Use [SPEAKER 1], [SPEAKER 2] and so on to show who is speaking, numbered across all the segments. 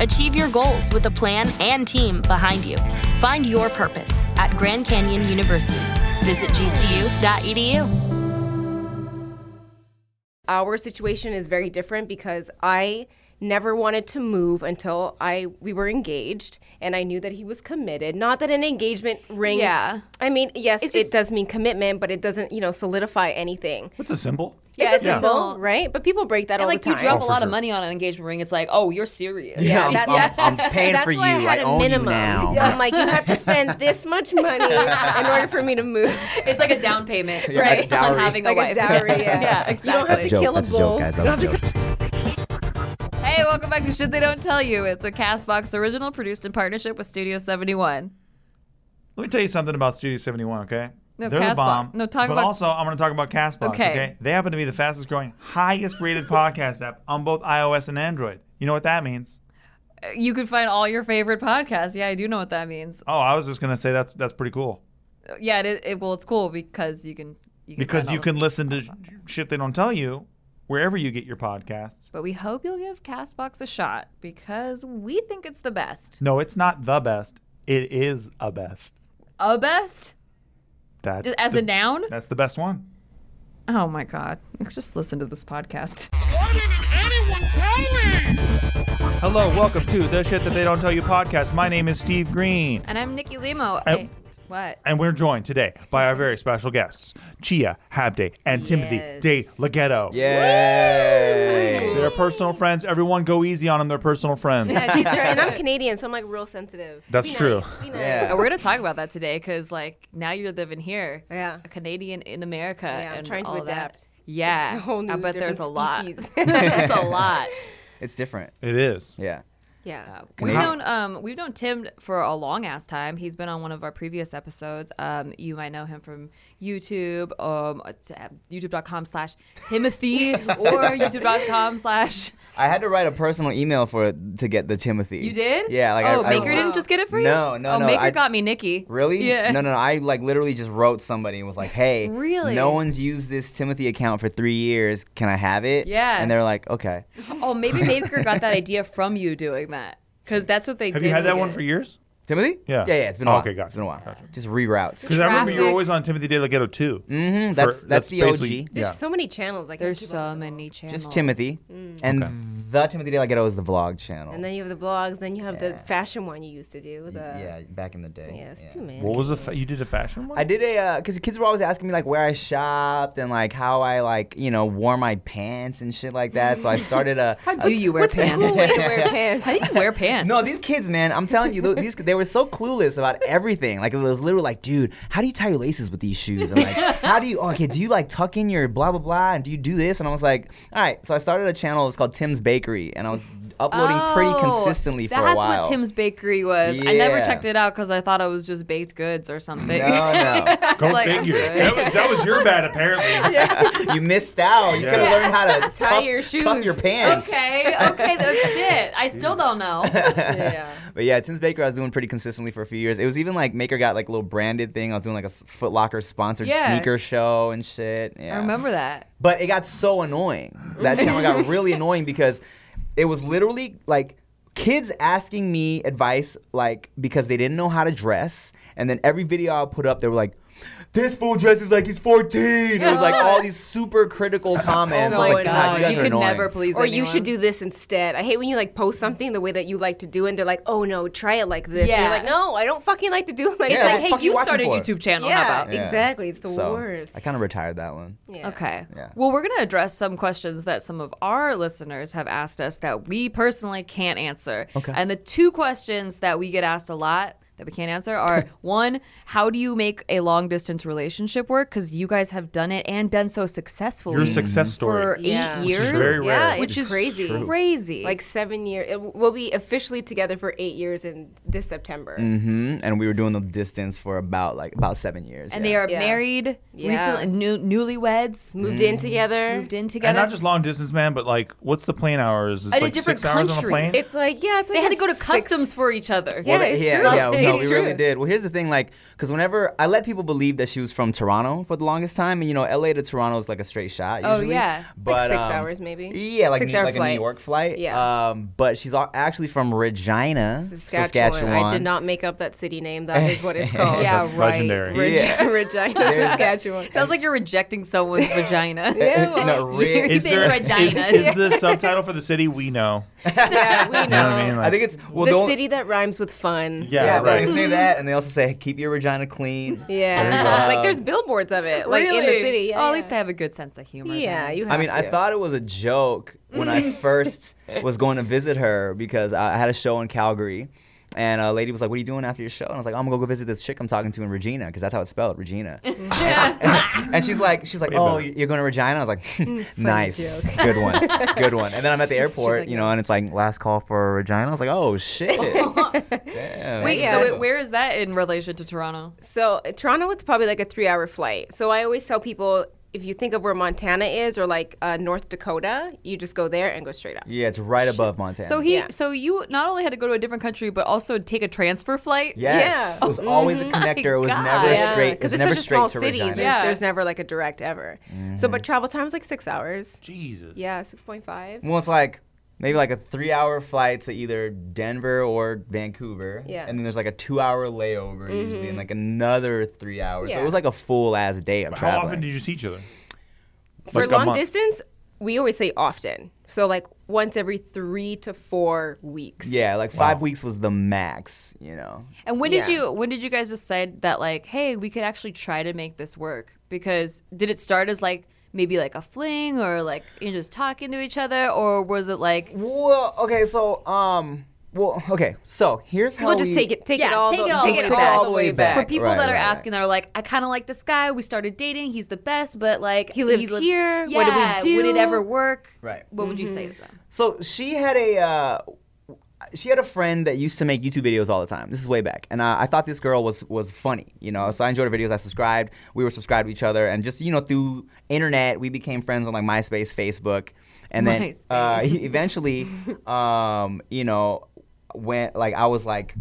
[SPEAKER 1] Achieve your goals with a plan and team behind you. Find your purpose at Grand Canyon University. Visit E gcu.edu.
[SPEAKER 2] our situation is very different because I never wanted to move until I we were engaged and I knew that he was committed. Not that an engagement ring
[SPEAKER 3] Yeah.
[SPEAKER 2] I mean, yes,
[SPEAKER 3] just-
[SPEAKER 2] it does mean commitment, but it doesn't, you know, solidify anything.
[SPEAKER 4] What's a symbol?
[SPEAKER 3] Yeah,
[SPEAKER 2] it's a
[SPEAKER 3] it's
[SPEAKER 2] symbol,
[SPEAKER 3] all-
[SPEAKER 2] right? But people break that all
[SPEAKER 3] And like
[SPEAKER 2] the
[SPEAKER 3] you
[SPEAKER 2] time.
[SPEAKER 3] drop
[SPEAKER 4] Oh,
[SPEAKER 3] a
[SPEAKER 4] for
[SPEAKER 3] lot of
[SPEAKER 4] sure.
[SPEAKER 3] money on an engagement ring, it's like, oh, you're serious.
[SPEAKER 5] Yeah,
[SPEAKER 2] that-
[SPEAKER 5] I'm, I'm, I'm paying
[SPEAKER 2] that's
[SPEAKER 5] for you.
[SPEAKER 2] why I had
[SPEAKER 5] I
[SPEAKER 2] a
[SPEAKER 5] own
[SPEAKER 2] minimum.
[SPEAKER 5] you now.
[SPEAKER 2] I'm like, you have to spend this much money in order for me to move.
[SPEAKER 3] It's like a down payment,
[SPEAKER 5] Yeah,
[SPEAKER 3] right?
[SPEAKER 5] a dowry.
[SPEAKER 3] On having
[SPEAKER 2] Like
[SPEAKER 3] a
[SPEAKER 2] a
[SPEAKER 3] wife.
[SPEAKER 2] dowry, yeah.
[SPEAKER 3] exactly.
[SPEAKER 2] You don't have to
[SPEAKER 5] Joke.
[SPEAKER 2] kill a
[SPEAKER 5] That's a joke,
[SPEAKER 2] bull.
[SPEAKER 5] guys. That was a joke.
[SPEAKER 6] Hey, welcome back to Shit They Don't Tell You. It's a Castbox original produced in partnership with Studio 71.
[SPEAKER 4] Let me tell you something about Studio 71, okay?
[SPEAKER 6] No,
[SPEAKER 4] They're
[SPEAKER 6] Castbox.
[SPEAKER 4] the bomb.
[SPEAKER 6] No, talk
[SPEAKER 4] but
[SPEAKER 6] about-
[SPEAKER 4] also, I'm going to talk about Castbox,
[SPEAKER 6] Okay.
[SPEAKER 4] okay. They happen to be the fastest growing, highest rated podcast app on both iOS and Android. You know what that means?
[SPEAKER 6] Uh, You can find all your favorite podcasts. Yeah, I do know what that means.
[SPEAKER 4] Oh, I was just going to say that's that's pretty cool.
[SPEAKER 6] Uh, Yeah, it, it well, it's cool because you can. You can
[SPEAKER 4] Because
[SPEAKER 6] find
[SPEAKER 4] you
[SPEAKER 6] all the-
[SPEAKER 4] can listen to sh- shit they don't tell you wherever you get your podcasts.
[SPEAKER 6] But we hope you'll give Castbox a shot because we think it's the best.
[SPEAKER 4] No, it's not the best. It is a best.
[SPEAKER 6] A best?
[SPEAKER 4] That's
[SPEAKER 6] Just As
[SPEAKER 4] the,
[SPEAKER 6] a noun?
[SPEAKER 4] That's the best one.
[SPEAKER 6] Oh my God. Let's just listen to this podcast.
[SPEAKER 4] Hello, welcome to the Shit That They Don't Tell You podcast. My name is Steve Green.
[SPEAKER 6] And I'm Nikki Limo.
[SPEAKER 4] I-
[SPEAKER 6] what?
[SPEAKER 4] And we're joined today by our very special guests, Chia Habde and Timothy
[SPEAKER 3] Yes.
[SPEAKER 4] De Legetto.
[SPEAKER 5] Yay!
[SPEAKER 4] They're personal friends. Everyone go easy on them. They're personal friends.
[SPEAKER 2] Yeah, these are- and I'm Canadian, so I'm like real sensitive.
[SPEAKER 4] That's
[SPEAKER 2] Be
[SPEAKER 4] true.
[SPEAKER 2] nice, be nice.
[SPEAKER 5] Yeah.
[SPEAKER 3] And we're gonna talk about that today because like now you're living here,
[SPEAKER 2] Yeah.
[SPEAKER 3] a Canadian in America,
[SPEAKER 2] Yeah,
[SPEAKER 3] and
[SPEAKER 2] trying to
[SPEAKER 3] all of that.
[SPEAKER 2] adapt.
[SPEAKER 3] Yeah,
[SPEAKER 2] It's a whole
[SPEAKER 3] I
[SPEAKER 2] new
[SPEAKER 3] bet there's a
[SPEAKER 2] different
[SPEAKER 3] lot.
[SPEAKER 2] species.
[SPEAKER 3] There's a lot.
[SPEAKER 5] It's different.
[SPEAKER 4] It is.
[SPEAKER 5] Yeah.
[SPEAKER 2] Yeah.
[SPEAKER 3] We've
[SPEAKER 5] Wow.
[SPEAKER 3] known um, we've known Tim for a long ass time. He's been on one of our previous episodes. Um, you might know him from YouTube, um, it's, uh, youtube.com slash Timothy or youtube.com slash.
[SPEAKER 5] I had to write a personal email for it to get the Timothy.
[SPEAKER 3] You did?
[SPEAKER 5] Yeah. Like I-
[SPEAKER 3] oh,
[SPEAKER 5] I,
[SPEAKER 3] Maker didn't just get it for you?
[SPEAKER 5] No, no,
[SPEAKER 3] oh,
[SPEAKER 5] no,
[SPEAKER 3] Maker
[SPEAKER 5] I-
[SPEAKER 3] got me Nikki.
[SPEAKER 5] Really?
[SPEAKER 3] Yeah.
[SPEAKER 5] No, no, no. I like literally just wrote somebody and was like, "Hey,
[SPEAKER 3] Really?
[SPEAKER 5] No one's used this Timothy account for three years. Can I have it?"
[SPEAKER 3] Yeah.
[SPEAKER 5] And they're like, "Okay."
[SPEAKER 3] Oh, maybe Maker got that idea from you doing that because that's what they
[SPEAKER 4] Have
[SPEAKER 3] did.
[SPEAKER 4] you had
[SPEAKER 3] to
[SPEAKER 4] that
[SPEAKER 3] get-
[SPEAKER 4] one for years?
[SPEAKER 5] Timothy?
[SPEAKER 4] Yeah.
[SPEAKER 5] Yeah, yeah. It's been a
[SPEAKER 4] Oh,
[SPEAKER 5] while.
[SPEAKER 4] okay, gotcha,
[SPEAKER 5] It's been a while.
[SPEAKER 4] gotcha.
[SPEAKER 5] Just reroutes.
[SPEAKER 4] Because I remember you were
[SPEAKER 3] Traffic.
[SPEAKER 4] always on Timothy De Legetto too.
[SPEAKER 5] Mm-hmm. That's that's, the
[SPEAKER 4] basically-
[SPEAKER 5] OG.
[SPEAKER 2] There's
[SPEAKER 4] Yeah.
[SPEAKER 2] so many channels. Like
[SPEAKER 3] There's so many channels.
[SPEAKER 5] Just Timothy, and the Timothy De La Ghetto was the vlog channel.
[SPEAKER 2] And then you have the blogs. Then you have the fashion one you used to do. The,
[SPEAKER 5] yeah, back in the day.
[SPEAKER 2] Yeah, it's
[SPEAKER 5] Yeah.
[SPEAKER 2] too many.
[SPEAKER 4] What was the fa- you did a fashion one?
[SPEAKER 5] I did a because kids were always asking me like where I shopped and like how I like you know wore my pants and shit like that. So I started a.
[SPEAKER 7] How do you wear pants?
[SPEAKER 2] Way to wear pants.
[SPEAKER 7] How do you wear pants?
[SPEAKER 5] No, these kids, man, I'm telling you, tho- these they were so clueless about everything. Like it was literally like, dude, how do you tie your laces with these shoes? And like, how do you? oh, Okay, do you like tuck in your blah blah blah? And do you do this? And I was like, all right. So I started a channel. It's called Tim's Bakery, and I was uploading pretty consistently for a while.
[SPEAKER 3] Oh, That's what Tim's Bakery was. I never
[SPEAKER 5] Yeah.
[SPEAKER 3] checked it out because I thought it was just baked goods or something.
[SPEAKER 5] No,
[SPEAKER 4] Go
[SPEAKER 3] like, I'm
[SPEAKER 4] figure.
[SPEAKER 3] good.
[SPEAKER 4] That was, that was your bad, apparently.
[SPEAKER 5] no, you missed out. You could have learned how to
[SPEAKER 2] Tie
[SPEAKER 5] cuff-
[SPEAKER 2] your
[SPEAKER 5] cuff
[SPEAKER 2] shoes.
[SPEAKER 5] your pants.
[SPEAKER 3] Okay, okay, that's shit. I still don't know. yeah.
[SPEAKER 5] But yeah, Tim's Baker, I was doing pretty consistently for a few years. It was even like Maker got like a little branded thing. I was doing like a s- Foot Locker sponsored
[SPEAKER 3] Yeah.
[SPEAKER 5] sneaker show and shit. Yeah.
[SPEAKER 3] I remember that.
[SPEAKER 5] But it got so annoying. That channel got really annoying because it was literally like kids asking me advice like because they didn't know how to dress. And then every video I put up, they were like, this fool dresses like he's 14. It was like all these super critical comments.
[SPEAKER 3] Oh
[SPEAKER 5] I was
[SPEAKER 3] my
[SPEAKER 5] like,
[SPEAKER 3] God,
[SPEAKER 5] God, you guys
[SPEAKER 3] you
[SPEAKER 5] are
[SPEAKER 3] could
[SPEAKER 5] annoying. Mm-hmm.
[SPEAKER 3] never please
[SPEAKER 2] or you
[SPEAKER 3] anyone.
[SPEAKER 2] should do this instead. I hate when you like post something the way that you like to do, and they're like, "Oh no, try it like this." And
[SPEAKER 3] Yeah.
[SPEAKER 2] you're like, "No, I don't fucking like to do it like
[SPEAKER 5] Yeah,
[SPEAKER 2] that."
[SPEAKER 5] what the fuck
[SPEAKER 3] hey, you
[SPEAKER 5] watching
[SPEAKER 3] started a
[SPEAKER 5] for?
[SPEAKER 3] YouTube channel.
[SPEAKER 2] yeah,
[SPEAKER 3] How about?
[SPEAKER 2] exactly. It's the
[SPEAKER 5] So,
[SPEAKER 2] worst.
[SPEAKER 5] I kind of retired that one.
[SPEAKER 2] Yeah.
[SPEAKER 3] Okay.
[SPEAKER 5] Yeah.
[SPEAKER 3] Well, we're going to address some questions that some of our listeners have asked us that we personally can't answer.
[SPEAKER 5] Okay.
[SPEAKER 3] And the two questions that we get asked a lot that we can't answer are one, how do you make a long distance relationship work? Because you guys have done it and done so successfully.
[SPEAKER 4] Your success story.
[SPEAKER 3] For
[SPEAKER 2] Yeah. Which
[SPEAKER 3] eight
[SPEAKER 4] Which
[SPEAKER 3] years.
[SPEAKER 4] is very rare.
[SPEAKER 2] Yeah,
[SPEAKER 3] Which
[SPEAKER 2] It's
[SPEAKER 3] is
[SPEAKER 2] crazy. true.
[SPEAKER 3] Crazy.
[SPEAKER 2] like seven years. We'll be officially together for eight years in this September.
[SPEAKER 5] Mhm, and we were doing the distance for about like about seven years.
[SPEAKER 3] and
[SPEAKER 5] yeah.
[SPEAKER 3] they are married,
[SPEAKER 2] Yeah.
[SPEAKER 3] recently, new, newlyweds,
[SPEAKER 2] Moved in together.
[SPEAKER 3] moved in
[SPEAKER 4] and
[SPEAKER 3] together.
[SPEAKER 4] not just long distance, man, but like, what's the plane hours? It's
[SPEAKER 3] In a
[SPEAKER 4] like
[SPEAKER 3] different
[SPEAKER 4] six hours on
[SPEAKER 3] country.
[SPEAKER 4] a plane.
[SPEAKER 2] It's like yeah, it's like
[SPEAKER 3] they had
[SPEAKER 2] a
[SPEAKER 3] to go to
[SPEAKER 2] six-
[SPEAKER 3] customs for each other.
[SPEAKER 2] Yeah,
[SPEAKER 5] Well,
[SPEAKER 2] it's
[SPEAKER 5] yeah,
[SPEAKER 2] true.
[SPEAKER 5] yeah, no,
[SPEAKER 2] It's
[SPEAKER 5] we really
[SPEAKER 2] true.
[SPEAKER 5] did. Well, here's the thing, like, because whenever I let people believe that she was from Toronto for the longest time, and you know, LA to Toronto is like a straight shot.
[SPEAKER 3] Oh,
[SPEAKER 5] Usually,
[SPEAKER 3] yeah. Like
[SPEAKER 5] but
[SPEAKER 2] six
[SPEAKER 5] um,
[SPEAKER 2] hours, maybe?
[SPEAKER 5] Yeah, like,
[SPEAKER 2] Six
[SPEAKER 5] New-
[SPEAKER 2] hour
[SPEAKER 5] like a New
[SPEAKER 2] flight.
[SPEAKER 5] York flight.
[SPEAKER 2] Yeah.
[SPEAKER 5] um, but she's a- actually from Regina,
[SPEAKER 2] Saskatchewan.
[SPEAKER 5] Saskatchewan.
[SPEAKER 2] I did not make up that city name. That is what it's called.
[SPEAKER 3] Yeah,
[SPEAKER 4] That's
[SPEAKER 3] right.
[SPEAKER 4] legendary.
[SPEAKER 2] Reg-
[SPEAKER 5] Yeah.
[SPEAKER 2] Regina, Saskatchewan.
[SPEAKER 3] Sounds like you're rejecting someone's vagina.
[SPEAKER 5] No, Re-
[SPEAKER 4] Is,
[SPEAKER 3] Big
[SPEAKER 4] there,
[SPEAKER 3] Regina.
[SPEAKER 4] is, is the subtitle for the city we know?
[SPEAKER 2] yeah, we know.
[SPEAKER 4] You know what I mean? Like,
[SPEAKER 5] I think it's well,
[SPEAKER 2] the
[SPEAKER 5] don't,
[SPEAKER 2] city that rhymes with fun.
[SPEAKER 4] Yeah,
[SPEAKER 5] Yeah,
[SPEAKER 4] right.
[SPEAKER 5] they say that, and they also say keep your vagina clean.
[SPEAKER 2] Yeah, like there's billboards of it, like in the city. Yeah,
[SPEAKER 3] oh, at
[SPEAKER 2] yeah.
[SPEAKER 3] least they have a good sense of humor.
[SPEAKER 2] yeah,
[SPEAKER 3] then.
[SPEAKER 2] you. Have
[SPEAKER 5] I mean, I
[SPEAKER 2] to.
[SPEAKER 5] thought it was a joke when I first was going to visit her because I I had a show in Calgary. And a lady was like, "What are you doing after your show?" And I was like, "I'm gonna go visit this chick I'm talking to in Regina, because that's how it's spelled, Regina." and she's like, "She's like,
[SPEAKER 4] Way
[SPEAKER 5] oh,
[SPEAKER 4] better.
[SPEAKER 5] you're going to Regina?" I was like, "Nice, good one, good one." And then I'm at the airport, you know, and it's like last call for Regina. I was like, "Oh shit, damn."
[SPEAKER 3] Wait,
[SPEAKER 2] Yeah.
[SPEAKER 3] so it, where is that in relation to Toronto?
[SPEAKER 2] so. uh, Toronto, it's probably like a three-hour flight. So I always tell people if you think of where Montana is or like uh, North Dakota, you just go there and go straight up.
[SPEAKER 5] yeah, it's right above Montana.
[SPEAKER 3] So he,
[SPEAKER 2] Yeah.
[SPEAKER 3] so you not only had to go to a different country, but also take a transfer flight.
[SPEAKER 5] yes,
[SPEAKER 2] Yeah.
[SPEAKER 5] it was always a connector. It was
[SPEAKER 3] God.
[SPEAKER 5] never
[SPEAKER 3] Yeah,
[SPEAKER 5] straight. It
[SPEAKER 2] because
[SPEAKER 5] was
[SPEAKER 2] it's
[SPEAKER 5] never
[SPEAKER 2] such a
[SPEAKER 5] straight
[SPEAKER 2] small
[SPEAKER 5] to
[SPEAKER 2] city.
[SPEAKER 5] Regina. Mm-hmm.
[SPEAKER 2] There's,
[SPEAKER 3] Yeah.
[SPEAKER 2] there's never like a direct ever. So, but travel time was like six hours.
[SPEAKER 4] Jesus.
[SPEAKER 2] Yeah, six point five.
[SPEAKER 5] Well, it's like maybe like a three-hour flight to either Denver or Vancouver.
[SPEAKER 2] Yeah. Mm-hmm.
[SPEAKER 5] And then there's like a two-hour layover usually, and like another three hours. So it
[SPEAKER 2] Yeah.
[SPEAKER 5] was like a full-ass day of
[SPEAKER 4] How
[SPEAKER 5] traveling.
[SPEAKER 4] often did you see each other?
[SPEAKER 2] For
[SPEAKER 4] Like a
[SPEAKER 2] long
[SPEAKER 4] month.
[SPEAKER 2] distance, we always say often. So like once every three to four weeks.
[SPEAKER 5] Yeah, like five weeks was the max. You know.
[SPEAKER 3] And when did
[SPEAKER 2] Yeah.
[SPEAKER 3] you, when did you guys decide that like, hey, we could actually try to make this work? Because did it start as like maybe like a fling or like you just talking to each other, or was it like
[SPEAKER 5] Well, okay, so um, well, okay, so here's how
[SPEAKER 2] We'll just take it, Oh, take
[SPEAKER 3] Yeah,
[SPEAKER 2] it all,
[SPEAKER 3] take
[SPEAKER 2] the,
[SPEAKER 3] it all
[SPEAKER 2] take
[SPEAKER 3] the
[SPEAKER 2] it
[SPEAKER 3] way
[SPEAKER 2] all
[SPEAKER 3] back.
[SPEAKER 2] the way back.
[SPEAKER 3] for people
[SPEAKER 5] Right,
[SPEAKER 3] that are
[SPEAKER 5] right, right.
[SPEAKER 3] asking that are like, I kind of like this guy. We started dating. He's the best, but like he
[SPEAKER 2] lives here,
[SPEAKER 3] here. What do we do? Would it ever work?
[SPEAKER 5] Right.
[SPEAKER 3] What would you say to them?
[SPEAKER 5] So she had a uh, she had a friend that used to make YouTube videos all the time. This is way back, and uh, I, I thought this girl was was funny, you know. So I enjoyed her videos. I subscribed. We were subscribed to each other, and just you know through internet, we became friends on like MySpace, Facebook, and then uh, eventually, um, you know, when like I was like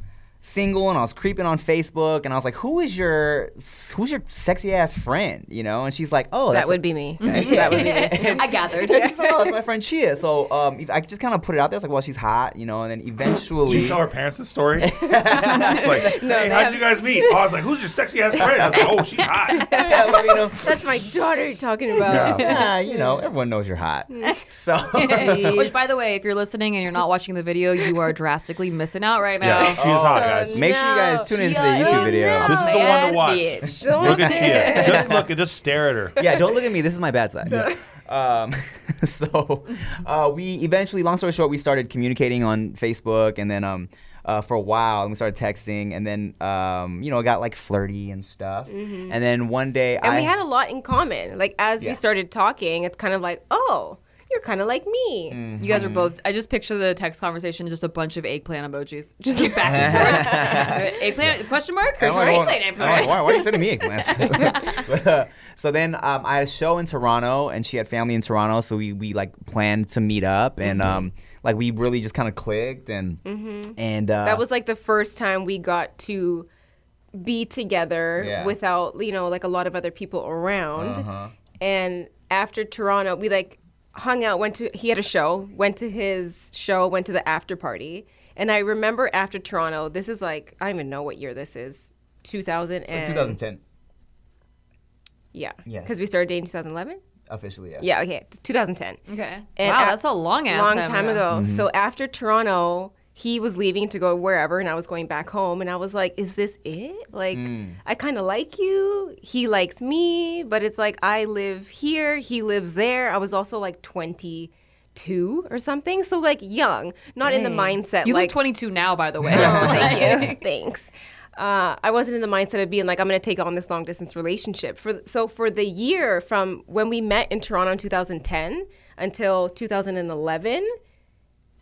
[SPEAKER 5] single and I was creeping on Facebook and I was like, who is your who's your sexy ass friend? You know? And she's like, oh,
[SPEAKER 2] That
[SPEAKER 5] that's
[SPEAKER 2] would be me.
[SPEAKER 5] That's, that would be me.
[SPEAKER 8] I gathered.
[SPEAKER 5] And she's like, oh, that's my friend Chia. So um, if- I just kind of put it out there. It's like, well, she's hot, you know. And then
[SPEAKER 4] Did
[SPEAKER 5] eventually,
[SPEAKER 4] you tell her parents this story? it's like, hey, how'd you guys meet? Oh, I was like, who's your sexy ass friend? I was like, oh, she's hot.
[SPEAKER 5] yeah, but, you know,
[SPEAKER 2] That's my daughter you're talking about.
[SPEAKER 5] yeah, you know, everyone knows you're hot.
[SPEAKER 2] Mm.
[SPEAKER 5] So
[SPEAKER 3] Which, by the way, if you're listening and you're not watching the video, you are drastically missing out right now.
[SPEAKER 4] Yeah, she is hot, guys.
[SPEAKER 5] make sure you guys tune into the YouTube video.
[SPEAKER 4] This is the one
[SPEAKER 2] Oh,
[SPEAKER 4] to watch.
[SPEAKER 2] bitch.
[SPEAKER 4] Look at Chia. Just look and just stare at her.
[SPEAKER 5] yeah, don't look at me. This is my bad side. Um, so uh, we eventually, long story short, we started communicating on Facebook, and then um, uh, for a while, and we started texting, and then um, you know, it got like flirty and stuff. And then one day,
[SPEAKER 2] Mm-hmm. And
[SPEAKER 5] I
[SPEAKER 2] we had a lot in common. Like as
[SPEAKER 5] Yeah.
[SPEAKER 2] we started talking, it's kind of like, oh, you're kind of like me.
[SPEAKER 3] You guys were
[SPEAKER 4] Mm-hmm.
[SPEAKER 3] both. I just picture the text conversation, just a bunch of eggplant emojis, just keep back and forth. eggplant question mark?
[SPEAKER 5] I
[SPEAKER 3] Question
[SPEAKER 5] don't
[SPEAKER 3] mark?
[SPEAKER 5] know why-
[SPEAKER 3] Eggplant
[SPEAKER 5] I don't know
[SPEAKER 3] emperor.
[SPEAKER 5] why, why are you sending me eggplants? But, uh, so then um, I had a show in Toronto, and she had family in Toronto, so we, we like planned to meet up, and
[SPEAKER 2] Mm-hmm.
[SPEAKER 5] um, like we really just kind of clicked, and and uh,
[SPEAKER 2] That was like the first time we got to be together
[SPEAKER 5] Yeah. Uh-huh.
[SPEAKER 2] without, you know, like a lot of other people around. And after Toronto, we like hung out, went to, he had a show, went to his show, went to the after party. And I remember after Toronto, this is like, I don't even know what year this is. 2000 and
[SPEAKER 5] 2010
[SPEAKER 2] Yeah.
[SPEAKER 5] Yes.
[SPEAKER 2] Because we started dating 2011?
[SPEAKER 5] officially. Yeah.
[SPEAKER 2] Yeah, okay. 2010.
[SPEAKER 8] Okay.
[SPEAKER 2] And
[SPEAKER 3] Wow,
[SPEAKER 2] a-
[SPEAKER 3] that's a long ass
[SPEAKER 2] long
[SPEAKER 3] time
[SPEAKER 2] time,
[SPEAKER 3] ago.
[SPEAKER 2] ago. So after Toronto, he was leaving to go wherever, and I was going back home, and I was like, "Is this it? Like, I kind of like you. He likes me, but it's like I live here, he lives there. I was also like twenty two or something, so like young, not in the mindset.
[SPEAKER 3] You
[SPEAKER 2] like,
[SPEAKER 3] look 22 now, by the way.
[SPEAKER 2] Oh, thank you. Thanks. Uh, I wasn't in the mindset of being like I'm going to take on this long distance relationship. For so for the year from when we met in Toronto in 2010 until 2011,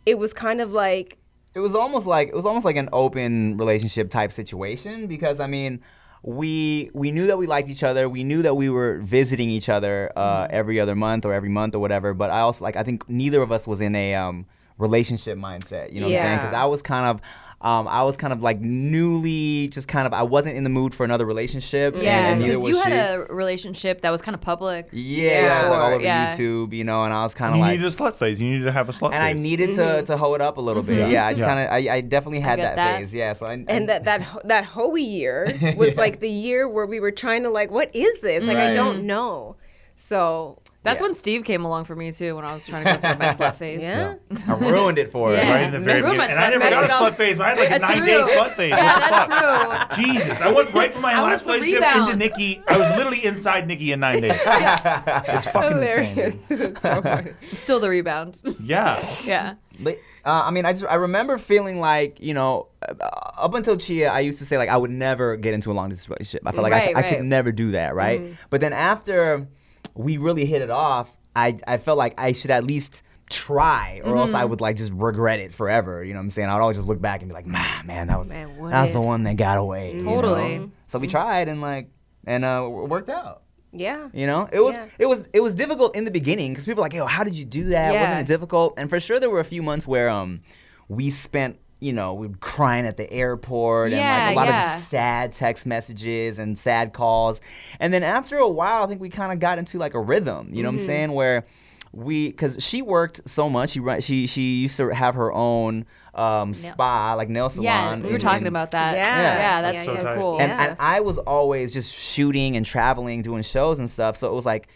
[SPEAKER 2] it was kind of like
[SPEAKER 5] it was almost like it was almost like an open relationship type situation because I mean we we knew that we liked each other we knew that we were visiting each other uh,
[SPEAKER 3] Mm-hmm.
[SPEAKER 5] every other month or every month or whatever but I also like I think neither of us was in a um, relationship mindset you know what I'm saying
[SPEAKER 2] Yeah.
[SPEAKER 5] because I was kind of um, I was kind of like newly just kind of I wasn't in the mood for another relationship and-
[SPEAKER 3] Yeah,
[SPEAKER 5] and neither
[SPEAKER 3] because
[SPEAKER 5] was
[SPEAKER 3] you had
[SPEAKER 5] she.
[SPEAKER 3] a relationship that was kind of public.
[SPEAKER 5] yeah, yeah, it was like all
[SPEAKER 3] before,
[SPEAKER 5] over
[SPEAKER 3] yeah.
[SPEAKER 5] YouTube you know and I was kind
[SPEAKER 4] You
[SPEAKER 5] of like
[SPEAKER 4] needed a slut phase. You needed to have a slut
[SPEAKER 5] and I
[SPEAKER 4] phase.
[SPEAKER 5] needed to, to hoe it up a little bit. Yeah, I just
[SPEAKER 4] Yeah.
[SPEAKER 5] kind of, I, I definitely had
[SPEAKER 3] Mm-hmm. get
[SPEAKER 5] that,
[SPEAKER 3] that.
[SPEAKER 5] phase. Yeah, so I, I-
[SPEAKER 2] and that that ho- that Hoey year was like the year where we were trying to like what is this? Like I
[SPEAKER 5] Right.
[SPEAKER 2] don't know. So
[SPEAKER 3] That's when Steve came along for me too, when I was trying to go through my slut phase.
[SPEAKER 2] yeah.
[SPEAKER 5] I ruined it for her.
[SPEAKER 3] Yeah.
[SPEAKER 4] Right in the very
[SPEAKER 3] Remember
[SPEAKER 4] beginning.
[SPEAKER 3] my
[SPEAKER 4] And I
[SPEAKER 3] slut
[SPEAKER 4] never
[SPEAKER 3] phase?
[SPEAKER 4] got a
[SPEAKER 3] No.
[SPEAKER 4] slut phase. I had like a
[SPEAKER 3] That's
[SPEAKER 4] nine day
[SPEAKER 3] true.
[SPEAKER 4] slut phase.
[SPEAKER 3] Yeah,
[SPEAKER 4] What the
[SPEAKER 3] that's
[SPEAKER 4] fuck?
[SPEAKER 3] true.
[SPEAKER 4] Jesus, I went right from my
[SPEAKER 3] I was
[SPEAKER 4] last
[SPEAKER 3] the
[SPEAKER 4] relationship
[SPEAKER 3] rebound.
[SPEAKER 4] into Nikki. I was literally inside Nikki in nine days. It's fucking insane.
[SPEAKER 2] Hilarious. It's so funny.
[SPEAKER 3] Still the rebound.
[SPEAKER 4] Yeah.
[SPEAKER 3] yeah.
[SPEAKER 5] But, uh, I mean, I just I remember feeling like you know, uh, up until Chia, I used to say like I would never get into a long distance relationship. I felt like I c-
[SPEAKER 3] Right,
[SPEAKER 5] I, could
[SPEAKER 3] right. Mm-hmm.
[SPEAKER 5] never do that, right? But then after we really hit it off, I I felt like I should at least try, or else
[SPEAKER 3] Mm-hmm.
[SPEAKER 5] I would like just regret it forever. You know what I'm saying? I'd always just look back and be like, man, man, that was
[SPEAKER 2] Man, what
[SPEAKER 5] that was the
[SPEAKER 2] if?"
[SPEAKER 5] one that got away. you know?
[SPEAKER 3] Totally. Mm-hmm.
[SPEAKER 5] So we tried and like and uh, it worked out.
[SPEAKER 2] Yeah.
[SPEAKER 5] You know, it was
[SPEAKER 2] Yeah.
[SPEAKER 5] it was it was difficult in the beginning because people were like, yo, how did you do that? Wasn't
[SPEAKER 3] Yeah.
[SPEAKER 5] it difficult? And for sure, there were a few months where um, we spent you know we were crying at the airport and like a
[SPEAKER 3] Yeah,
[SPEAKER 5] lot of
[SPEAKER 3] yeah.
[SPEAKER 5] just sad text messages and sad calls. And then after a while, I think we kind of got into like a rhythm. You know
[SPEAKER 3] Mm-hmm.
[SPEAKER 5] what I'm saying? Where we because she worked so much. She run, she she used to have her own um, spa like nail salon.
[SPEAKER 3] Yeah. We were
[SPEAKER 5] in-
[SPEAKER 3] talking
[SPEAKER 5] in-
[SPEAKER 3] about that.
[SPEAKER 2] Yeah.
[SPEAKER 3] Yeah.
[SPEAKER 2] Yeah,
[SPEAKER 3] that's
[SPEAKER 4] so
[SPEAKER 3] so,
[SPEAKER 4] tight.
[SPEAKER 3] cool.
[SPEAKER 5] and, and I was always just shooting and traveling, doing shows and stuff. So it was like,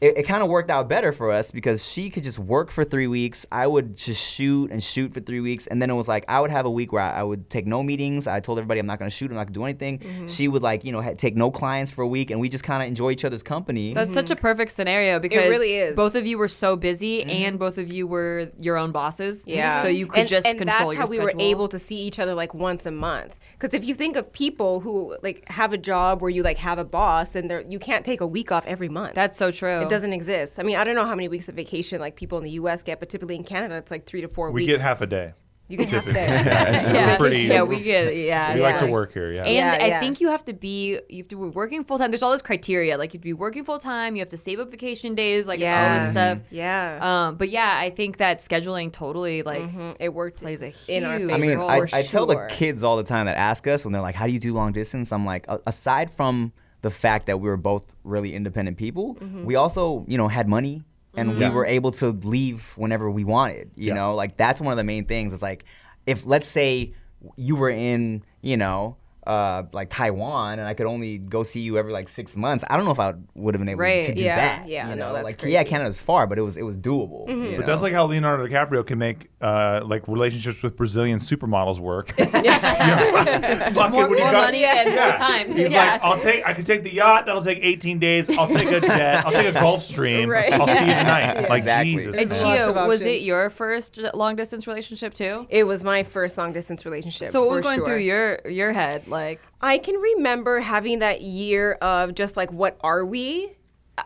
[SPEAKER 5] it, it kind of worked out better for us because she could just work for three weeks. I would just shoot and shoot for three weeks. And then it was like, I would have a week where I, I would take no meetings. I told everybody I'm not going to shoot, I'm not going to do anything. She would, like, you know, ha- take no clients for a week. And we just kind of enjoy each other's company.
[SPEAKER 3] That's such a perfect scenario because
[SPEAKER 2] Mm-hmm. really is. Mm-hmm.
[SPEAKER 3] both of you were so busy and both of you were your own bosses.
[SPEAKER 2] Yeah.
[SPEAKER 3] So you could
[SPEAKER 2] and,
[SPEAKER 3] just
[SPEAKER 2] and
[SPEAKER 3] control
[SPEAKER 2] that's
[SPEAKER 3] your
[SPEAKER 2] how
[SPEAKER 3] schedule.
[SPEAKER 2] we were able to see each other like once a month. Because if you think of people who like have a job where you like have a boss and they're, you can't take a week off every month.
[SPEAKER 3] That's so true.
[SPEAKER 2] it doesn't exist. I mean, I don't know how many weeks of vacation like people in the U.S. get, but typically in Canada it's like three to four
[SPEAKER 4] We
[SPEAKER 2] weeks.
[SPEAKER 4] get half a day.
[SPEAKER 2] You can have
[SPEAKER 9] Typically,
[SPEAKER 2] to.
[SPEAKER 9] yeah, it's
[SPEAKER 3] yeah,
[SPEAKER 9] pretty.
[SPEAKER 3] yeah, we get yeah.
[SPEAKER 9] we
[SPEAKER 3] yeah.
[SPEAKER 9] like to work here. Yeah.
[SPEAKER 3] And
[SPEAKER 2] Yeah,
[SPEAKER 3] I
[SPEAKER 2] yeah.
[SPEAKER 3] think you have to be you have to be working full time. There's all this criteria like you have to be working full time. You have to save up vacation days. Like it's all this
[SPEAKER 2] Yeah. Mm-hmm.
[SPEAKER 3] stuff.
[SPEAKER 2] Yeah.
[SPEAKER 3] Um, but yeah, I think that scheduling totally like
[SPEAKER 2] Mhm. It worked
[SPEAKER 3] plays a
[SPEAKER 2] in our
[SPEAKER 3] huge
[SPEAKER 2] favor.
[SPEAKER 5] I mean, I,
[SPEAKER 2] for
[SPEAKER 5] I tell the
[SPEAKER 2] sure.
[SPEAKER 5] kids all the time that ask us when they're like, "How do you do long distance?" I'm like, "A- aside from the fact that we were both really independent people,
[SPEAKER 2] Mm-hmm.
[SPEAKER 5] we also, you know, had money and we were able to leave whenever we wanted. You
[SPEAKER 9] Yeah.
[SPEAKER 5] know, like that's one of the main things. It's like, if let's say you were in, you know. Uh, like Taiwan, and I could only go see you every like six months. I don't know if I would have been able
[SPEAKER 3] Right,
[SPEAKER 5] to do
[SPEAKER 2] yeah,
[SPEAKER 5] that.
[SPEAKER 2] yeah,
[SPEAKER 5] you
[SPEAKER 2] no,
[SPEAKER 5] know,
[SPEAKER 2] that's
[SPEAKER 5] like yeah,
[SPEAKER 2] crazy. Mm-hmm.
[SPEAKER 5] Canada's far, but it was it was doable. you
[SPEAKER 9] But
[SPEAKER 5] know?
[SPEAKER 9] that's like how Leonardo DiCaprio can make uh, like relationships with Brazilian supermodels work. yeah. Fuck it,
[SPEAKER 3] more,
[SPEAKER 9] when you
[SPEAKER 3] more
[SPEAKER 9] got-
[SPEAKER 3] money and
[SPEAKER 9] Yeah.
[SPEAKER 3] more time.
[SPEAKER 9] He's
[SPEAKER 3] yeah.
[SPEAKER 9] like, I'll take, I could take the yacht. That'll take 18 days. I'll take a jet. I'll take a Gulf Stream.
[SPEAKER 2] Right.
[SPEAKER 9] I'll see you tonight. Like
[SPEAKER 5] Exactly.
[SPEAKER 9] Jesus. man.
[SPEAKER 3] and
[SPEAKER 2] Lots of
[SPEAKER 3] Gio, was it
[SPEAKER 2] options.
[SPEAKER 3] your first long distance relationship too?
[SPEAKER 2] It was my first long distance relationship.
[SPEAKER 3] So what
[SPEAKER 2] for
[SPEAKER 3] was going
[SPEAKER 2] sure.
[SPEAKER 3] through your your head? Like
[SPEAKER 2] I can remember having that year of just like, what are we?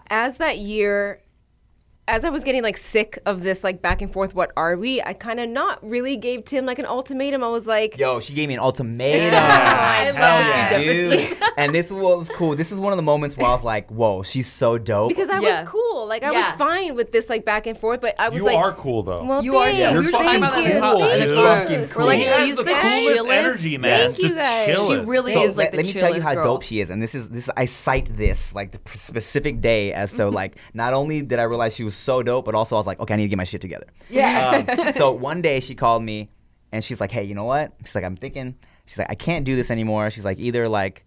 [SPEAKER 2] As that year, as I was getting like sick of this like back and forth, what are we? I kind of not really gave Tim like an ultimatum. I was like,
[SPEAKER 5] Yo, she gave me an ultimatum.
[SPEAKER 3] I love
[SPEAKER 5] Hell yeah,
[SPEAKER 3] two
[SPEAKER 5] dude. and this was what was cool. This is one of the moments where I was like, whoa, she's so dope.
[SPEAKER 2] because I
[SPEAKER 3] Yeah.
[SPEAKER 2] was cool. Like I was
[SPEAKER 3] Yeah.
[SPEAKER 2] fine with this like back and forth, but I was
[SPEAKER 9] You
[SPEAKER 2] like,
[SPEAKER 9] are cool though.
[SPEAKER 2] well,
[SPEAKER 3] You are
[SPEAKER 2] thanks.
[SPEAKER 3] so- we were just talking about that in
[SPEAKER 2] Thank
[SPEAKER 3] college.
[SPEAKER 2] you.
[SPEAKER 3] It's
[SPEAKER 5] She's
[SPEAKER 3] cool.
[SPEAKER 5] fucking
[SPEAKER 3] We're like,
[SPEAKER 9] She has
[SPEAKER 3] she's the,
[SPEAKER 9] the, coolest
[SPEAKER 3] chillest.
[SPEAKER 9] energy, man.
[SPEAKER 2] Thank you
[SPEAKER 9] Just
[SPEAKER 2] guys. She
[SPEAKER 9] chillest.
[SPEAKER 3] She really
[SPEAKER 5] So
[SPEAKER 3] is like
[SPEAKER 5] let,
[SPEAKER 3] the
[SPEAKER 5] let me
[SPEAKER 3] chillest
[SPEAKER 5] tell you how
[SPEAKER 3] girl.
[SPEAKER 5] dope she is, and this is this. I cite this like the p- specific day as
[SPEAKER 3] Mm-hmm.
[SPEAKER 5] so like not only did I realize she was so dope, but also I was like, okay, I need to get my shit together. Yeah. Um, so one day she called me, and she's like, hey, you know what? She's like, I'm thinking. She's like, I can't do this anymore. She's like, either like,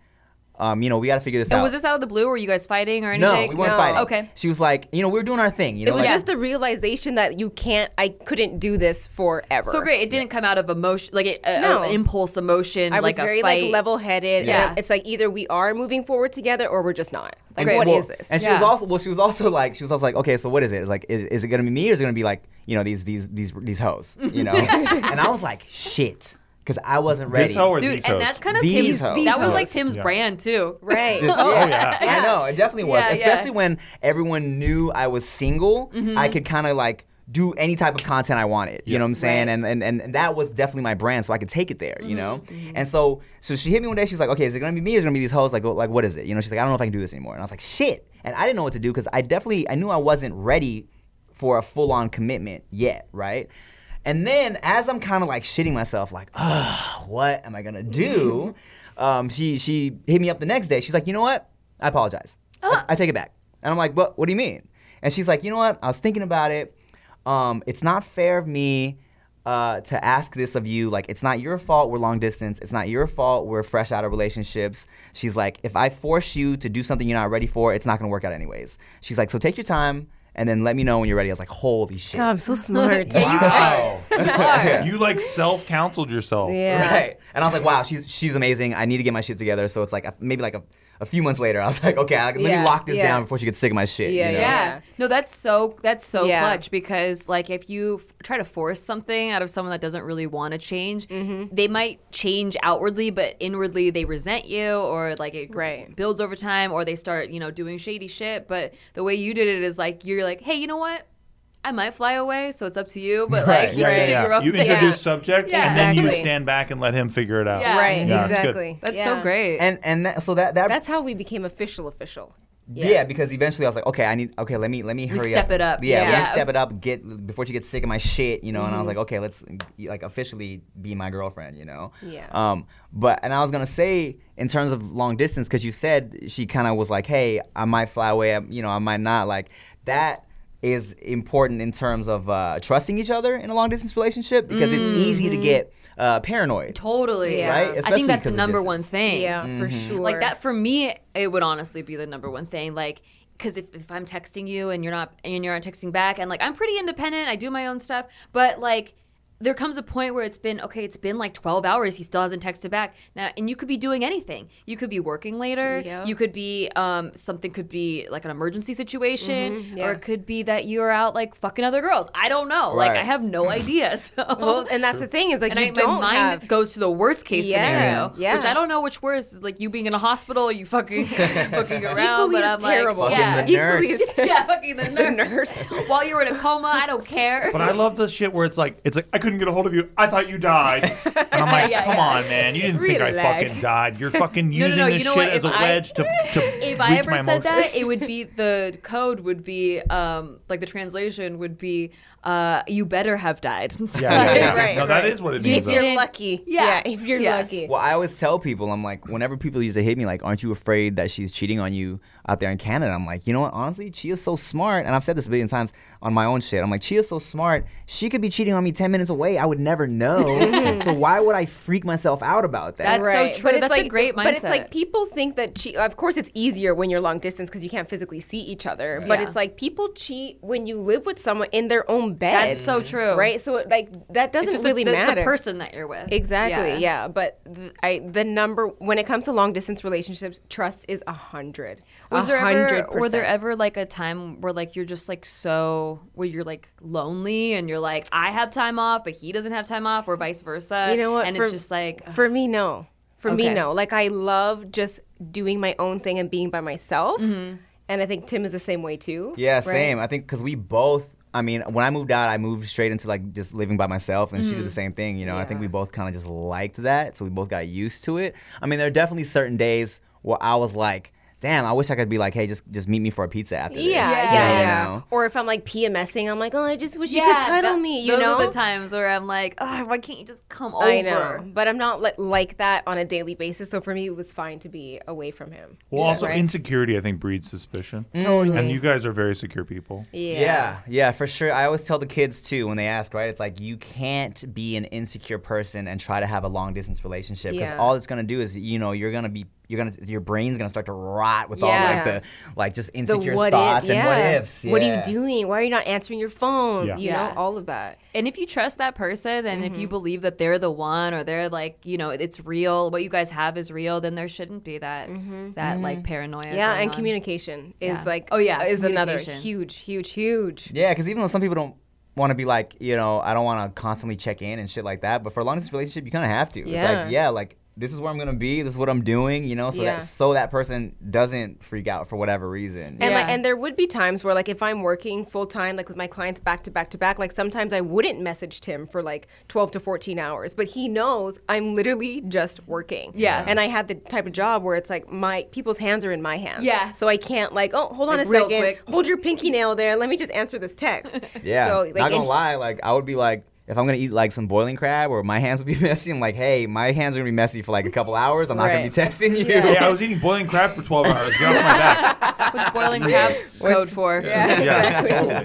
[SPEAKER 5] um, you know, we got to figure this
[SPEAKER 3] And
[SPEAKER 5] out.
[SPEAKER 3] Oh, was this out of the blue? Were you guys fighting or
[SPEAKER 5] no,
[SPEAKER 3] anything?
[SPEAKER 5] we weren't fighting.
[SPEAKER 3] Okay.
[SPEAKER 5] She was like, you know, we were doing our thing. You know,
[SPEAKER 2] It was
[SPEAKER 5] like,
[SPEAKER 2] just the realization that you can't, I couldn't do this forever.
[SPEAKER 3] So great. It didn't come out of emotion, like it, uh,
[SPEAKER 2] No.
[SPEAKER 3] uh, impulse emotion,
[SPEAKER 2] I
[SPEAKER 3] like
[SPEAKER 2] was very
[SPEAKER 3] a fight.
[SPEAKER 2] like level-headed.
[SPEAKER 3] Yeah.
[SPEAKER 2] Yeah, it's like either we are moving forward together or we're just not. Like,
[SPEAKER 3] Great.
[SPEAKER 2] what is
[SPEAKER 5] well,
[SPEAKER 2] this?
[SPEAKER 5] And she was
[SPEAKER 3] Yeah.
[SPEAKER 5] also well, she was also like, she was also like, okay, so what is it? It's like, is, is it gonna be me or is it gonna be like, you know, these these these these hoes, you know? and I was like, shit, because I wasn't ready.
[SPEAKER 9] This hoe or
[SPEAKER 3] Dude,
[SPEAKER 9] these
[SPEAKER 3] and
[SPEAKER 9] hoes?
[SPEAKER 3] that's kind of
[SPEAKER 5] These
[SPEAKER 3] Tim's.
[SPEAKER 5] hoes.
[SPEAKER 3] That was
[SPEAKER 5] These
[SPEAKER 3] like
[SPEAKER 5] hoes.
[SPEAKER 3] Tim's
[SPEAKER 9] Yeah.
[SPEAKER 3] brand too.
[SPEAKER 2] Right.
[SPEAKER 5] This-
[SPEAKER 9] Oh, yeah.
[SPEAKER 5] I know, it definitely was.
[SPEAKER 3] Yeah, yeah.
[SPEAKER 5] Especially when everyone knew I was single, I could kind of like do any type of content I wanted. You know what I'm saying? And, and and and that was definitely my brand, so I could take it there. You know? And so so she hit me one day. She's like, "Okay, is it gonna be me? Is it gonna be these hoes? Like oh, like what is it? You know? She's like, I don't know if I can do this anymore. And I was like, shit. And I didn't know what to do because I definitely I knew I wasn't ready for a full on commitment yet. Right? And then as I'm kind of like shitting myself, like, ugh, what am I gonna do? um, she she hit me up the next day. She's like, you know what? I apologize. I, I take it back. And I'm like, what? What do you mean? And she's like, you know what? I was thinking about it. Um, it's not fair of me uh, to ask this of you. Like, it's not your fault we're long distance. It's not your fault we're fresh out of relationships. She's like, if I force you to do something you're not ready for, it's not gonna work out anyways. She's like, so take your time and then let me know when you're ready. I was like, holy shit.
[SPEAKER 3] Oh,
[SPEAKER 2] I'm so smart.
[SPEAKER 9] wow.
[SPEAKER 3] Yeah.
[SPEAKER 9] You like self counseled yourself.
[SPEAKER 2] yeah.
[SPEAKER 5] Right. And I was like, wow, she's she's amazing. I need to get my shit together. So it's like a- maybe like a, a few months later, I was like, okay, I- let
[SPEAKER 2] Yeah,
[SPEAKER 5] me lock this
[SPEAKER 2] yeah.
[SPEAKER 5] down before she gets sick of my shit.
[SPEAKER 2] Yeah,
[SPEAKER 5] you know?
[SPEAKER 3] Yeah.
[SPEAKER 2] Yeah.
[SPEAKER 3] No, that's so that's so
[SPEAKER 2] Yeah.
[SPEAKER 3] clutch because like if you f- try to force something out of someone that doesn't really want to change,
[SPEAKER 2] Mm-hmm.
[SPEAKER 3] they might change outwardly, but inwardly they resent you or like it
[SPEAKER 2] Right.
[SPEAKER 3] builds over time or they start, you know, doing shady shit, but the way you did it is like you're like, "Hey, you know what? I mimight fly away, so it's up to you, but
[SPEAKER 5] Right.
[SPEAKER 3] like you can do your own
[SPEAKER 9] You
[SPEAKER 3] thing."
[SPEAKER 9] introduce subject
[SPEAKER 3] Yeah.
[SPEAKER 9] and then you
[SPEAKER 2] Exactly.
[SPEAKER 9] stand back and let him figure it out.
[SPEAKER 3] Yeah.
[SPEAKER 2] Right.
[SPEAKER 9] Yeah, it's good.
[SPEAKER 2] exactly.
[SPEAKER 3] That's
[SPEAKER 2] Yeah.
[SPEAKER 3] so great.
[SPEAKER 5] And and that, so that that
[SPEAKER 2] That's how we became official. Official.
[SPEAKER 5] yeah. because eventually I was like, okay, I need okay, let me let me hurry
[SPEAKER 3] step
[SPEAKER 5] up.
[SPEAKER 3] it up.
[SPEAKER 5] Yeah, let
[SPEAKER 3] Yeah.
[SPEAKER 5] me step it up. Get before she gets sick of my shit, you know. And I was like, okay, let's like officially be my girlfriend, you know.
[SPEAKER 2] Yeah.
[SPEAKER 5] Um, but and I was gonna say in terms of long distance because you said she kind of was like, hey, I might fly away, I- you know, I might not. Like that is important in terms of uh, trusting each other in a long distance relationship because it's easy to get uh, paranoid.
[SPEAKER 3] totally.
[SPEAKER 2] Yeah.
[SPEAKER 5] Right?
[SPEAKER 3] I think
[SPEAKER 5] Especially
[SPEAKER 3] that's the
[SPEAKER 5] because of
[SPEAKER 3] number
[SPEAKER 5] distance.
[SPEAKER 3] one thing.
[SPEAKER 2] Yeah, for sure.
[SPEAKER 3] Like that for me, it would honestly be the number one thing. Like, because if, if I'm texting you and you're not and you're not texting back, and like I'm pretty independent, I do my own stuff, but like. There comes a point where it's been okay. It's been like twelve hours. He still hasn't texted back now, and you could be doing anything. You could be working later.
[SPEAKER 2] Yeah.
[SPEAKER 3] You could be um, something could be like an emergency situation, or
[SPEAKER 2] Mm-hmm. yeah.
[SPEAKER 3] it could be that you're out like fucking other girls. I don't know. Like
[SPEAKER 5] Right.
[SPEAKER 3] I have no idea. So
[SPEAKER 2] Well, and that's the thing is like
[SPEAKER 3] and
[SPEAKER 2] you
[SPEAKER 3] I, my
[SPEAKER 2] don't
[SPEAKER 3] mind
[SPEAKER 2] have.
[SPEAKER 3] goes to the worst case
[SPEAKER 2] Yeah,
[SPEAKER 3] scenario,
[SPEAKER 2] yeah.
[SPEAKER 3] which I don't know which worst is like you being in a hospital, you fucking fucking around,
[SPEAKER 2] Equally
[SPEAKER 3] but I'm
[SPEAKER 2] as terrible.
[SPEAKER 3] like,
[SPEAKER 5] Fucking
[SPEAKER 3] yeah,
[SPEAKER 5] the nurse.
[SPEAKER 2] Equally as
[SPEAKER 3] yeah, fucking the nurse.
[SPEAKER 2] nurse.
[SPEAKER 3] While you were in a coma, I don't care.
[SPEAKER 9] But I love the shit where it's like it's like I couldn't get a hold of you. I thought you died. And I'm like,
[SPEAKER 3] Yeah,
[SPEAKER 9] come
[SPEAKER 3] yeah.
[SPEAKER 9] on, man. You didn't think I
[SPEAKER 2] Relax.
[SPEAKER 9] fucking died. You're fucking
[SPEAKER 3] no,
[SPEAKER 9] using
[SPEAKER 3] no,
[SPEAKER 9] this
[SPEAKER 3] you know
[SPEAKER 9] shit
[SPEAKER 3] what?
[SPEAKER 9] as a
[SPEAKER 3] If I-
[SPEAKER 9] wedge to, to
[SPEAKER 3] If
[SPEAKER 9] reach
[SPEAKER 3] I ever
[SPEAKER 9] my
[SPEAKER 3] said
[SPEAKER 9] emotions.
[SPEAKER 3] that, it would be the code would be um, like the translation would be uh, you better have died.
[SPEAKER 9] Yeah, yeah, yeah.
[SPEAKER 2] Right,
[SPEAKER 9] no, that
[SPEAKER 2] right.
[SPEAKER 9] is what it
[SPEAKER 3] You
[SPEAKER 9] means.
[SPEAKER 2] If
[SPEAKER 9] though.
[SPEAKER 2] you're
[SPEAKER 3] didn't-
[SPEAKER 2] lucky.
[SPEAKER 3] Yeah.
[SPEAKER 2] If you're
[SPEAKER 3] Yeah.
[SPEAKER 2] lucky.
[SPEAKER 5] Well, I always tell people, I'm like, whenever people used to hit me, like, aren't you afraid that she's cheating on you out there in Canada? I'm like, you know what? Honestly, Chia's so smart. And I've said this a billion times on my own shit. I'm like, Chia's so smart. She could be cheating on me 10 minutes away. I would never know. so why would I freak myself out about that?
[SPEAKER 3] That's so true.
[SPEAKER 2] it's
[SPEAKER 3] That's
[SPEAKER 2] like,
[SPEAKER 3] a great mindset.
[SPEAKER 2] But it's like people think that cheat. Of course, it's easier when you're long distance because you can't physically see each other. But
[SPEAKER 3] Yeah.
[SPEAKER 2] it's like people cheat when you live with someone in their own bed.
[SPEAKER 3] That's so true.
[SPEAKER 2] right? So it- like that doesn't
[SPEAKER 3] Just the-
[SPEAKER 2] really
[SPEAKER 3] that's
[SPEAKER 2] matter.
[SPEAKER 3] the person that you're with.
[SPEAKER 2] Exactly. Yeah. But th- I the number when it comes to long distance relationships, trust is a hundred.
[SPEAKER 3] Was there ever were there ever like a time where like you're just like so where you're like lonely and you're like I have time off but he doesn't have time off or vice versa?
[SPEAKER 2] You know what?
[SPEAKER 3] And
[SPEAKER 2] For-
[SPEAKER 3] it's just like uh,
[SPEAKER 2] for me, no. For me,
[SPEAKER 3] Okay.
[SPEAKER 2] no. Like I love just doing my own thing and being by myself.
[SPEAKER 3] Mm-hmm.
[SPEAKER 2] And I think Tim is the same way too.
[SPEAKER 5] Yeah,
[SPEAKER 2] right?
[SPEAKER 5] same. I think because we both. I mean, when I moved out, I moved straight into like just living by myself, and
[SPEAKER 2] Mm.
[SPEAKER 5] she did the same thing. You know, I think we both kind of just liked that, so we both got used to it. I mean, there are definitely certain days where I was like, "Damn, I wish I could be like, hey, just just meet me for a pizza after this."
[SPEAKER 2] Yeah,
[SPEAKER 5] you
[SPEAKER 2] yeah,
[SPEAKER 5] know?
[SPEAKER 2] yeah. Or if I'm like PMSing, I'm like, oh, I just wish you could cuddle
[SPEAKER 3] tha-
[SPEAKER 2] me. You
[SPEAKER 3] those
[SPEAKER 2] know,
[SPEAKER 3] are the times where I'm like, oh, why can't you just come over?
[SPEAKER 2] I know, but I'm not like like that on a daily basis. So for me, it was fine to be away from him.
[SPEAKER 9] Well, also
[SPEAKER 2] Right?
[SPEAKER 9] insecurity, I think, breeds suspicion.
[SPEAKER 3] Mm.
[SPEAKER 2] Totally.
[SPEAKER 9] And you guys are very secure people.
[SPEAKER 5] Yeah. yeah, for sure. I always tell the kids too when they ask, right? It's like you can't be an insecure person and try to have a long distance relationship because
[SPEAKER 2] Yeah.
[SPEAKER 5] all it's gonna do is, you know, you're gonna be, you're gonna, your brain's gonna start to rot with all
[SPEAKER 2] Yeah.
[SPEAKER 5] like the, like just
[SPEAKER 2] the
[SPEAKER 5] insecure
[SPEAKER 2] what
[SPEAKER 5] thoughts
[SPEAKER 2] if, yeah.
[SPEAKER 5] and what ifs.
[SPEAKER 2] What are
[SPEAKER 5] yeah.
[SPEAKER 2] you doing? Why are you not answering your phone?
[SPEAKER 9] Yeah.
[SPEAKER 2] You
[SPEAKER 3] Yeah.
[SPEAKER 2] know, all of that.
[SPEAKER 3] And if you trust that person and
[SPEAKER 2] Mm-hmm.
[SPEAKER 3] if you believe that they're the one or they're like, you know, it's real, what you guys have is real, then there shouldn't be that that like paranoia.
[SPEAKER 2] Mm-hmm. Yeah,
[SPEAKER 3] going
[SPEAKER 2] and
[SPEAKER 3] on.
[SPEAKER 2] communication is
[SPEAKER 3] Yeah.
[SPEAKER 2] like
[SPEAKER 3] Oh, yeah,
[SPEAKER 2] is another
[SPEAKER 3] communication.
[SPEAKER 2] huge, huge, huge.
[SPEAKER 5] Yeah, because even though some people don't want to be like, you know, I don't want to constantly check in and shit like that, but for a long distance relationship, you kind of have to. It's
[SPEAKER 2] Yeah.
[SPEAKER 5] like, yeah, like this is where I'm gonna be, this is what I'm doing, you know, so
[SPEAKER 2] Yeah.
[SPEAKER 5] that so that person doesn't freak out for whatever reason.
[SPEAKER 2] And like,
[SPEAKER 3] Yeah.
[SPEAKER 2] and there would be times where like if I'm working full time, like with my clients back to back to back, like sometimes I wouldn't message Tim for like 12 to 14 hours, but he knows I'm literally just working.
[SPEAKER 3] Yeah.
[SPEAKER 2] And I had the type of job where it's like my people's hands are in my hands.
[SPEAKER 3] Yeah.
[SPEAKER 2] So I can't like, oh, hold on
[SPEAKER 3] Like,
[SPEAKER 2] a
[SPEAKER 3] real
[SPEAKER 2] second,
[SPEAKER 3] quick.
[SPEAKER 2] hold your pinky nail there. Let me just answer this text.
[SPEAKER 5] Yeah,
[SPEAKER 2] So
[SPEAKER 5] not
[SPEAKER 2] like,
[SPEAKER 5] gonna
[SPEAKER 2] and-
[SPEAKER 5] lie, like I would be like, if I'm gonna eat like some boiling crab or my hands would be messy, I'm like, hey, my hands are gonna be messy for like a couple hours. I'm not gonna be
[SPEAKER 2] Right.
[SPEAKER 5] texting you.
[SPEAKER 9] Yeah, I was eating boiling crab for 12 hours. Get off my back.
[SPEAKER 3] What's boiling crab code for?
[SPEAKER 9] Yeah,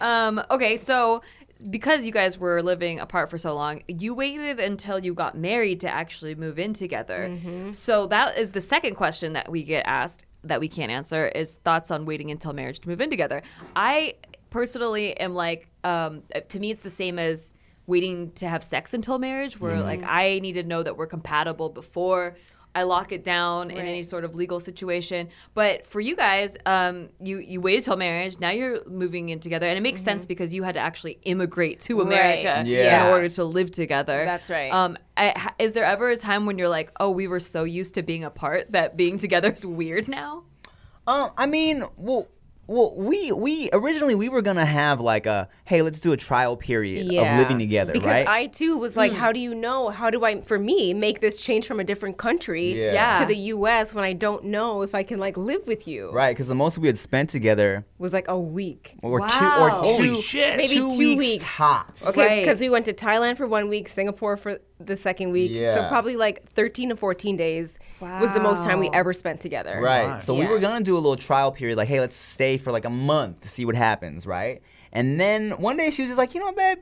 [SPEAKER 3] Um, okay, so because you guys were living apart for so long, you waited until you got married to actually move in together. So that is the second question that we get asked that we can't answer is thoughts on waiting until marriage to move in together. I personally am like, um, to me, it's the same as waiting to have sex until marriage, where like I need to know that we're compatible before. I lock it down in any sort of legal situation. But for you guys, um, you you waited till marriage. Now you're moving in together, and it makes
[SPEAKER 2] Mm-hmm.
[SPEAKER 3] sense because you had to actually immigrate to America
[SPEAKER 5] Yeah.
[SPEAKER 3] in order to live together.
[SPEAKER 2] That's right.
[SPEAKER 3] Um, I- ha- is there ever a time when you're like, oh, we were so used to being apart that being together is weird now?
[SPEAKER 5] Um, I mean, well, well, we we originally we were gonna have like a hey, let's do a trial period of living together,
[SPEAKER 2] because
[SPEAKER 5] right?
[SPEAKER 2] I too was like, how do you know? How do I, for me, make this change from a different country
[SPEAKER 5] Yeah.
[SPEAKER 3] Yeah.
[SPEAKER 2] to the U.S. when I don't know if I can like live with you?
[SPEAKER 5] right, because the most we had spent together
[SPEAKER 2] Was like a week.
[SPEAKER 5] or
[SPEAKER 3] Wow.
[SPEAKER 5] two or
[SPEAKER 9] Holy
[SPEAKER 5] two,
[SPEAKER 9] shit.
[SPEAKER 2] Maybe
[SPEAKER 5] two,
[SPEAKER 2] two
[SPEAKER 5] weeks,
[SPEAKER 2] weeks.
[SPEAKER 5] tops.
[SPEAKER 2] Okay,
[SPEAKER 3] Right.
[SPEAKER 2] because we went to Thailand for one week, Singapore for the second week.
[SPEAKER 5] Yeah.
[SPEAKER 2] So probably like 13 to 14 days was the most time we ever spent together.
[SPEAKER 5] Right. So we were gonna do a little trial period, like, hey, let's stay for like a month to see what happens, right? And then one day she was just like, you know, babe,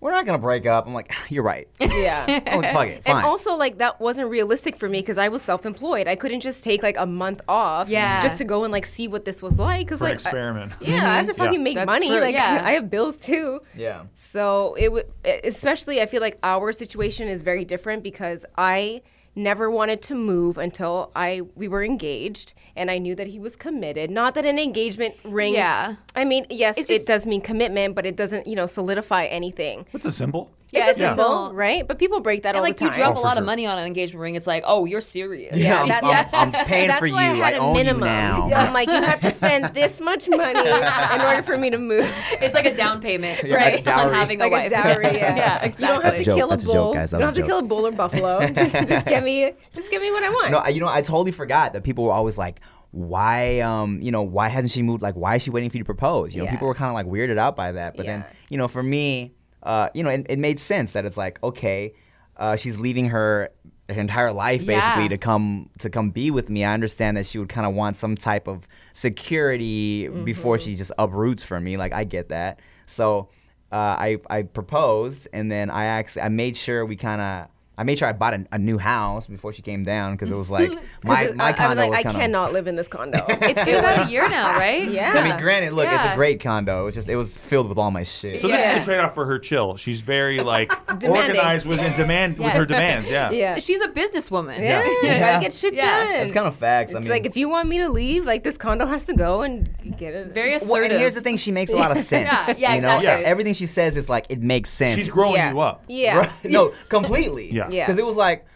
[SPEAKER 5] we're not gonna break up. I'm like, "Ah, you're right.
[SPEAKER 2] Yeah.
[SPEAKER 5] I'm like, fuck it, fine.
[SPEAKER 2] And also, like that wasn't realistic for me because I was self-employed. I couldn't just take like a month off,
[SPEAKER 3] Yeah.
[SPEAKER 2] just to go and like see what this was like. Because
[SPEAKER 9] For an
[SPEAKER 2] like, I-
[SPEAKER 9] experiment.
[SPEAKER 2] yeah, I have to fucking make
[SPEAKER 3] That's
[SPEAKER 2] money.
[SPEAKER 3] true,
[SPEAKER 2] Like,
[SPEAKER 3] yeah.
[SPEAKER 2] I have bills too.
[SPEAKER 5] yeah.
[SPEAKER 2] e, So it would, especially I feel like our situation is very different because I never wanted to move until I we were engaged and I knew that he was committed. Not that an engagement ring
[SPEAKER 10] Yeah.
[SPEAKER 2] I mean, yes, it does mean commitment, but it doesn't, you know, solidify anything.
[SPEAKER 4] What's a symbol?
[SPEAKER 10] Yeah,
[SPEAKER 2] it's a
[SPEAKER 10] it's
[SPEAKER 2] symbol,
[SPEAKER 10] not-
[SPEAKER 2] right? But people break that all
[SPEAKER 3] like
[SPEAKER 2] the
[SPEAKER 3] you
[SPEAKER 2] time.
[SPEAKER 3] drop
[SPEAKER 4] Oh,
[SPEAKER 3] a
[SPEAKER 4] for
[SPEAKER 3] lot
[SPEAKER 4] sure.
[SPEAKER 3] of money on an engagement ring, it's like, oh, you're serious.
[SPEAKER 5] Yeah,
[SPEAKER 2] that-
[SPEAKER 5] I'm,
[SPEAKER 2] that-
[SPEAKER 5] I'm, I'm paying
[SPEAKER 2] That's
[SPEAKER 5] for you.
[SPEAKER 2] why I had
[SPEAKER 5] I
[SPEAKER 2] a
[SPEAKER 5] own
[SPEAKER 2] minimum.
[SPEAKER 5] you now.
[SPEAKER 2] I'm like, you have to spend this much money in order for me to move.
[SPEAKER 3] It's like a down payment,
[SPEAKER 5] Yeah,
[SPEAKER 3] right?
[SPEAKER 5] like a dowry.
[SPEAKER 3] On having
[SPEAKER 2] like
[SPEAKER 3] a wife.
[SPEAKER 2] a dowry. Yeah,
[SPEAKER 3] Yeah,
[SPEAKER 2] You don't have to
[SPEAKER 3] exactly.
[SPEAKER 5] Joke,
[SPEAKER 2] kill a
[SPEAKER 5] that's a
[SPEAKER 2] bull.
[SPEAKER 5] joke, guys, that
[SPEAKER 2] you don't
[SPEAKER 5] was
[SPEAKER 2] have
[SPEAKER 5] a
[SPEAKER 2] to kill a bull or buffalo. just, just give me, just give me what I want.
[SPEAKER 5] No, I- you know, I totally forgot that people were always like, why, um, you know, why hasn't she moved? Like, why is she waiting for you to propose? You know,
[SPEAKER 10] Yeah.
[SPEAKER 5] people were kind of like weirded out by that. But then,
[SPEAKER 10] Yeah.
[SPEAKER 5] you know, for me, uh, you know, it, it made sense that it's like, okay, uh, she's leaving her her entire life basically
[SPEAKER 10] Yeah.
[SPEAKER 5] to come to come be with me. I understand that she would kind of want some type of security
[SPEAKER 2] Mm-hmm.
[SPEAKER 5] before she just uproots from me. Like, I get that. So. Uh, I, I proposed and then I actually I made sure we kind of I made sure I bought a, a new house before she came down because it was like my, my
[SPEAKER 2] I, I was
[SPEAKER 5] condo
[SPEAKER 2] like,
[SPEAKER 5] was
[SPEAKER 2] I
[SPEAKER 5] kind of.
[SPEAKER 2] cannot live in this condo.
[SPEAKER 3] It's been about a year now, right?
[SPEAKER 2] Yeah.
[SPEAKER 5] I mean, granted, look, it's
[SPEAKER 3] Yeah.
[SPEAKER 5] a great condo. It's just it was filled with all my shit.
[SPEAKER 4] So this is the trade-off for her chill. She's very like
[SPEAKER 2] Demanding.
[SPEAKER 4] organized with and demand with her demands. Yeah.
[SPEAKER 2] yeah.
[SPEAKER 3] She's a businesswoman.
[SPEAKER 2] yeah, you gotta get shit
[SPEAKER 3] Yeah.
[SPEAKER 2] done.
[SPEAKER 5] it's kind of facts. I
[SPEAKER 2] It's
[SPEAKER 5] mean,
[SPEAKER 2] like if you want me to leave, like this condo has to go and get it. It's
[SPEAKER 3] Very assertive.
[SPEAKER 5] well, and here's the thing: she makes a lot of sense.
[SPEAKER 3] Yeah,
[SPEAKER 5] you know,
[SPEAKER 4] exactly. Yeah.
[SPEAKER 5] everything she says is like it makes sense.
[SPEAKER 4] She's growing
[SPEAKER 2] yeah.
[SPEAKER 4] you up.
[SPEAKER 2] Yeah.
[SPEAKER 5] Right? No, completely.
[SPEAKER 4] Yeah.
[SPEAKER 2] Yeah.
[SPEAKER 5] Because it was like,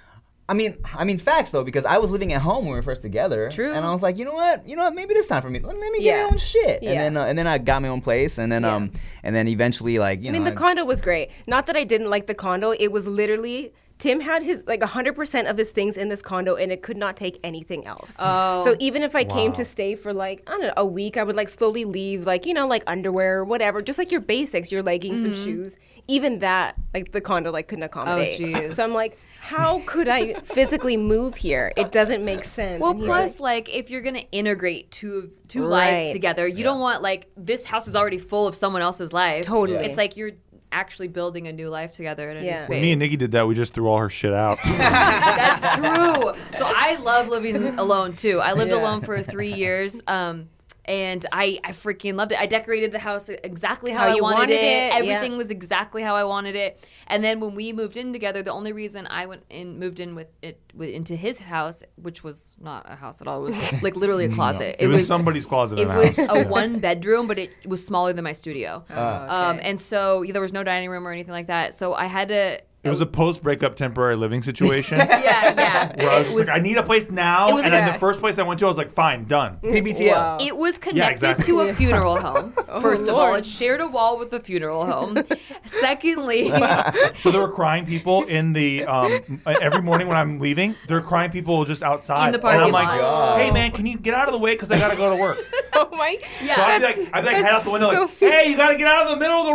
[SPEAKER 5] I mean, I mean, facts though, because I was living at home when we were first together.
[SPEAKER 2] True.
[SPEAKER 5] And I was like, you know what, you know what, maybe this time for me, let, let me
[SPEAKER 2] Yeah.
[SPEAKER 5] get my own shit.
[SPEAKER 2] Yeah.
[SPEAKER 5] And then, uh, and then I got my own place, and then, um, and then eventually, like, you
[SPEAKER 2] I mean,
[SPEAKER 5] know,
[SPEAKER 2] the condo was great. Not that I didn't like the condo. It was literally Tim had his like 100% of his things in this condo, and it could not take anything else. Oh. So even if I came to stay for like I don't know a week, I would like slowly leave, like you know, like underwear, or whatever, just like your basics, your leggings,
[SPEAKER 3] Mm-hmm.
[SPEAKER 2] some shoes. Even that, like the condo, like couldn't accommodate.
[SPEAKER 3] Oh, jeez.
[SPEAKER 2] so I'm like, how could I physically move here? It doesn't make sense.
[SPEAKER 3] Well,
[SPEAKER 2] And he's
[SPEAKER 3] plus, like, if you're gonna integrate two of two
[SPEAKER 2] Right.
[SPEAKER 3] lives together, you don't want like this house is already full of someone else's life.
[SPEAKER 2] Totally.
[SPEAKER 3] it's like you're actually building a new life together in a
[SPEAKER 2] Yeah.
[SPEAKER 3] new space.
[SPEAKER 4] Me and Nikki did that. We just threw all her shit out.
[SPEAKER 3] That's true. So I love living alone too. I lived alone for three years. Um, and I, I freaking loved it. I decorated the house exactly how,
[SPEAKER 2] How
[SPEAKER 3] I
[SPEAKER 2] you
[SPEAKER 3] wanted,
[SPEAKER 2] wanted
[SPEAKER 3] it.
[SPEAKER 2] it, yeah.
[SPEAKER 3] Everything was exactly how I wanted it. And then when we moved in together, the only reason I went in moved in with it with, into his house, which was not a house at all, it was like literally a closet.
[SPEAKER 4] it, was, somebody's closet
[SPEAKER 3] It
[SPEAKER 4] in the
[SPEAKER 3] was
[SPEAKER 4] house.
[SPEAKER 3] a one bedroom, but it was smaller than my studio.
[SPEAKER 2] Oh,
[SPEAKER 3] um, and so yeah, there was no dining room or anything like that. So I had to.
[SPEAKER 4] It was a post-breakup temporary living situation. where
[SPEAKER 3] Yeah, yeah.
[SPEAKER 4] I was just like, I need a place now.
[SPEAKER 3] it was
[SPEAKER 4] and
[SPEAKER 3] like
[SPEAKER 4] then
[SPEAKER 3] a-
[SPEAKER 4] the first place I went to, I was like, fine, done.
[SPEAKER 5] PBTL.
[SPEAKER 3] It was connected
[SPEAKER 4] exactly.
[SPEAKER 3] to a funeral home.
[SPEAKER 2] Oh,
[SPEAKER 3] First of all, it shared a wall with the funeral home. Secondly,
[SPEAKER 4] So there were crying people in the um, every morning when I'm leaving. There are crying people just outside,
[SPEAKER 3] In the
[SPEAKER 4] and I'm
[SPEAKER 3] parking
[SPEAKER 4] like,
[SPEAKER 3] lot.
[SPEAKER 4] "Hey man, can you get out of the way? Because I gotta go to work."
[SPEAKER 2] like, oh my,
[SPEAKER 3] yeah,
[SPEAKER 4] So I'd be like,
[SPEAKER 2] That's-
[SPEAKER 4] I'd be like head out the window, like,
[SPEAKER 2] that's so-
[SPEAKER 4] "Hey, you gotta get out of the middle of the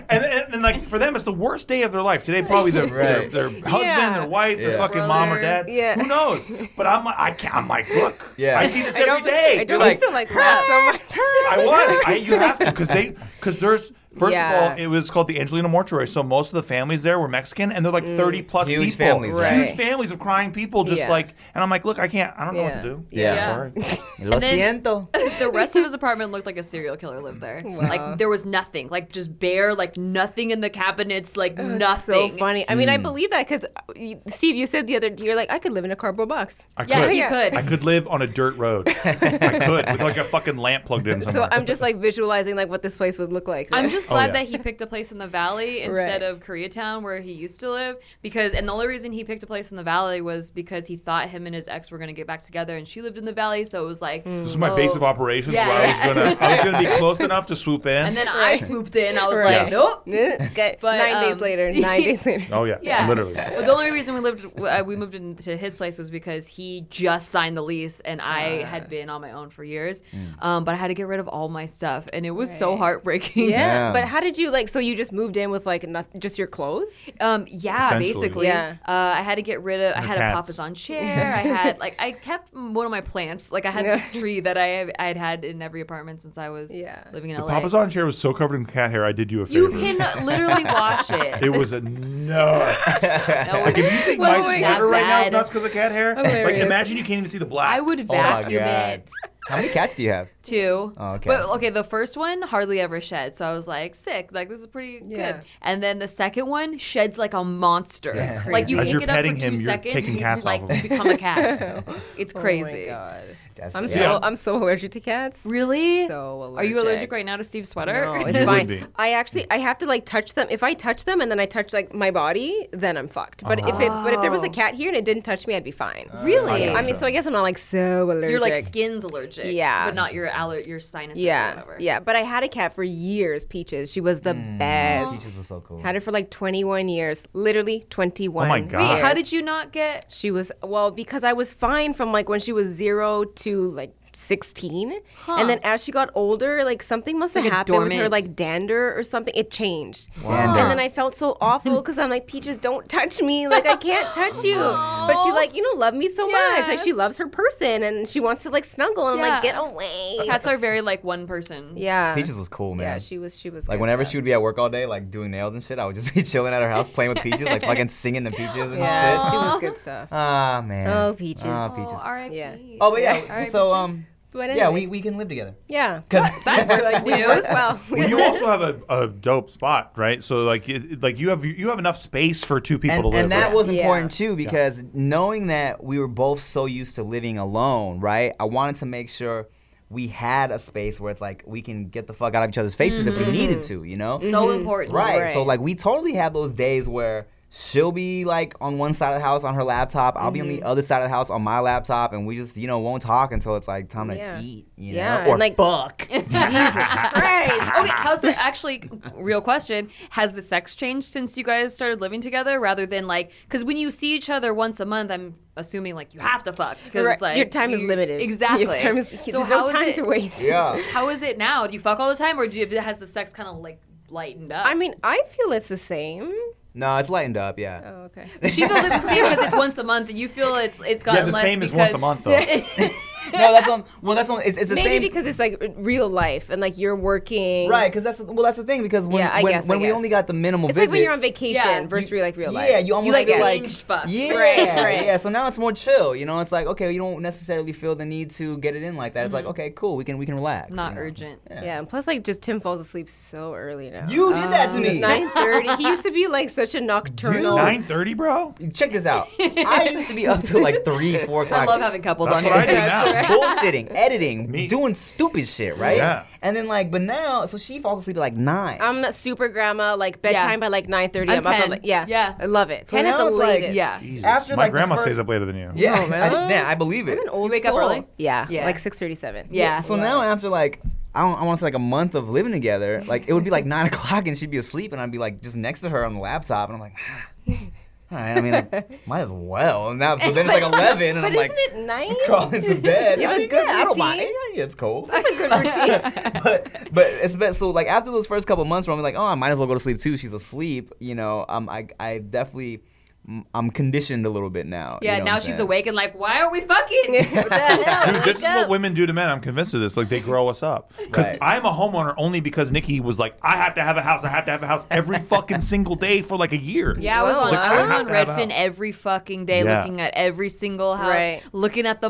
[SPEAKER 4] road." And, and, and like for them, it's the worst day of their life. Today, probably their
[SPEAKER 5] Right.
[SPEAKER 4] their, their husband,
[SPEAKER 2] Yeah.
[SPEAKER 4] their wife, their
[SPEAKER 5] Yeah.
[SPEAKER 4] fucking mom or
[SPEAKER 3] Brother.
[SPEAKER 4] dad.
[SPEAKER 2] Yeah.
[SPEAKER 4] Who knows? But I'm like, I can't, I'm like, look,
[SPEAKER 5] Yeah.
[SPEAKER 4] I see this
[SPEAKER 2] I
[SPEAKER 4] every
[SPEAKER 2] don't,
[SPEAKER 4] day.
[SPEAKER 2] I don't
[SPEAKER 4] Like,
[SPEAKER 2] like, to like laugh so much.
[SPEAKER 4] I was. I, you have to because they because there's first
[SPEAKER 2] Yeah.
[SPEAKER 4] of all it was called the Angelina Mortuary, so most of the families there were Mexican, and they're like thirty plus
[SPEAKER 5] Huge
[SPEAKER 4] people,
[SPEAKER 5] families,
[SPEAKER 4] huge
[SPEAKER 5] right.
[SPEAKER 2] Mm. Right.
[SPEAKER 4] families of crying people, just
[SPEAKER 2] Yeah.
[SPEAKER 4] like. And I'm like, look, I can't. I don't know what
[SPEAKER 2] Yeah.
[SPEAKER 4] to do.
[SPEAKER 5] Yeah.
[SPEAKER 4] I'm sorry.
[SPEAKER 5] Lo
[SPEAKER 3] then-
[SPEAKER 5] siento.
[SPEAKER 3] the rest of his apartment looked like a serial killer lived there. Like there was nothing, like just bare, like nothing in the cabinets, like
[SPEAKER 2] That's
[SPEAKER 3] nothing.
[SPEAKER 2] so funny. I mean, I believe that because Steve, you said the other you're like, I could live in a cardboard box.
[SPEAKER 4] I
[SPEAKER 3] Yeah,
[SPEAKER 4] could.
[SPEAKER 3] he could.
[SPEAKER 4] I could live on a dirt road. I could with like a fucking lamp plugged in
[SPEAKER 2] So
[SPEAKER 4] somewhere.
[SPEAKER 2] I'm just like visualizing like what this place would look like.
[SPEAKER 3] I'm just glad
[SPEAKER 4] Oh, yeah.
[SPEAKER 3] that he picked a place in the valley
[SPEAKER 2] Right.
[SPEAKER 3] instead of Koreatown where he used to live because and the only reason he picked a place in the valley was because he thought him and his ex were going to get back together and she lived in the valley so it was like oh.
[SPEAKER 4] this is my base of operations
[SPEAKER 3] Yeah,
[SPEAKER 4] where I was
[SPEAKER 3] yeah.
[SPEAKER 4] gonna I was gonna be close enough to swoop in.
[SPEAKER 3] and then I swooped in I was
[SPEAKER 2] Right.
[SPEAKER 3] like nope
[SPEAKER 2] okay.
[SPEAKER 3] But,
[SPEAKER 2] nine
[SPEAKER 3] um,
[SPEAKER 2] days later, nine days later.
[SPEAKER 4] oh yeah,
[SPEAKER 3] Yeah,
[SPEAKER 4] literally.
[SPEAKER 3] But the only reason we lived, uh, we moved into his place was because he just signed the lease, and
[SPEAKER 2] Ah.
[SPEAKER 3] I had been on my own for years.
[SPEAKER 4] Mm.
[SPEAKER 3] Um, but I had to get rid of all my stuff, and it was so heartbreaking.
[SPEAKER 2] Yeah.
[SPEAKER 5] Yeah.
[SPEAKER 2] but how did you like? So you just moved in with like nothing, just your clothes.
[SPEAKER 3] Um, yeah,
[SPEAKER 4] Essentially.
[SPEAKER 3] basically.
[SPEAKER 2] Yeah.
[SPEAKER 3] Uh, I had to get rid of. I had
[SPEAKER 4] cats.
[SPEAKER 3] a papasan chair. I had like I kept one of my plants. Like I had this tree that I I had had in every apartment since I was
[SPEAKER 2] Yeah.
[SPEAKER 3] living in
[SPEAKER 4] The
[SPEAKER 3] LA.
[SPEAKER 4] Papa's on chair was so covered in cat hair. I did you a favor.
[SPEAKER 3] you can literally wash it.
[SPEAKER 4] it was a nuts.
[SPEAKER 3] No,
[SPEAKER 4] Like if you think my
[SPEAKER 3] was
[SPEAKER 4] sweater
[SPEAKER 3] that
[SPEAKER 4] right now is Oh
[SPEAKER 3] bad.
[SPEAKER 4] nuts because of cat hair, like
[SPEAKER 2] Hilarious.
[SPEAKER 4] imagine you can't even see the black.
[SPEAKER 3] I would
[SPEAKER 5] my
[SPEAKER 3] vacuum
[SPEAKER 5] God.
[SPEAKER 3] it.
[SPEAKER 5] How many cats do you have?
[SPEAKER 3] Two.
[SPEAKER 5] Oh, okay.
[SPEAKER 3] But okay, the first one hardly ever shed, so I was like sick. Like this is pretty
[SPEAKER 2] Yeah.
[SPEAKER 3] good. And then the second one sheds like a monster.
[SPEAKER 5] Yeah.
[SPEAKER 3] Like you
[SPEAKER 9] As
[SPEAKER 3] pick
[SPEAKER 9] you're
[SPEAKER 3] it up for
[SPEAKER 9] petting
[SPEAKER 3] two
[SPEAKER 9] him, you're
[SPEAKER 3] seconds,
[SPEAKER 9] taking
[SPEAKER 3] and
[SPEAKER 9] cats
[SPEAKER 3] it's like
[SPEAKER 9] off of him.
[SPEAKER 3] you become a cat.
[SPEAKER 2] Oh
[SPEAKER 3] It's crazy.
[SPEAKER 5] That's
[SPEAKER 2] I'm
[SPEAKER 5] yeah.
[SPEAKER 2] so I'm so allergic to cats.
[SPEAKER 3] Really?
[SPEAKER 2] So
[SPEAKER 3] Are you allergic
[SPEAKER 2] allergic.
[SPEAKER 3] right now to Steve's sweater?
[SPEAKER 2] No,
[SPEAKER 9] You
[SPEAKER 2] it's
[SPEAKER 9] would
[SPEAKER 2] fine.
[SPEAKER 9] be.
[SPEAKER 2] I actually I have to like touch them. If I touch them and then I touch like my body, then I'm fucked. But if it but if there was a cat here and it didn't touch me, I'd be fine.
[SPEAKER 3] really?
[SPEAKER 2] I mean, so I guess I'm not like so allergic.
[SPEAKER 3] Your like skin's allergic.
[SPEAKER 2] Yeah.
[SPEAKER 3] But not your aller- your sinuses or
[SPEAKER 2] yeah,
[SPEAKER 3] whatever.
[SPEAKER 2] yeah. But I had a cat for years, Peaches. She was the best.
[SPEAKER 5] Peaches was so cool.
[SPEAKER 2] Had her for like 21 years, literally 21.
[SPEAKER 9] Oh my
[SPEAKER 2] years.
[SPEAKER 9] God.
[SPEAKER 3] Wait, how did you not get
[SPEAKER 2] She was well because I was fine from like when she was zero to like sixteen, and then as she got older, like something must have
[SPEAKER 3] like a
[SPEAKER 2] happened with her
[SPEAKER 3] dormant-
[SPEAKER 2] like dander or something. It changed,
[SPEAKER 5] Dander.
[SPEAKER 2] and then I felt so awful because I'm like, Peaches, don't touch me, like I can't touch you. But she like you know loved me so much, like she loves her person and she wants to like snuggle. And I'm like,
[SPEAKER 3] Yeah.
[SPEAKER 2] get away.
[SPEAKER 3] cats are very like one person.
[SPEAKER 2] yeah,
[SPEAKER 5] Peaches was cool, man.
[SPEAKER 2] yeah, she was she was
[SPEAKER 5] Like
[SPEAKER 2] good
[SPEAKER 5] whenever
[SPEAKER 2] stuff.
[SPEAKER 5] she would be at work all day, like doing nails and shit, I would just be chilling at her house playing with peaches, like fucking singing the peaches and
[SPEAKER 2] yeah,
[SPEAKER 5] shit.
[SPEAKER 2] she was good stuff.
[SPEAKER 5] Ah man.
[SPEAKER 2] Oh, Peaches.
[SPEAKER 5] Ah, peaches.
[SPEAKER 3] RIP.
[SPEAKER 2] Yeah.
[SPEAKER 5] Oh, but yeah. So um,
[SPEAKER 2] But
[SPEAKER 5] yeah, we,
[SPEAKER 2] anyways,
[SPEAKER 5] we can live together.
[SPEAKER 2] yeah.
[SPEAKER 5] Cause
[SPEAKER 3] That's good news.
[SPEAKER 2] Well,
[SPEAKER 9] Well, you also have a, a dope spot, right? So like, it, like you have you have enough space for two people
[SPEAKER 5] and,
[SPEAKER 9] to live.
[SPEAKER 5] and that
[SPEAKER 9] right?
[SPEAKER 5] was
[SPEAKER 2] Yeah.
[SPEAKER 5] important too because knowing that we were both so used to living alone, right? I wanted to make sure we had a space where it's like we can get the fuck out of each other's faces if
[SPEAKER 2] Mm-hmm.
[SPEAKER 5] we needed to, you know? Mm-hmm.
[SPEAKER 3] So important.
[SPEAKER 5] Right. So like we totally have those days where she'll be like on one side of the house on her laptop, I'll be on
[SPEAKER 2] Mm-hmm.
[SPEAKER 5] the other side of the house on my laptop, and we just you know won't talk until it's like time to
[SPEAKER 2] Yeah.
[SPEAKER 5] eat, you
[SPEAKER 2] Yeah,
[SPEAKER 5] know,
[SPEAKER 2] and,
[SPEAKER 5] or
[SPEAKER 2] like-
[SPEAKER 5] fuck.
[SPEAKER 2] Christ.
[SPEAKER 3] Okay, how's the actually real question? Has the sex changed since you guys started living together rather than like because when you see each other once a month, I'm assuming like you have to fuck because
[SPEAKER 2] Right.
[SPEAKER 3] it's like
[SPEAKER 2] your time is
[SPEAKER 3] you-
[SPEAKER 2] limited.
[SPEAKER 3] Exactly.
[SPEAKER 2] Your time is,
[SPEAKER 3] so
[SPEAKER 2] there's
[SPEAKER 3] how
[SPEAKER 2] no
[SPEAKER 3] is
[SPEAKER 2] time
[SPEAKER 3] it?
[SPEAKER 2] to waste.
[SPEAKER 5] yeah.
[SPEAKER 3] How is it now? Do you fuck all the time or do you, has the sex kind of like lightened up?
[SPEAKER 2] I mean, I feel it's the same.
[SPEAKER 5] No, it's lightened up. Yeah.
[SPEAKER 2] Oh, Okay.
[SPEAKER 3] she feels it's the same because it's once a month, and you feel it's it's gotten
[SPEAKER 9] yeah, the
[SPEAKER 3] less
[SPEAKER 9] same as
[SPEAKER 3] because
[SPEAKER 9] once a month though.
[SPEAKER 5] no, that's on. Well, that's on. It's, it's the
[SPEAKER 2] Maybe
[SPEAKER 5] same.
[SPEAKER 2] because it's like real life and like you're working.
[SPEAKER 5] Right, because that's well, that's the thing. Because when
[SPEAKER 2] Yeah, I
[SPEAKER 5] when,
[SPEAKER 2] guess, I
[SPEAKER 5] when we
[SPEAKER 2] guess.
[SPEAKER 5] only got the minimal
[SPEAKER 2] It's
[SPEAKER 5] visits,
[SPEAKER 2] like when you're on vacation
[SPEAKER 3] Yeah.
[SPEAKER 2] versus like real life.
[SPEAKER 5] Yeah, you almost
[SPEAKER 3] like,
[SPEAKER 5] feel like
[SPEAKER 3] binged fuck.
[SPEAKER 5] yeah,
[SPEAKER 2] Right, right.
[SPEAKER 5] yeah. So now it's more chill. You know, it's like okay, you don't necessarily feel the need to get it in like that. It's
[SPEAKER 2] Mm-hmm.
[SPEAKER 5] like okay, cool, we can we can relax.
[SPEAKER 3] Not
[SPEAKER 5] you know?
[SPEAKER 3] urgent.
[SPEAKER 2] Yeah, and plus like just Tim falls asleep so early now. Uh,
[SPEAKER 5] You did that to me.
[SPEAKER 2] Nine thirty. he used to be like such a nocturnal.
[SPEAKER 9] Nine thirty, bro.
[SPEAKER 5] Check this out. I used to be up till like three, four o'clock.
[SPEAKER 3] I love having couples
[SPEAKER 9] That's
[SPEAKER 3] on
[SPEAKER 9] what I do
[SPEAKER 3] here.
[SPEAKER 9] now.
[SPEAKER 5] bullshitting, editing,
[SPEAKER 9] Me.
[SPEAKER 5] doing stupid shit, right?
[SPEAKER 9] Yeah.
[SPEAKER 5] And then like, but now, so she falls asleep at like nine.
[SPEAKER 2] I'm a super grandma. Like bedtime by like nine thirty.
[SPEAKER 3] I'm
[SPEAKER 2] I'm, up.
[SPEAKER 3] 10.
[SPEAKER 2] I'm like, yeah,
[SPEAKER 3] Yeah.
[SPEAKER 2] I love it.
[SPEAKER 5] So
[SPEAKER 2] Ten at
[SPEAKER 5] now
[SPEAKER 2] the
[SPEAKER 5] it's like-
[SPEAKER 2] latest.
[SPEAKER 3] Yeah.
[SPEAKER 9] Jesus.
[SPEAKER 5] After,
[SPEAKER 9] my
[SPEAKER 5] like, the
[SPEAKER 9] grandma
[SPEAKER 5] first-
[SPEAKER 9] stays up later than you.
[SPEAKER 5] yeah, I, yeah, I believe it.
[SPEAKER 2] Old
[SPEAKER 3] You wake up
[SPEAKER 2] soul.
[SPEAKER 3] early?
[SPEAKER 2] Yeah.
[SPEAKER 3] Yeah.
[SPEAKER 2] Like six thirty seven.
[SPEAKER 3] Yeah.
[SPEAKER 5] So now after like I don't I want to say like a month of living together, like it would be like nine o'clock and she'd be asleep and I'd be like just next to her on the laptop and I'm like, ah, all right, I mean like might as well. And now so then it's like eleven and
[SPEAKER 2] But
[SPEAKER 5] I'm
[SPEAKER 2] isn't
[SPEAKER 5] like
[SPEAKER 2] it nice?
[SPEAKER 5] crawling to bed.
[SPEAKER 2] You have
[SPEAKER 5] I
[SPEAKER 2] a
[SPEAKER 5] mean,
[SPEAKER 2] good
[SPEAKER 5] yeah, I don't
[SPEAKER 2] routine.
[SPEAKER 5] mind. Yeah, yeah, it's cool.
[SPEAKER 2] It's a good routine.
[SPEAKER 5] but but it's been so like after those first couple months where I'm like, oh, I might as well go to sleep too. She's asleep, you know. Um, I I definitely. mm, I'm conditioned a little bit now. you
[SPEAKER 3] Yeah,
[SPEAKER 5] know what
[SPEAKER 3] now
[SPEAKER 5] I'm
[SPEAKER 3] she's
[SPEAKER 5] saying?
[SPEAKER 3] awake and like, why are we fucking? What the hell?
[SPEAKER 9] Dude, this
[SPEAKER 3] Wake
[SPEAKER 9] is
[SPEAKER 3] up.
[SPEAKER 9] what women do to men. I'm convinced of this. Like they grow us up. Because
[SPEAKER 5] Right.
[SPEAKER 9] I'm a homeowner only because Nikki was like, I have to have a house. I have to have a house every fucking single day for like a year.
[SPEAKER 3] Yeah, I was on
[SPEAKER 9] Like,
[SPEAKER 3] I was
[SPEAKER 9] have
[SPEAKER 3] on
[SPEAKER 9] to have a
[SPEAKER 3] Redfin
[SPEAKER 9] house.
[SPEAKER 3] every fucking day,
[SPEAKER 9] Yeah.
[SPEAKER 3] looking at every single house,
[SPEAKER 2] Right.
[SPEAKER 3] looking at the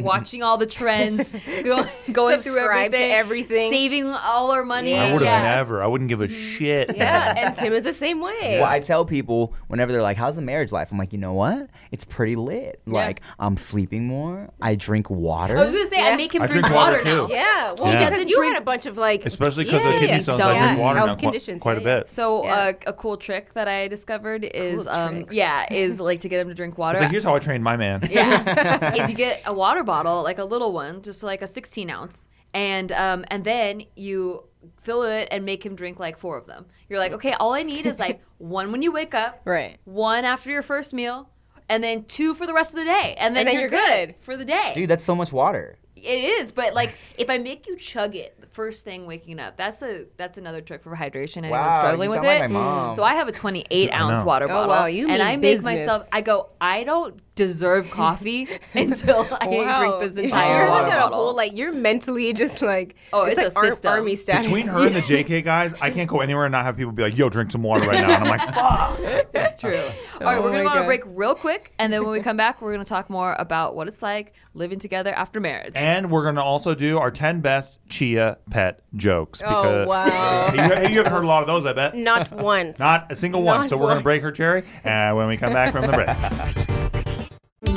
[SPEAKER 3] watching all the trends, go, going through
[SPEAKER 2] Subscribe to
[SPEAKER 3] everything,
[SPEAKER 2] everything.
[SPEAKER 3] saving all our money.
[SPEAKER 9] I would have
[SPEAKER 3] yeah.
[SPEAKER 9] never. I wouldn't give a shit.
[SPEAKER 2] yeah, and Tim is the same way.
[SPEAKER 5] Well, I tell people whenever they're like, "How's the marriage life?" I'm like, "You know what? It's pretty lit. Like, I'm sleeping more. I drink water.
[SPEAKER 3] I was gonna say I make him
[SPEAKER 9] I
[SPEAKER 3] drink,
[SPEAKER 9] drink
[SPEAKER 3] water,
[SPEAKER 9] water,
[SPEAKER 3] now.
[SPEAKER 9] too.
[SPEAKER 2] Yeah, well,
[SPEAKER 9] Yeah.
[SPEAKER 2] because you had a bunch of like,
[SPEAKER 9] Especially because
[SPEAKER 2] Yeah,
[SPEAKER 9] of kidney
[SPEAKER 2] yeah,
[SPEAKER 9] stones,
[SPEAKER 3] stuff.
[SPEAKER 9] I drink
[SPEAKER 3] Yeah.
[SPEAKER 9] water
[SPEAKER 2] Health
[SPEAKER 9] now qu-
[SPEAKER 2] conditions,
[SPEAKER 9] quite a
[SPEAKER 2] yeah, yeah.
[SPEAKER 9] bit.
[SPEAKER 3] So
[SPEAKER 2] Yeah.
[SPEAKER 3] uh, a cool trick that I discovered is,
[SPEAKER 2] Cool
[SPEAKER 3] um,
[SPEAKER 2] tricks.
[SPEAKER 3] yeah, is like to get him to drink water.
[SPEAKER 9] It's like here's how I trained my man.
[SPEAKER 3] Yeah, is you get a water bottle, like a little one, just like a 16 ounce, and um, and then you fill it and make him drink like four of them. You're like, okay, all I need is like one when you wake up,
[SPEAKER 2] Right.
[SPEAKER 3] One after your first meal, and then two for the rest of the day, and then,
[SPEAKER 2] And then you're
[SPEAKER 3] you're, good,
[SPEAKER 2] good.
[SPEAKER 3] for the day.
[SPEAKER 5] Dude, that's so much water.
[SPEAKER 3] It is, but like if I make you chug it the first thing waking up, that's a that's another trick for hydration. Anyone
[SPEAKER 5] Wow,
[SPEAKER 3] struggling
[SPEAKER 5] you
[SPEAKER 3] with
[SPEAKER 5] sound like
[SPEAKER 3] it?
[SPEAKER 5] my mom.
[SPEAKER 3] So I have a 28 ounce
[SPEAKER 9] know.
[SPEAKER 3] water
[SPEAKER 2] Oh,
[SPEAKER 3] bottle.
[SPEAKER 2] wow, you
[SPEAKER 3] and
[SPEAKER 2] mean
[SPEAKER 3] I make myself.
[SPEAKER 2] business.
[SPEAKER 3] I go. I don't deserve coffee until I drink this
[SPEAKER 2] You're
[SPEAKER 3] entire
[SPEAKER 2] like
[SPEAKER 3] water
[SPEAKER 2] at a
[SPEAKER 3] bottle.
[SPEAKER 2] whole like you're mentally just like
[SPEAKER 3] Oh, it's
[SPEAKER 2] like
[SPEAKER 3] a
[SPEAKER 2] ar-
[SPEAKER 3] system.
[SPEAKER 2] army status.
[SPEAKER 9] Between her and the JK guys, I can't go anywhere and not have people be like, "Yo, drink some water right now," and I'm like, "Fuck."
[SPEAKER 3] It's true. All right,
[SPEAKER 2] Oh
[SPEAKER 3] we're gonna go on a break real quick, and then when we come back, we're gonna talk more about what it's like living together after marriage.
[SPEAKER 11] And we're going to also do our 10 best chia pet jokes.
[SPEAKER 2] Oh wow!
[SPEAKER 4] Hey, you, you haven't heard a lot of those, I bet.
[SPEAKER 2] Not once.
[SPEAKER 11] Not a single one.
[SPEAKER 2] Not
[SPEAKER 11] So we're going to
[SPEAKER 2] once.
[SPEAKER 11] break her cherry uh, when we come back from the break.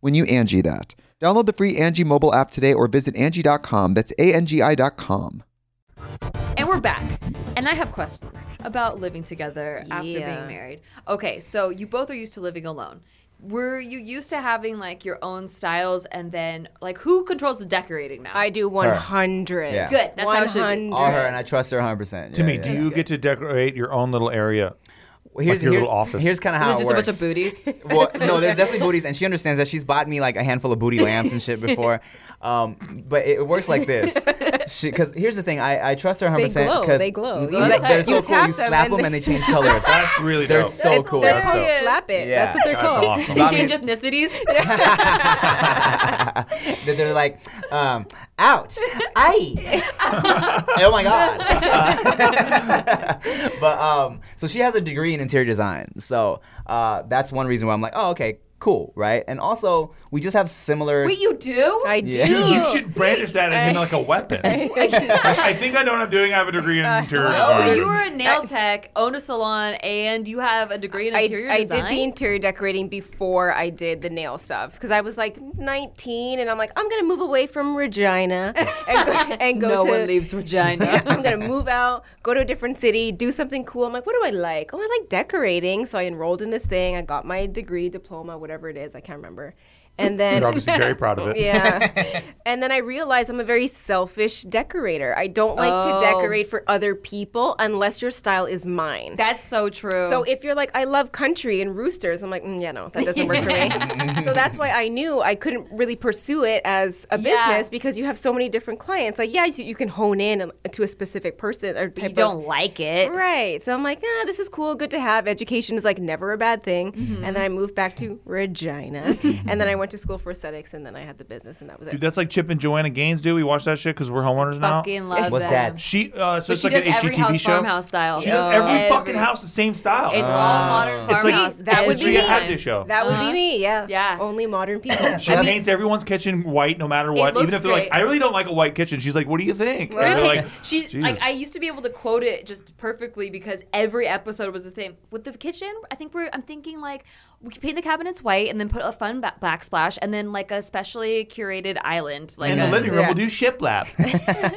[SPEAKER 12] when you Angie that. Download the free Angie mobile app today or visit Angie.com. That's A-N-G-I dot com.
[SPEAKER 3] And we're back. And I have questions about living together after being
[SPEAKER 13] Yeah.
[SPEAKER 3] married. Okay, so you both are used to living alone. Were you used to having like your own styles and then like who controls the decorating now?
[SPEAKER 2] I do 100.
[SPEAKER 5] Yeah.
[SPEAKER 3] Good, that's how it should be.
[SPEAKER 2] 100.
[SPEAKER 5] All her, and I trust her 100%.
[SPEAKER 4] To
[SPEAKER 5] Yeah,
[SPEAKER 4] me,
[SPEAKER 5] yeah.
[SPEAKER 4] do you get to decorate your own little area?
[SPEAKER 5] Well, here's,
[SPEAKER 4] Like your
[SPEAKER 5] here's,
[SPEAKER 4] little office.
[SPEAKER 5] Here's kind of how
[SPEAKER 3] There's
[SPEAKER 5] it
[SPEAKER 3] just
[SPEAKER 5] works.
[SPEAKER 3] a bunch of booties.
[SPEAKER 5] well, no, there's definitely booties, and she understands that. She's bought me like a handful of booty lamps and shit before. Um, but it works like this. Because here's the thing, I, I trust her 100. percent
[SPEAKER 2] glow,
[SPEAKER 5] Because
[SPEAKER 2] they glow.
[SPEAKER 5] You,
[SPEAKER 2] You tap-
[SPEAKER 5] they're so
[SPEAKER 2] you
[SPEAKER 5] cool.
[SPEAKER 2] tap
[SPEAKER 5] You
[SPEAKER 2] them
[SPEAKER 5] slap
[SPEAKER 2] and
[SPEAKER 5] them
[SPEAKER 2] they-
[SPEAKER 5] and they change colors.
[SPEAKER 4] That's really
[SPEAKER 5] They're
[SPEAKER 4] dope.
[SPEAKER 5] so cool.
[SPEAKER 2] They're
[SPEAKER 4] That's
[SPEAKER 2] called
[SPEAKER 4] dope.
[SPEAKER 2] slap it.
[SPEAKER 5] Yeah.
[SPEAKER 2] That's what they're
[SPEAKER 4] That's
[SPEAKER 2] called.
[SPEAKER 4] awesome.
[SPEAKER 5] I mean,
[SPEAKER 3] Change ethnicities?
[SPEAKER 5] they're, they're like, um, ouch, I, oh my god. Uh, but um, so she has a degree in interior design, so uh, that's one reason why I'm like, oh, okay, cool, right? And also, we just have similar.
[SPEAKER 3] Wait, you do?
[SPEAKER 2] I do.
[SPEAKER 5] Yeah.
[SPEAKER 4] Dude, you should brandish that at him like a weapon. I think I know what I'm doing. I have a degree in interior design.
[SPEAKER 3] Uh, Oh, So you were a nail tech, own a salon, and you have a degree in
[SPEAKER 2] I,
[SPEAKER 3] interior
[SPEAKER 2] I
[SPEAKER 3] design.
[SPEAKER 2] did the interior decorating before I did the nail stuff because I was like 19 and I'm like, I'm going to move away from Regina and go, and go
[SPEAKER 3] no
[SPEAKER 2] to.
[SPEAKER 3] one leaves Regina.
[SPEAKER 2] I'm going to move out, go to a different city, do something cool. I'm like, what do I like? Oh, I like decorating. So I enrolled in this thing. I got my degree, diploma, whatever it is. I can't remember. And then.
[SPEAKER 4] You're obviously very proud of it.
[SPEAKER 2] Yeah. and then I realized I'm a very selfish decorator. I don't like
[SPEAKER 3] Oh.
[SPEAKER 2] to decorate for other people unless your style is mine.
[SPEAKER 3] That's so true.
[SPEAKER 2] so if you're like, I love country and roosters, I'm like, mm, yeah, no, that doesn't work for me. so that's why I knew I couldn't really pursue it as a
[SPEAKER 3] Yeah.
[SPEAKER 2] business because you have so many different clients. Like, yeah, you, you can hone in to a specific person or type
[SPEAKER 13] You don't
[SPEAKER 2] of.
[SPEAKER 13] like it.
[SPEAKER 2] Right. So I'm like, ah, this is cool, good to have. Education is like never a bad thing. And then I moved back to Regina. and then I went to school for aesthetics and then I had the business and that was it.
[SPEAKER 4] Dude, that's like Chip and Joanna Gaines do. We watch that shit because we're homeowners now.
[SPEAKER 3] fucking love
[SPEAKER 5] What's
[SPEAKER 3] them.
[SPEAKER 5] that?
[SPEAKER 4] She uh, so
[SPEAKER 3] But
[SPEAKER 4] it's
[SPEAKER 3] she
[SPEAKER 4] like
[SPEAKER 3] does
[SPEAKER 4] an
[SPEAKER 3] every
[SPEAKER 4] HGTV
[SPEAKER 3] house
[SPEAKER 4] show.
[SPEAKER 3] farmhouse style.
[SPEAKER 4] She does
[SPEAKER 3] Oh.
[SPEAKER 4] every,
[SPEAKER 3] Every-
[SPEAKER 4] fucking house the same style. Uh,
[SPEAKER 3] It's all modern
[SPEAKER 4] it's like
[SPEAKER 3] farmhouse.
[SPEAKER 2] that would
[SPEAKER 4] it's Andrea
[SPEAKER 2] be-
[SPEAKER 4] Hadley show.
[SPEAKER 2] That would be me, yeah.
[SPEAKER 3] Yeah.
[SPEAKER 2] Only modern people.
[SPEAKER 4] she paints everyone's kitchen white no matter what, even
[SPEAKER 3] looks
[SPEAKER 4] if they're like,
[SPEAKER 3] great.
[SPEAKER 4] I really don't like a white kitchen. She's like, What do you think?
[SPEAKER 3] We're
[SPEAKER 4] And
[SPEAKER 3] gonna
[SPEAKER 4] they're
[SPEAKER 3] paint-
[SPEAKER 4] like,
[SPEAKER 3] she's like
[SPEAKER 4] Jesus.
[SPEAKER 3] I used to be able to quote it just perfectly because every episode was the same. With the kitchen, I think we're I'm thinking like we could paint the cabinets white and then put a fun ba- black splash and then like a specially curated island like
[SPEAKER 4] In
[SPEAKER 3] a,
[SPEAKER 4] the living room,
[SPEAKER 2] Yeah.
[SPEAKER 4] we'll do shiplap.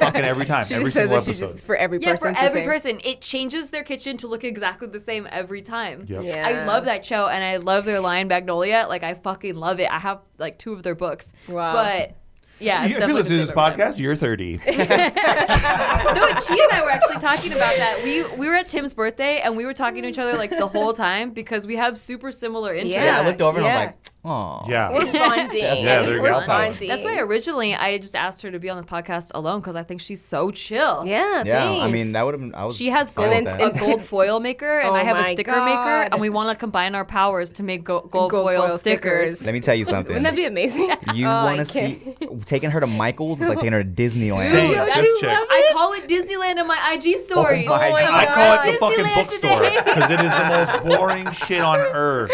[SPEAKER 4] fucking every time,
[SPEAKER 2] She
[SPEAKER 4] every
[SPEAKER 2] just says
[SPEAKER 4] single
[SPEAKER 2] that she
[SPEAKER 4] episode.
[SPEAKER 2] just for every
[SPEAKER 3] yeah,
[SPEAKER 2] person.
[SPEAKER 3] for
[SPEAKER 2] it's the
[SPEAKER 3] every
[SPEAKER 2] same.
[SPEAKER 3] person, it changes their kitchen to look exactly the same every time.
[SPEAKER 2] Yeah.
[SPEAKER 3] I love that show, and I love their line Magnolia. Like I fucking love it. I have like two of their books,
[SPEAKER 2] Wow.
[SPEAKER 3] but Yeah, it's
[SPEAKER 4] You- if you
[SPEAKER 3] definitely
[SPEAKER 4] listen to
[SPEAKER 3] the
[SPEAKER 4] this
[SPEAKER 3] favorite one.
[SPEAKER 4] podcast, you're 30.
[SPEAKER 3] No, Chi and I were actually talking about that. We we were at Tim's birthday and we were talking to each other like the whole time because we have super similar interests.
[SPEAKER 2] Yeah.
[SPEAKER 5] Yeah, I looked over and I
[SPEAKER 2] Yeah.
[SPEAKER 5] was like, oh.
[SPEAKER 4] yeah.
[SPEAKER 2] We're bonding.
[SPEAKER 5] Yeah, there you
[SPEAKER 2] We're
[SPEAKER 4] go.
[SPEAKER 2] bonding.
[SPEAKER 3] That's why originally I just asked her to be on this podcast alone because I think she's so chill.
[SPEAKER 2] Yeah.
[SPEAKER 5] Yeah, I
[SPEAKER 2] thanks.
[SPEAKER 5] mean, that would have been, I was.
[SPEAKER 3] She has gold,
[SPEAKER 5] fine with
[SPEAKER 3] a
[SPEAKER 5] that.
[SPEAKER 3] gold foil maker, and
[SPEAKER 2] Oh
[SPEAKER 3] I have a
[SPEAKER 2] my
[SPEAKER 3] sticker
[SPEAKER 2] God.
[SPEAKER 3] maker, and we want to combine our powers to make go- gold,
[SPEAKER 2] Gold
[SPEAKER 3] foil,
[SPEAKER 2] foil
[SPEAKER 3] stickers.
[SPEAKER 2] stickers.
[SPEAKER 5] Let me tell you something.
[SPEAKER 2] Wouldn't that be amazing?
[SPEAKER 5] you
[SPEAKER 2] Oh, I
[SPEAKER 5] want to
[SPEAKER 2] can't.
[SPEAKER 5] see taking her to Michael's is like taking her to Disneyland.
[SPEAKER 4] See, this chick.
[SPEAKER 3] I call it Disneyland in my IG stories.
[SPEAKER 5] Oh my
[SPEAKER 4] I
[SPEAKER 2] God.
[SPEAKER 4] call it the fucking
[SPEAKER 3] Disneyland
[SPEAKER 4] bookstore
[SPEAKER 3] today.
[SPEAKER 4] because it is the most boring shit on earth.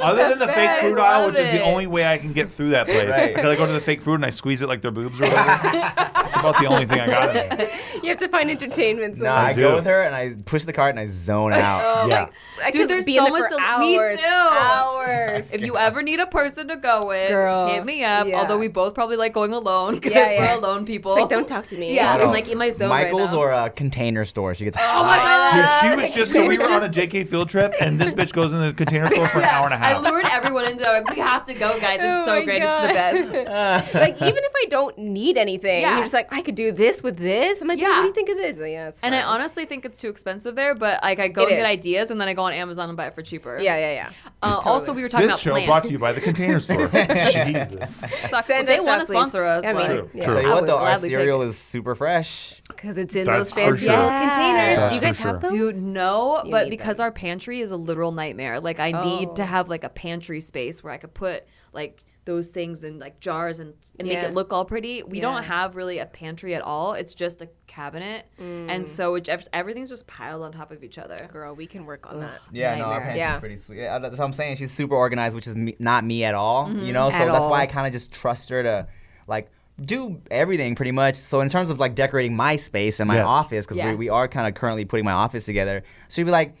[SPEAKER 4] Other than the fake
[SPEAKER 2] best.
[SPEAKER 4] fruit
[SPEAKER 2] I
[SPEAKER 4] aisle,
[SPEAKER 2] love
[SPEAKER 4] which is the
[SPEAKER 2] it.
[SPEAKER 4] only way I can get through that place,
[SPEAKER 5] Right.
[SPEAKER 4] because I go to the fake fruit and I squeeze it like their boobs or whatever. It's about the only thing I got. In there.
[SPEAKER 2] You have to find entertainment.
[SPEAKER 5] Nah,
[SPEAKER 2] somewhere.
[SPEAKER 5] I,
[SPEAKER 4] do.
[SPEAKER 5] go with her and I push the cart and I zone
[SPEAKER 2] Oh,
[SPEAKER 5] out.
[SPEAKER 4] yeah.
[SPEAKER 2] I
[SPEAKER 3] Dude,
[SPEAKER 2] could
[SPEAKER 3] there's
[SPEAKER 2] be
[SPEAKER 3] so
[SPEAKER 2] in there
[SPEAKER 3] much
[SPEAKER 2] for
[SPEAKER 3] to-
[SPEAKER 2] hours,
[SPEAKER 3] me too.
[SPEAKER 2] Hours.
[SPEAKER 3] If you ever need a person to go with,
[SPEAKER 2] Girl,
[SPEAKER 3] hit me up.
[SPEAKER 2] yeah.
[SPEAKER 3] Although we both probably like going alone because
[SPEAKER 2] Yeah, yeah.
[SPEAKER 3] we're alone people.
[SPEAKER 2] like, don't talk to me.
[SPEAKER 3] Yeah,
[SPEAKER 5] I
[SPEAKER 3] I'm
[SPEAKER 5] don't-
[SPEAKER 3] like in my zone. right
[SPEAKER 5] Michael's
[SPEAKER 3] now.
[SPEAKER 5] or a container store. She gets.
[SPEAKER 3] Oh my god!
[SPEAKER 4] Dude, she was just so we were
[SPEAKER 3] Just-
[SPEAKER 4] on a JK field trip, and this bitch goes in the container store for an hour and a
[SPEAKER 3] I
[SPEAKER 4] half.
[SPEAKER 3] lured everyone into like we have to go, guys. It's
[SPEAKER 2] Oh
[SPEAKER 3] so
[SPEAKER 2] my
[SPEAKER 3] great.
[SPEAKER 2] God.
[SPEAKER 3] It's the best.
[SPEAKER 2] like even if I don't need anything,
[SPEAKER 3] Yeah.
[SPEAKER 2] you're just like I could do this with this. I'm like,
[SPEAKER 3] Yeah.
[SPEAKER 2] yeah. what do you think of this? Like, yeah, it's
[SPEAKER 3] And I
[SPEAKER 2] fine.
[SPEAKER 3] honestly think it's too expensive there, but like I go
[SPEAKER 2] It
[SPEAKER 3] and get
[SPEAKER 2] is.
[SPEAKER 3] ideas, and then I go on Amazon and buy it for cheaper.
[SPEAKER 2] yeah, yeah, yeah.
[SPEAKER 3] Uh, Also, we were talking
[SPEAKER 4] This show
[SPEAKER 3] about
[SPEAKER 4] brought to
[SPEAKER 3] plants.
[SPEAKER 4] you by the container store. Jesus.
[SPEAKER 3] Sucks.
[SPEAKER 2] Send
[SPEAKER 3] they
[SPEAKER 2] us
[SPEAKER 3] want
[SPEAKER 2] up,
[SPEAKER 3] to
[SPEAKER 2] please.
[SPEAKER 3] sponsor us.
[SPEAKER 2] I mean,
[SPEAKER 3] like-
[SPEAKER 4] True,
[SPEAKER 2] yeah.
[SPEAKER 4] true.
[SPEAKER 5] Tell you
[SPEAKER 3] I
[SPEAKER 5] what
[SPEAKER 3] would
[SPEAKER 5] though, our
[SPEAKER 3] gladly take
[SPEAKER 5] cereal is super fresh.
[SPEAKER 2] because it's in those
[SPEAKER 4] That's for
[SPEAKER 2] fancy
[SPEAKER 4] sure.
[SPEAKER 2] little
[SPEAKER 4] Yeah.
[SPEAKER 2] containers.
[SPEAKER 4] That's
[SPEAKER 2] do you
[SPEAKER 4] for
[SPEAKER 2] guys
[SPEAKER 4] sure.
[SPEAKER 2] have those?
[SPEAKER 3] Dude, no,
[SPEAKER 2] You
[SPEAKER 3] but
[SPEAKER 2] need Oh.
[SPEAKER 3] because our pantry is a literal nightmare. Like I need to have like a pantry space where I could put like those things in like jars and, and make
[SPEAKER 2] Yeah.
[SPEAKER 3] it look all pretty. We don't
[SPEAKER 2] Yeah.
[SPEAKER 3] have really a pantry at all. It's just a cabinet, and so it, just- everything's just piled on top of each other.
[SPEAKER 2] Mm. Girl, we can work on that.
[SPEAKER 5] Yeah, no, our
[SPEAKER 3] Nightmare.
[SPEAKER 5] pantry's
[SPEAKER 2] Yeah.
[SPEAKER 5] pretty sweet. Yeah, that's what I'm saying. She's super organized, which is me, not me at all. You know, so
[SPEAKER 3] Mm-hmm. At
[SPEAKER 5] that's
[SPEAKER 3] all.
[SPEAKER 5] why I kind of just trust her to, like, do everything pretty much. So in terms of like decorating my space and my
[SPEAKER 4] Yes.
[SPEAKER 5] office, because
[SPEAKER 3] Yeah.
[SPEAKER 5] we, we are kind of currently putting my office together, she'd be like,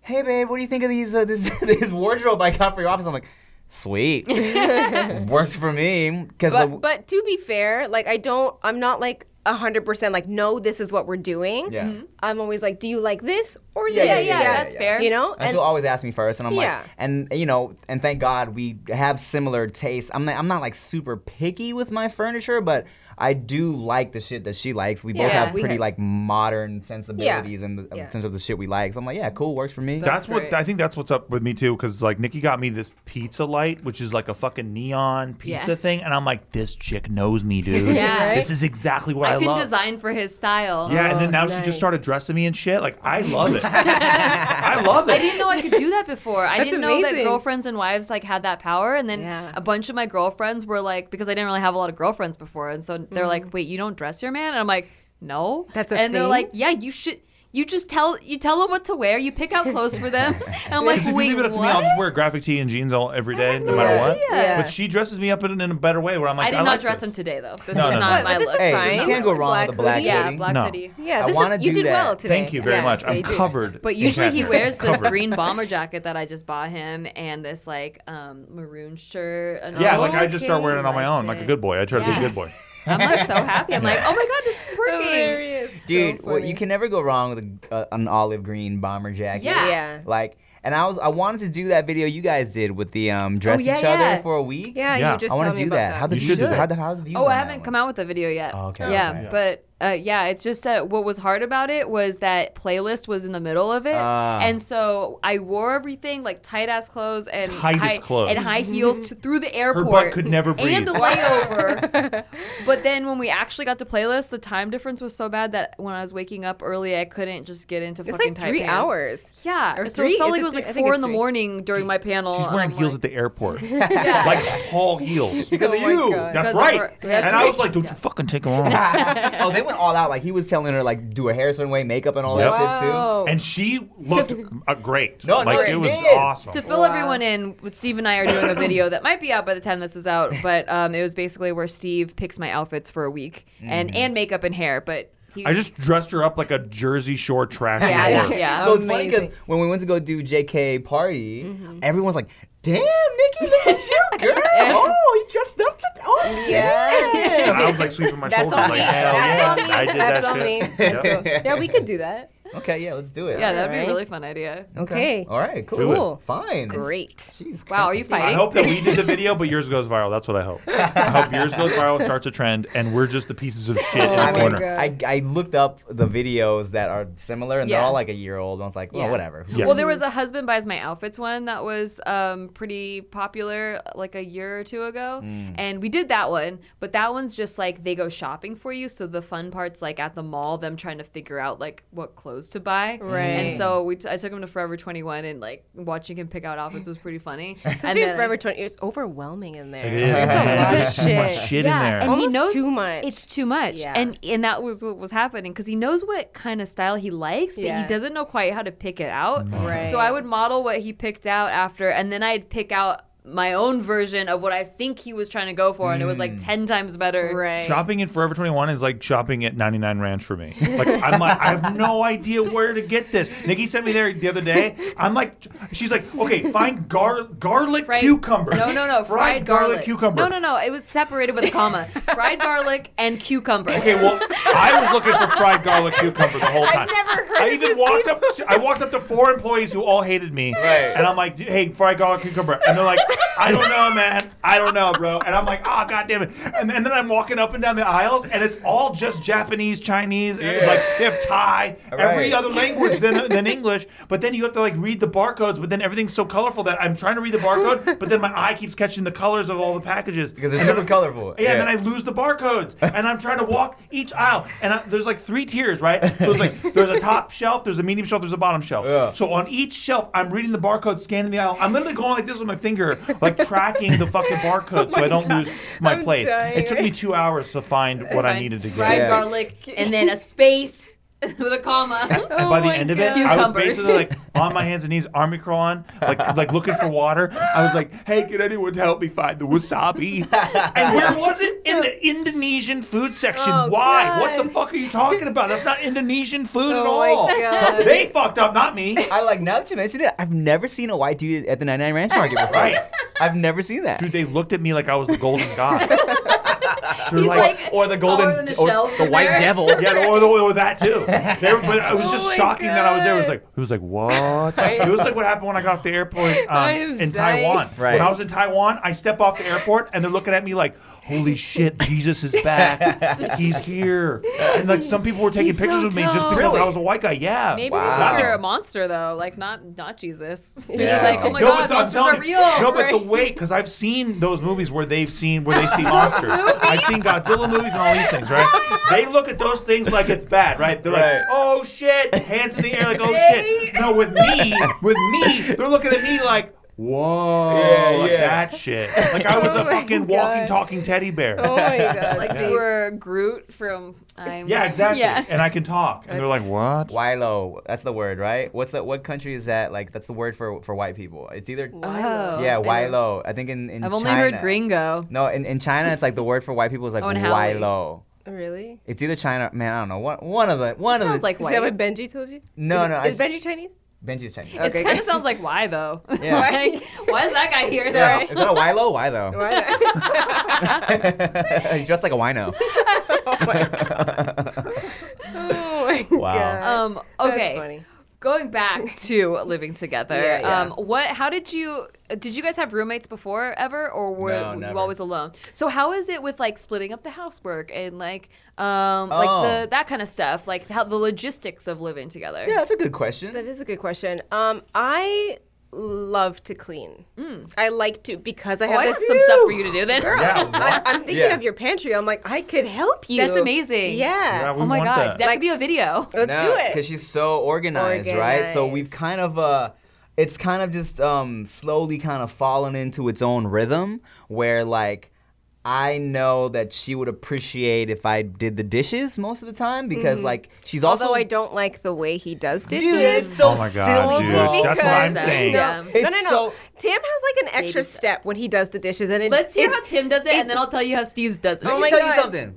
[SPEAKER 5] "Hey, babe, what do you think of these uh, this this wardrobe I got for your office?" I'm like, "Sweet, works for me." Because
[SPEAKER 2] But but to be fair, like I don't, I'm not like hundred percent like no, this is what we're doing.
[SPEAKER 5] Yeah. Mhm.
[SPEAKER 2] I'm always like, do you like this or
[SPEAKER 5] Yeah,
[SPEAKER 2] this?
[SPEAKER 5] yeah, yeah, yeah,
[SPEAKER 3] that's yeah. fair.
[SPEAKER 2] You know,
[SPEAKER 5] And she'll always ask me first, and I'm
[SPEAKER 2] Yeah.
[SPEAKER 5] like, and you know, and thank God we have similar tastes. I'm not, I'm not like super picky with my furniture, but I do like the shit that she likes. We both
[SPEAKER 3] Yeah.
[SPEAKER 5] have
[SPEAKER 3] We
[SPEAKER 5] pretty
[SPEAKER 2] have-
[SPEAKER 5] like modern sensibilities in, the,
[SPEAKER 2] Yeah.
[SPEAKER 5] in terms of the shit we like. So I'm like, yeah, cool, works for me.
[SPEAKER 4] That's what
[SPEAKER 3] great.
[SPEAKER 4] I think. That's what's up with me too, because like Nikki got me this pizza light, which is like a fucking neon pizza
[SPEAKER 3] Yeah.
[SPEAKER 4] thing, and I'm like, this chick knows me, dude.
[SPEAKER 3] Yeah. Right?
[SPEAKER 4] this is exactly what I,
[SPEAKER 3] I can
[SPEAKER 4] love.
[SPEAKER 3] design for his style.
[SPEAKER 4] yeah, and then now she just started dressing me and shit. Like I love it. I love
[SPEAKER 3] I
[SPEAKER 4] it.
[SPEAKER 3] didn't know I could do that before. I
[SPEAKER 2] That's
[SPEAKER 3] didn't know that
[SPEAKER 2] amazing.
[SPEAKER 3] girlfriends and wives like had that power. And then
[SPEAKER 2] Yeah.
[SPEAKER 3] a bunch of my girlfriends were like, because I didn't really have a lot of girlfriends before, and so they're like, "Wait, you don't dress your man?" And I'm like, "No."
[SPEAKER 2] Mm-hmm. That's a
[SPEAKER 3] and they're
[SPEAKER 2] thing?
[SPEAKER 3] like, "Yeah, you should." You just tell you tell them what to wear. You pick out clothes for them. And I'm like,
[SPEAKER 4] Because if
[SPEAKER 3] wait,
[SPEAKER 4] you leave it up to me,
[SPEAKER 3] what?
[SPEAKER 4] I'll just wear graphic tee and jeans all every day, no,
[SPEAKER 3] no
[SPEAKER 4] matter what.
[SPEAKER 3] idea. Yeah.
[SPEAKER 4] But she dresses me up in, in a better way, where I'm like,
[SPEAKER 3] I did not
[SPEAKER 4] like
[SPEAKER 3] dress
[SPEAKER 4] this.
[SPEAKER 3] him today though. This
[SPEAKER 4] No,
[SPEAKER 3] is
[SPEAKER 4] no,
[SPEAKER 3] not
[SPEAKER 4] no.
[SPEAKER 3] my
[SPEAKER 2] But this
[SPEAKER 3] look.
[SPEAKER 2] is
[SPEAKER 5] Hey,
[SPEAKER 2] fine.
[SPEAKER 5] you can't go wrong
[SPEAKER 2] Black
[SPEAKER 5] with a black
[SPEAKER 2] hoodie.
[SPEAKER 3] Yeah,
[SPEAKER 5] Hoodie?
[SPEAKER 3] black
[SPEAKER 4] No.
[SPEAKER 3] hoodie.
[SPEAKER 2] Yeah,
[SPEAKER 5] I
[SPEAKER 2] this
[SPEAKER 5] wanna
[SPEAKER 2] is, you
[SPEAKER 5] do
[SPEAKER 2] did
[SPEAKER 5] that.
[SPEAKER 2] well today.
[SPEAKER 4] Thank you very
[SPEAKER 2] Yeah,
[SPEAKER 4] much.
[SPEAKER 2] yeah,
[SPEAKER 4] I'm
[SPEAKER 2] you did.
[SPEAKER 4] covered.
[SPEAKER 3] But
[SPEAKER 4] in
[SPEAKER 3] usually he
[SPEAKER 4] catnip.
[SPEAKER 3] wears this
[SPEAKER 4] Covered.
[SPEAKER 3] green bomber jacket that I just bought him and this like um, maroon shirt. And
[SPEAKER 4] Yeah,
[SPEAKER 3] all
[SPEAKER 4] like I
[SPEAKER 3] that.
[SPEAKER 4] just start wearing it on my own, like a good boy. I try to be
[SPEAKER 3] Yeah.
[SPEAKER 4] a good boy.
[SPEAKER 3] I'm like so happy. I'm like, oh my god, this is working.
[SPEAKER 2] Hilarious.
[SPEAKER 5] Dude, well, you can never go wrong with a, uh, an olive green bomber jacket.
[SPEAKER 3] Yeah.
[SPEAKER 2] Yeah.
[SPEAKER 5] Like, and I was I wanted to do that video you guys did with the um dress
[SPEAKER 3] Oh, yeah,
[SPEAKER 5] each other
[SPEAKER 3] yeah.
[SPEAKER 5] for a week.
[SPEAKER 2] Yeah,
[SPEAKER 4] Yeah.
[SPEAKER 2] you just
[SPEAKER 5] I
[SPEAKER 2] want
[SPEAKER 5] want
[SPEAKER 2] to
[SPEAKER 5] to do that. How the
[SPEAKER 4] You
[SPEAKER 5] views?
[SPEAKER 4] should do
[SPEAKER 5] How
[SPEAKER 4] it.
[SPEAKER 5] the how's the views?
[SPEAKER 3] Oh, I haven't come out with a video yet.
[SPEAKER 5] Oh, okay.
[SPEAKER 3] Yeah,
[SPEAKER 5] Okay.
[SPEAKER 3] but uh, yeah, it's just uh, what was hard about it was that playlist was in the middle of it,
[SPEAKER 5] Ah.
[SPEAKER 3] and so I wore everything like tight ass clothes and
[SPEAKER 4] Tightest
[SPEAKER 3] high,
[SPEAKER 4] clothes.
[SPEAKER 3] and high heels to, through the airport.
[SPEAKER 4] could never
[SPEAKER 3] And a
[SPEAKER 4] breathe.
[SPEAKER 3] layover. but then when we actually got to playlist, the time difference was so bad that when I was waking up early, I couldn't just get into
[SPEAKER 2] It's
[SPEAKER 3] fucking
[SPEAKER 2] like
[SPEAKER 3] tight
[SPEAKER 2] three
[SPEAKER 3] pants.
[SPEAKER 2] hours.
[SPEAKER 3] Yeah,
[SPEAKER 2] Or
[SPEAKER 3] so it
[SPEAKER 2] three?
[SPEAKER 3] felt
[SPEAKER 2] Is
[SPEAKER 3] like
[SPEAKER 2] it
[SPEAKER 3] it was
[SPEAKER 2] three?
[SPEAKER 3] like
[SPEAKER 2] I think
[SPEAKER 3] four
[SPEAKER 2] it's
[SPEAKER 3] in the
[SPEAKER 2] three.
[SPEAKER 3] morning during my panel.
[SPEAKER 4] She's
[SPEAKER 3] and
[SPEAKER 4] wearing
[SPEAKER 3] I'm
[SPEAKER 4] heels
[SPEAKER 3] like-
[SPEAKER 4] at the airport,
[SPEAKER 3] Yeah.
[SPEAKER 4] like tall heels.
[SPEAKER 5] Because of you.
[SPEAKER 4] That's
[SPEAKER 3] Because
[SPEAKER 4] right.
[SPEAKER 3] of her-
[SPEAKER 4] and
[SPEAKER 3] that's
[SPEAKER 4] I
[SPEAKER 3] right.
[SPEAKER 4] was like, don't you fucking take them off.
[SPEAKER 5] oh, they went all out. Like he was telling her like do a hair a certain way, makeup and all
[SPEAKER 4] Yep.
[SPEAKER 5] that shit too.
[SPEAKER 4] and she looked uh, great.
[SPEAKER 5] No, no,
[SPEAKER 4] like
[SPEAKER 5] she
[SPEAKER 4] it was
[SPEAKER 5] did.
[SPEAKER 4] awesome.
[SPEAKER 3] to fill everyone in, what Steve and I are doing a video that might be out by the time this is out, but um, it was basically where Steve picks my outfits for a week
[SPEAKER 2] Mm-hmm.
[SPEAKER 3] and and makeup and hair. But he,
[SPEAKER 4] I just dressed her up like a Jersey Shore trash
[SPEAKER 3] yeah
[SPEAKER 4] yeah,
[SPEAKER 3] yeah, yeah.
[SPEAKER 5] So it's funny because when we went to go do JK party,
[SPEAKER 3] Mm-hmm.
[SPEAKER 5] everyone's like, "Damn, Nikki, look at you, girl! oh, you dressed up to oh yeah."
[SPEAKER 4] And I was like sweeping my
[SPEAKER 2] That's
[SPEAKER 4] shoulders,
[SPEAKER 2] on
[SPEAKER 4] like
[SPEAKER 2] me.
[SPEAKER 4] hell
[SPEAKER 2] That's
[SPEAKER 4] yeah,
[SPEAKER 2] on me.
[SPEAKER 4] I did
[SPEAKER 2] That's
[SPEAKER 4] that
[SPEAKER 2] on
[SPEAKER 4] shit.
[SPEAKER 2] me.
[SPEAKER 4] Yeah.
[SPEAKER 2] Yeah, we could do that.
[SPEAKER 5] Okay, yeah, let's do it.
[SPEAKER 3] Yeah, that'd be a
[SPEAKER 2] Alright.
[SPEAKER 3] really fun idea.
[SPEAKER 2] Okay.
[SPEAKER 5] All right, cool.
[SPEAKER 4] Do it.
[SPEAKER 2] Cool.
[SPEAKER 5] Fine.
[SPEAKER 2] Great.
[SPEAKER 5] Jeez,
[SPEAKER 3] Wow, are you
[SPEAKER 4] I
[SPEAKER 3] fighting?
[SPEAKER 4] hope that we did the video, but yours goes viral. That's what I hope. I hope yours goes viral, and starts a trend, and we're just the pieces of shit in
[SPEAKER 2] Oh
[SPEAKER 4] the
[SPEAKER 2] my
[SPEAKER 5] I, mean,
[SPEAKER 4] corner.
[SPEAKER 2] God.
[SPEAKER 5] I, I looked up the videos that are similar, and they're
[SPEAKER 3] Yeah.
[SPEAKER 5] all like a year old. And I was like, well,
[SPEAKER 3] Yeah.
[SPEAKER 5] whatever.
[SPEAKER 4] Yeah.
[SPEAKER 3] Well, there was a husband buys my outfits one that was um, pretty popular like a year or two ago, and we did that one. But that one's just like they go shopping for you, so the fun part's like at the mall, them trying to figure out like what clothes to buy.
[SPEAKER 2] Right.
[SPEAKER 3] And so we t- I took him to Forever 21, and like watching him pick out outfits was pretty funny. and
[SPEAKER 2] Especially
[SPEAKER 3] then-
[SPEAKER 2] Forever 20. It's overwhelming in there.
[SPEAKER 4] It is.
[SPEAKER 2] There's a lot of
[SPEAKER 4] There's too much
[SPEAKER 2] shit.
[SPEAKER 4] shit in there.
[SPEAKER 3] and
[SPEAKER 2] Almost
[SPEAKER 3] he knows
[SPEAKER 2] too much.
[SPEAKER 3] It's too much,
[SPEAKER 2] Yeah.
[SPEAKER 3] and and that was what was happening because he knows what kind of style he likes, but
[SPEAKER 2] Yeah.
[SPEAKER 3] he doesn't know quite how to pick it out.
[SPEAKER 4] Mm-hmm.
[SPEAKER 2] Right.
[SPEAKER 3] So I would model what he picked out after, and then I'd pick out my own version of what I think he was trying to go for, and it was like
[SPEAKER 4] Mm.
[SPEAKER 3] ten times better.
[SPEAKER 2] Right.
[SPEAKER 4] Shopping in Forever 21 is like shopping at 99 Ranch for me. Like I'm like I have no idea where to get this. Nikki sent me there the other day. I'm like she's like, "Okay, find gar- garlic
[SPEAKER 3] Fried-
[SPEAKER 4] cucumber."
[SPEAKER 3] No, no, no. Fried, garlic.
[SPEAKER 4] cucumber.
[SPEAKER 3] No, no, no. It was separated with a comma. fried garlic and cucumbers.
[SPEAKER 4] Okay, well, I was looking for fried garlic cucumber the whole time. i
[SPEAKER 2] never heard of
[SPEAKER 4] even walked up. To, I walked up to four employees who all hated me,
[SPEAKER 5] Right.
[SPEAKER 4] and I'm like, "Hey, fried garlic cucumber," and they're like, "I don't know, man. I don't know, bro." And I'm like, "Oh, god damn it!" And, then- and then I'm walking up and down the aisles, and it's all just Japanese, Chinese, and it's like they have Thai, every
[SPEAKER 5] Right.
[SPEAKER 4] other language than than English. But then you have to like read the barcodes. But then everything's so colorful that I'm trying to read the barcode, but then my eye keeps catching the colors of all the packages
[SPEAKER 5] Because they're super colorful.
[SPEAKER 4] yeah, and then I lose the barcodes, and I'm trying to walk each aisle, and I, there's like three tiers, right? So it's like there's a top shelf, there's a medium shelf, there's a bottom shelf. So on each shelf, I'm reading the barcode, scanning the aisle. I'm literally going like this with my finger, like tracking the fucking barcode, so I don't lose my
[SPEAKER 2] I'm
[SPEAKER 4] place.
[SPEAKER 2] dying
[SPEAKER 4] It took me
[SPEAKER 2] right
[SPEAKER 4] two hours to find what I
[SPEAKER 3] Fried-
[SPEAKER 4] needed to get.
[SPEAKER 3] Fried
[SPEAKER 5] Yeah.
[SPEAKER 3] garlic and then a space with a comma.
[SPEAKER 2] Oh,
[SPEAKER 4] And by the end of it, I was
[SPEAKER 3] Cucumbers.
[SPEAKER 4] basically like on my hands and knees, army crawling, like like looking for water. I was like, "Hey, can anyone help me find the wasabi?" And where was it in the Indonesian food section?
[SPEAKER 2] Oh,
[SPEAKER 4] Why?
[SPEAKER 2] God.
[SPEAKER 4] What the fuck are you talking about? That's not Indonesian food at
[SPEAKER 2] Oh, my
[SPEAKER 4] all.
[SPEAKER 2] God.
[SPEAKER 4] They fucked up, not me.
[SPEAKER 5] I like now that you mention it, I've never seen a white dude at the 99 Ranch Market before.
[SPEAKER 4] Right.
[SPEAKER 5] I've never seen that.
[SPEAKER 4] Dude, they looked at me like I was the golden god. They're
[SPEAKER 3] like-
[SPEAKER 5] or the golden,
[SPEAKER 3] Taller than the
[SPEAKER 5] or
[SPEAKER 3] shelves
[SPEAKER 5] the
[SPEAKER 3] in
[SPEAKER 5] white
[SPEAKER 3] there.
[SPEAKER 5] devil.
[SPEAKER 4] Yeah, or, or, or that too. They were- but it was just
[SPEAKER 2] Oh my
[SPEAKER 4] shocking that I was there. It was
[SPEAKER 2] God.
[SPEAKER 4] like, it was like, what? it was like what happened when I got off the airport um,
[SPEAKER 2] am dying.
[SPEAKER 4] in Taiwan.
[SPEAKER 5] Right.
[SPEAKER 4] When I was in Taiwan, I step off the airport and they're looking at me like, holy shit, Jesus is back. He's here. And like some people were taking
[SPEAKER 2] He's so
[SPEAKER 4] pictures with me just
[SPEAKER 2] tall.
[SPEAKER 4] because I
[SPEAKER 5] Really?
[SPEAKER 4] was a white guy. Yeah.
[SPEAKER 3] Maybe
[SPEAKER 5] Wow.
[SPEAKER 3] you're a monster though, like not not Jesus. You're
[SPEAKER 5] Yeah.
[SPEAKER 3] like, oh my
[SPEAKER 4] but
[SPEAKER 3] god,
[SPEAKER 4] I'm
[SPEAKER 3] monsters
[SPEAKER 4] telling
[SPEAKER 3] are
[SPEAKER 4] you-
[SPEAKER 3] real.
[SPEAKER 4] No, but the way because I've seen those movies where they've seen where they see monsters. I've seen Godzilla movies and all these things, right? They look at those things like it's bad, right? They're
[SPEAKER 5] Right.
[SPEAKER 4] like, oh shit, hands in the air, like oh shit. No, with me, with me, they're looking at me like. Whoa!
[SPEAKER 5] Yeah,
[SPEAKER 4] like
[SPEAKER 5] yeah.
[SPEAKER 4] that shit. Like
[SPEAKER 3] Oh
[SPEAKER 4] I was a fucking walking, talking teddy bear.
[SPEAKER 2] Oh my god.
[SPEAKER 3] like you were Groot from I'm
[SPEAKER 4] Yeah, exactly.
[SPEAKER 3] Yeah.
[SPEAKER 4] And I can talk. And they're like, "What?
[SPEAKER 5] Wilo, that's the word, right? What's that? What country is that? Like, that's the word for for white people. It's either
[SPEAKER 3] Oh.
[SPEAKER 5] yeah, Wilo. I think in in
[SPEAKER 3] I've only
[SPEAKER 5] China-
[SPEAKER 3] heard gringo.
[SPEAKER 5] No, in, in China, it's like the word for white people
[SPEAKER 2] Oh,
[SPEAKER 5] is like
[SPEAKER 3] Owen Howley.
[SPEAKER 5] Wilo.
[SPEAKER 2] Really?
[SPEAKER 5] It's either China, man. I don't know. One, one of the one of
[SPEAKER 3] Sounds
[SPEAKER 5] the
[SPEAKER 3] like
[SPEAKER 2] Is that
[SPEAKER 3] white.
[SPEAKER 2] what Benji told you?
[SPEAKER 5] No,
[SPEAKER 2] is,
[SPEAKER 5] no,
[SPEAKER 2] Is
[SPEAKER 5] I-
[SPEAKER 2] Benji Chinese?
[SPEAKER 5] Benji's Chinese.
[SPEAKER 3] It kind of sounds like why though.
[SPEAKER 5] Yeah.
[SPEAKER 3] like, why is that guy here though?
[SPEAKER 5] Yeah. Is that a Wilo? Why though?
[SPEAKER 2] Why not?
[SPEAKER 5] He's dressed like a wino.
[SPEAKER 2] oh my god.
[SPEAKER 3] Um,
[SPEAKER 2] That's
[SPEAKER 3] okay.
[SPEAKER 2] funny.
[SPEAKER 3] Going back to living together,
[SPEAKER 2] Yeah, yeah.
[SPEAKER 3] Um, what? How did you? Did you guys have roommates before ever, or were
[SPEAKER 5] No,
[SPEAKER 3] you
[SPEAKER 5] never.
[SPEAKER 3] always alone? So how is it with like splitting up the housework and like, um,
[SPEAKER 5] Oh.
[SPEAKER 3] like the that kind of stuff, like how the logistics of living together?
[SPEAKER 5] Yeah, that's a good question.
[SPEAKER 2] That is a good question. Um, I love to clean.
[SPEAKER 5] Mm.
[SPEAKER 2] I like to because I
[SPEAKER 3] Oh,
[SPEAKER 2] have
[SPEAKER 3] I
[SPEAKER 2] that
[SPEAKER 3] have some stuff for you to do then.
[SPEAKER 4] Yeah,
[SPEAKER 2] I,
[SPEAKER 4] what?
[SPEAKER 2] I'm thinking
[SPEAKER 5] Yeah.
[SPEAKER 2] of your pantry. I'm like, I could help you.
[SPEAKER 3] That's amazing.
[SPEAKER 4] Yeah,
[SPEAKER 2] Yeah.
[SPEAKER 4] we
[SPEAKER 3] Oh my
[SPEAKER 4] want
[SPEAKER 3] god,
[SPEAKER 4] that.
[SPEAKER 3] that, could be a video.
[SPEAKER 2] Let's do it.
[SPEAKER 5] Because she's so organized, right? So we've
[SPEAKER 2] Organized.
[SPEAKER 5] kind of uh it's kind of just um slowly kind of fallen into its own rhythm where like I know that she would appreciate if I did the dishes most of the time because like she's also
[SPEAKER 2] Mm-hmm. Although I don't like the way he does dishes.
[SPEAKER 5] Dude, it's
[SPEAKER 4] Oh
[SPEAKER 5] so
[SPEAKER 4] my god,
[SPEAKER 5] silly.
[SPEAKER 4] dude! That's what I'm
[SPEAKER 2] Because-
[SPEAKER 4] saying.
[SPEAKER 3] Yeah.
[SPEAKER 2] No,
[SPEAKER 5] It's
[SPEAKER 2] no, no, no.
[SPEAKER 5] so-
[SPEAKER 2] Tim has like an extra step when he does the dishes, and it,
[SPEAKER 3] Let's hear
[SPEAKER 2] it,
[SPEAKER 3] how Tim does it, and then I'll tell you how Steve's does it.
[SPEAKER 5] Let
[SPEAKER 2] Oh my
[SPEAKER 5] me tell
[SPEAKER 2] God.
[SPEAKER 5] you something.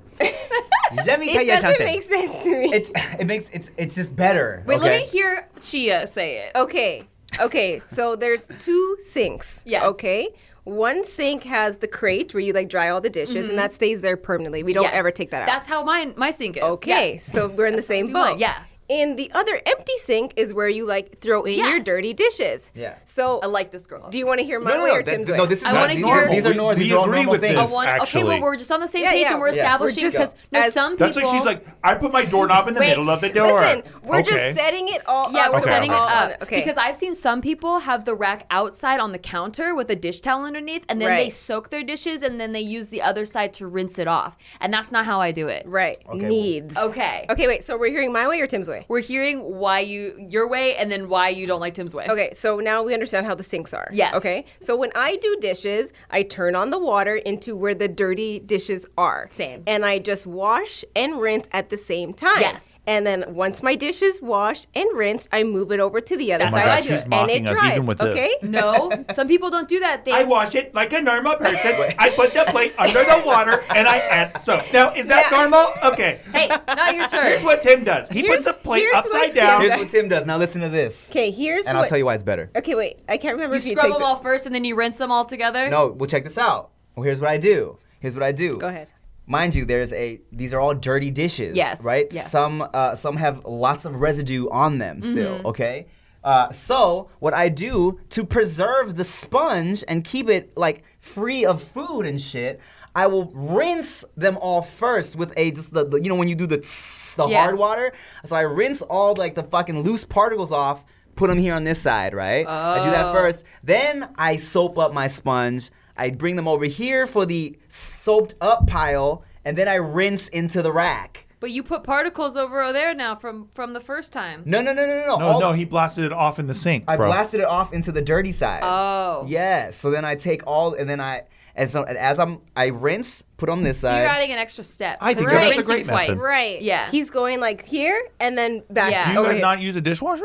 [SPEAKER 5] Let me
[SPEAKER 2] it
[SPEAKER 5] tell you
[SPEAKER 2] doesn't
[SPEAKER 5] something.
[SPEAKER 2] make sense to me.
[SPEAKER 5] it it makes it's it's just better.
[SPEAKER 3] Wait, let
[SPEAKER 5] okay?
[SPEAKER 3] me hear Chia say it.
[SPEAKER 2] Okay. Okay. So there's two sinks.
[SPEAKER 3] Yes.
[SPEAKER 2] Okay. One sink has the crate where you like dry all the dishes and that stays there permanently. We don't
[SPEAKER 3] Mm-hmm. Yes.
[SPEAKER 2] ever take that out.
[SPEAKER 3] That's how mine my sink is.
[SPEAKER 2] okay.
[SPEAKER 3] Yes.
[SPEAKER 2] So we're in the same
[SPEAKER 3] do mine,
[SPEAKER 2] boat.
[SPEAKER 3] yeah.
[SPEAKER 2] in the other empty sink is where you like throw in your
[SPEAKER 3] Yes.
[SPEAKER 2] dirty dishes.
[SPEAKER 5] Yeah.
[SPEAKER 2] So
[SPEAKER 3] I like Uh, this girl.
[SPEAKER 2] Do you want to hear my
[SPEAKER 5] No, no,
[SPEAKER 2] way
[SPEAKER 5] no.
[SPEAKER 2] or
[SPEAKER 5] that-
[SPEAKER 2] Tim's
[SPEAKER 5] th-
[SPEAKER 2] way?
[SPEAKER 5] no, this is
[SPEAKER 3] I
[SPEAKER 5] not,
[SPEAKER 3] wanna
[SPEAKER 5] these,
[SPEAKER 3] hear-
[SPEAKER 5] are, these are
[SPEAKER 4] We-
[SPEAKER 5] nor- these
[SPEAKER 4] we
[SPEAKER 5] are all
[SPEAKER 4] agree
[SPEAKER 5] normal
[SPEAKER 4] with
[SPEAKER 5] things.
[SPEAKER 3] I
[SPEAKER 4] this.
[SPEAKER 3] want, okay,
[SPEAKER 4] actually.
[SPEAKER 3] well, we're just on the same
[SPEAKER 2] Yeah,
[SPEAKER 3] page
[SPEAKER 2] yeah.
[SPEAKER 3] and we're
[SPEAKER 2] Yeah.
[SPEAKER 3] establishing
[SPEAKER 2] We're just-
[SPEAKER 3] because no,
[SPEAKER 2] As-
[SPEAKER 3] some
[SPEAKER 4] That's like
[SPEAKER 3] people.
[SPEAKER 4] she's like, I put my doorknob in the
[SPEAKER 3] Wait,
[SPEAKER 4] middle of the door.
[SPEAKER 2] Listen, we're
[SPEAKER 4] Okay.
[SPEAKER 2] just setting it all
[SPEAKER 3] Yeah,
[SPEAKER 2] up.
[SPEAKER 3] we're
[SPEAKER 4] Okay,
[SPEAKER 3] setting it
[SPEAKER 4] okay.
[SPEAKER 2] all on
[SPEAKER 3] up. Because I've seen some people have the rack outside on the counter with a dish towel underneath, and then they
[SPEAKER 2] Right.
[SPEAKER 3] soak their dishes and then they use the other side to rinse it off. And that's not how I do it.
[SPEAKER 2] right. Needs.
[SPEAKER 3] Okay.
[SPEAKER 2] Okay, wait. So we're hearing my way or Tim's way?
[SPEAKER 3] We're hearing why you your way and then why you don't like Tim's way.
[SPEAKER 2] Okay, so now we understand how the sinks are.
[SPEAKER 3] Yes.
[SPEAKER 2] Okay. So when I do dishes, I turn on the water into where the dirty dishes are.
[SPEAKER 3] Same.
[SPEAKER 2] And I just wash and rinse at the same time.
[SPEAKER 3] Yes.
[SPEAKER 2] And then once my dish is washed and rinsed, I move it over to the other
[SPEAKER 3] That's
[SPEAKER 2] side.
[SPEAKER 3] how I do it.
[SPEAKER 4] She's mocking
[SPEAKER 2] and it
[SPEAKER 4] us
[SPEAKER 2] dries.
[SPEAKER 4] even with this.
[SPEAKER 2] okay.
[SPEAKER 3] No, some people don't do that. They
[SPEAKER 4] I wash it like a normal person. I put the plate under the water and I add soap. Now, is that
[SPEAKER 2] Yeah.
[SPEAKER 4] normal? Okay.
[SPEAKER 3] hey, not your
[SPEAKER 4] Here's
[SPEAKER 3] turn.
[SPEAKER 4] what Tim does. He
[SPEAKER 2] Here's-
[SPEAKER 4] puts the plate
[SPEAKER 2] here's what
[SPEAKER 4] upside
[SPEAKER 2] Tim
[SPEAKER 4] down.
[SPEAKER 5] Here's what Tim does. Now listen to this,
[SPEAKER 2] Okay. Here's
[SPEAKER 5] and
[SPEAKER 2] what.
[SPEAKER 5] I'll tell you why it's better.
[SPEAKER 2] Okay, wait. I can't remember
[SPEAKER 3] You
[SPEAKER 2] if you
[SPEAKER 3] scrub
[SPEAKER 2] take
[SPEAKER 3] them all first and then you rinse them all together.
[SPEAKER 5] No, well, check this out. Well, here's what I do. Here's what I do.
[SPEAKER 2] Go ahead.
[SPEAKER 5] Mind you, there's a. These are all dirty dishes.
[SPEAKER 3] Yes,
[SPEAKER 5] Right.
[SPEAKER 3] yes.
[SPEAKER 5] Some uh, some have lots of residue on them still. Okay. Uh, so what I do to preserve the sponge and keep it like free of food and shit, I will rinse them all first with a just the, the you know when you do the tss, the
[SPEAKER 3] Yeah.
[SPEAKER 5] hard water. So I rinse all like the fucking loose particles off. Put them here on this side, right? I do that first. Then I soap up my sponge. I bring them over here for the soaped up pile, and then I rinse into the rack.
[SPEAKER 3] But you put particles over there now from from the first time.
[SPEAKER 5] No, no, no, no, no.
[SPEAKER 4] Oh, No,
[SPEAKER 5] All-
[SPEAKER 4] no, he blasted it off in the sink.
[SPEAKER 5] I
[SPEAKER 4] bro.
[SPEAKER 5] blasted it off into the dirty side.
[SPEAKER 3] Oh.
[SPEAKER 5] Yeah. So then I take all, and then I, and so and as I'm, I rinse, put on this
[SPEAKER 3] So
[SPEAKER 5] side.
[SPEAKER 3] you're adding an extra step.
[SPEAKER 4] I think
[SPEAKER 3] Because
[SPEAKER 4] that's a
[SPEAKER 3] rinsing
[SPEAKER 4] great
[SPEAKER 3] twice.
[SPEAKER 4] method.
[SPEAKER 2] Right.
[SPEAKER 3] Yeah.
[SPEAKER 2] He's going like here and then back.
[SPEAKER 3] Yeah.
[SPEAKER 4] Do you
[SPEAKER 2] over
[SPEAKER 4] guys
[SPEAKER 2] here.
[SPEAKER 4] not use a dishwasher?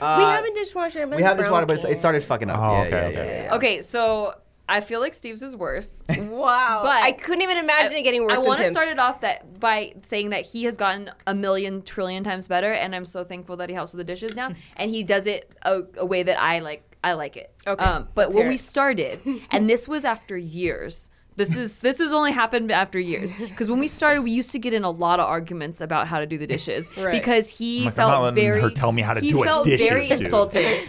[SPEAKER 2] we have a dishwasher. But
[SPEAKER 5] Uh, we
[SPEAKER 2] it's
[SPEAKER 5] have this
[SPEAKER 2] brown
[SPEAKER 5] water, but it's-
[SPEAKER 2] can.
[SPEAKER 5] it started fucking up.
[SPEAKER 4] Oh,
[SPEAKER 5] yeah,
[SPEAKER 4] okay,
[SPEAKER 5] yeah,
[SPEAKER 4] okay.
[SPEAKER 5] yeah, yeah, yeah.
[SPEAKER 3] Okay, so I feel like Steve's is worse.
[SPEAKER 2] Wow.
[SPEAKER 3] But-
[SPEAKER 2] I couldn't even imagine it getting worse
[SPEAKER 3] I
[SPEAKER 2] than
[SPEAKER 3] want to
[SPEAKER 2] Tim's.
[SPEAKER 3] start it off that by saying that he has gotten a million trillion times better, and I'm so thankful that he helps with the dishes now, and he does it a, a way that I like. I like it. Um,
[SPEAKER 2] Okay,
[SPEAKER 3] but
[SPEAKER 2] let's
[SPEAKER 3] when
[SPEAKER 2] hear
[SPEAKER 3] we
[SPEAKER 2] it.
[SPEAKER 3] started, and this was after years. This is this has only happened after years because when we started, we used to get in a lot of arguments about how to do the dishes because he
[SPEAKER 4] I'm like, I'm not
[SPEAKER 3] felt
[SPEAKER 4] letting
[SPEAKER 3] very
[SPEAKER 4] her tell me how to
[SPEAKER 3] he
[SPEAKER 4] do a
[SPEAKER 3] felt
[SPEAKER 4] dishes,
[SPEAKER 3] very
[SPEAKER 4] dude.
[SPEAKER 3] insulted,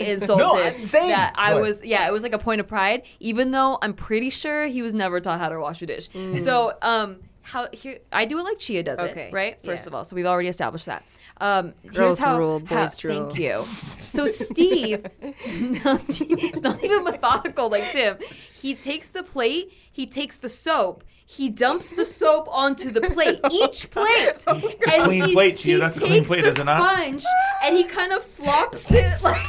[SPEAKER 3] insulted.
[SPEAKER 5] I'm- same.
[SPEAKER 3] That I
[SPEAKER 5] Right.
[SPEAKER 3] was yeah, it was like a point of pride, even though I'm pretty sure he was never taught how to wash a dish. So, um, how here I do it like Chia does
[SPEAKER 2] Mm. Okay,
[SPEAKER 3] it, right? First
[SPEAKER 2] yeah.
[SPEAKER 3] of all, so we've already established that. Um, here's
[SPEAKER 14] Girls
[SPEAKER 3] how,
[SPEAKER 14] rule,
[SPEAKER 3] how-
[SPEAKER 14] boys drool.
[SPEAKER 3] Thank you. So Steve, no, Steve, it's not even methodical like Tim. He takes the plate, he takes the soap. He dumps the soap onto the
[SPEAKER 14] Oh,
[SPEAKER 3] plate, each plate. and
[SPEAKER 4] clean
[SPEAKER 3] he-
[SPEAKER 4] plate, Chia.
[SPEAKER 3] he
[SPEAKER 4] That's a clean
[SPEAKER 3] takes
[SPEAKER 4] plate,
[SPEAKER 3] the
[SPEAKER 4] is it not?
[SPEAKER 3] Sponge, and he kind of flops it like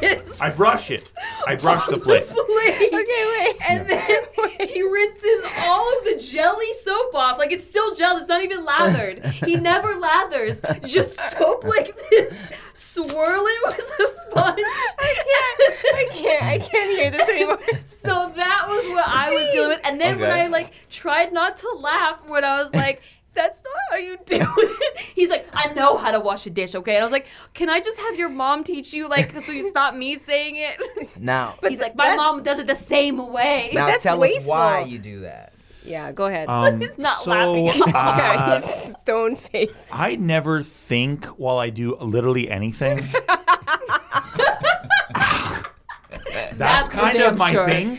[SPEAKER 3] this
[SPEAKER 4] I brush it. I brush the plate.
[SPEAKER 3] plate.
[SPEAKER 2] Okay, wait.
[SPEAKER 3] And then he rinses all of the jelly soap off. Like it's still gel. It's not even lathered. He never lathers. Just soap like this. Swirl it with a sponge.
[SPEAKER 2] I can't. I can't hear this anymore.
[SPEAKER 3] So that was what I was dealing with. And then when
[SPEAKER 5] Okay.
[SPEAKER 3] I like tried not to laugh, when I was like. That's not how you do it. He's like, I know how to wash a dish, okay? And I was like, Can I just have your mom teach you, like, so it's not me saying it?
[SPEAKER 5] Now,
[SPEAKER 3] He's like, My
[SPEAKER 2] that-
[SPEAKER 3] mom does it the same way.
[SPEAKER 5] now
[SPEAKER 2] that's
[SPEAKER 5] tell us
[SPEAKER 2] wasteful.
[SPEAKER 5] why you do that.
[SPEAKER 2] Yeah, go ahead.
[SPEAKER 4] Um,
[SPEAKER 3] not
[SPEAKER 4] so,
[SPEAKER 3] laughing.
[SPEAKER 4] uh,
[SPEAKER 2] yeah, he's stone faced.
[SPEAKER 4] I never think while I do literally anything. That's,
[SPEAKER 3] That's for
[SPEAKER 4] kind
[SPEAKER 3] damn
[SPEAKER 4] of my
[SPEAKER 3] sure.
[SPEAKER 4] thing.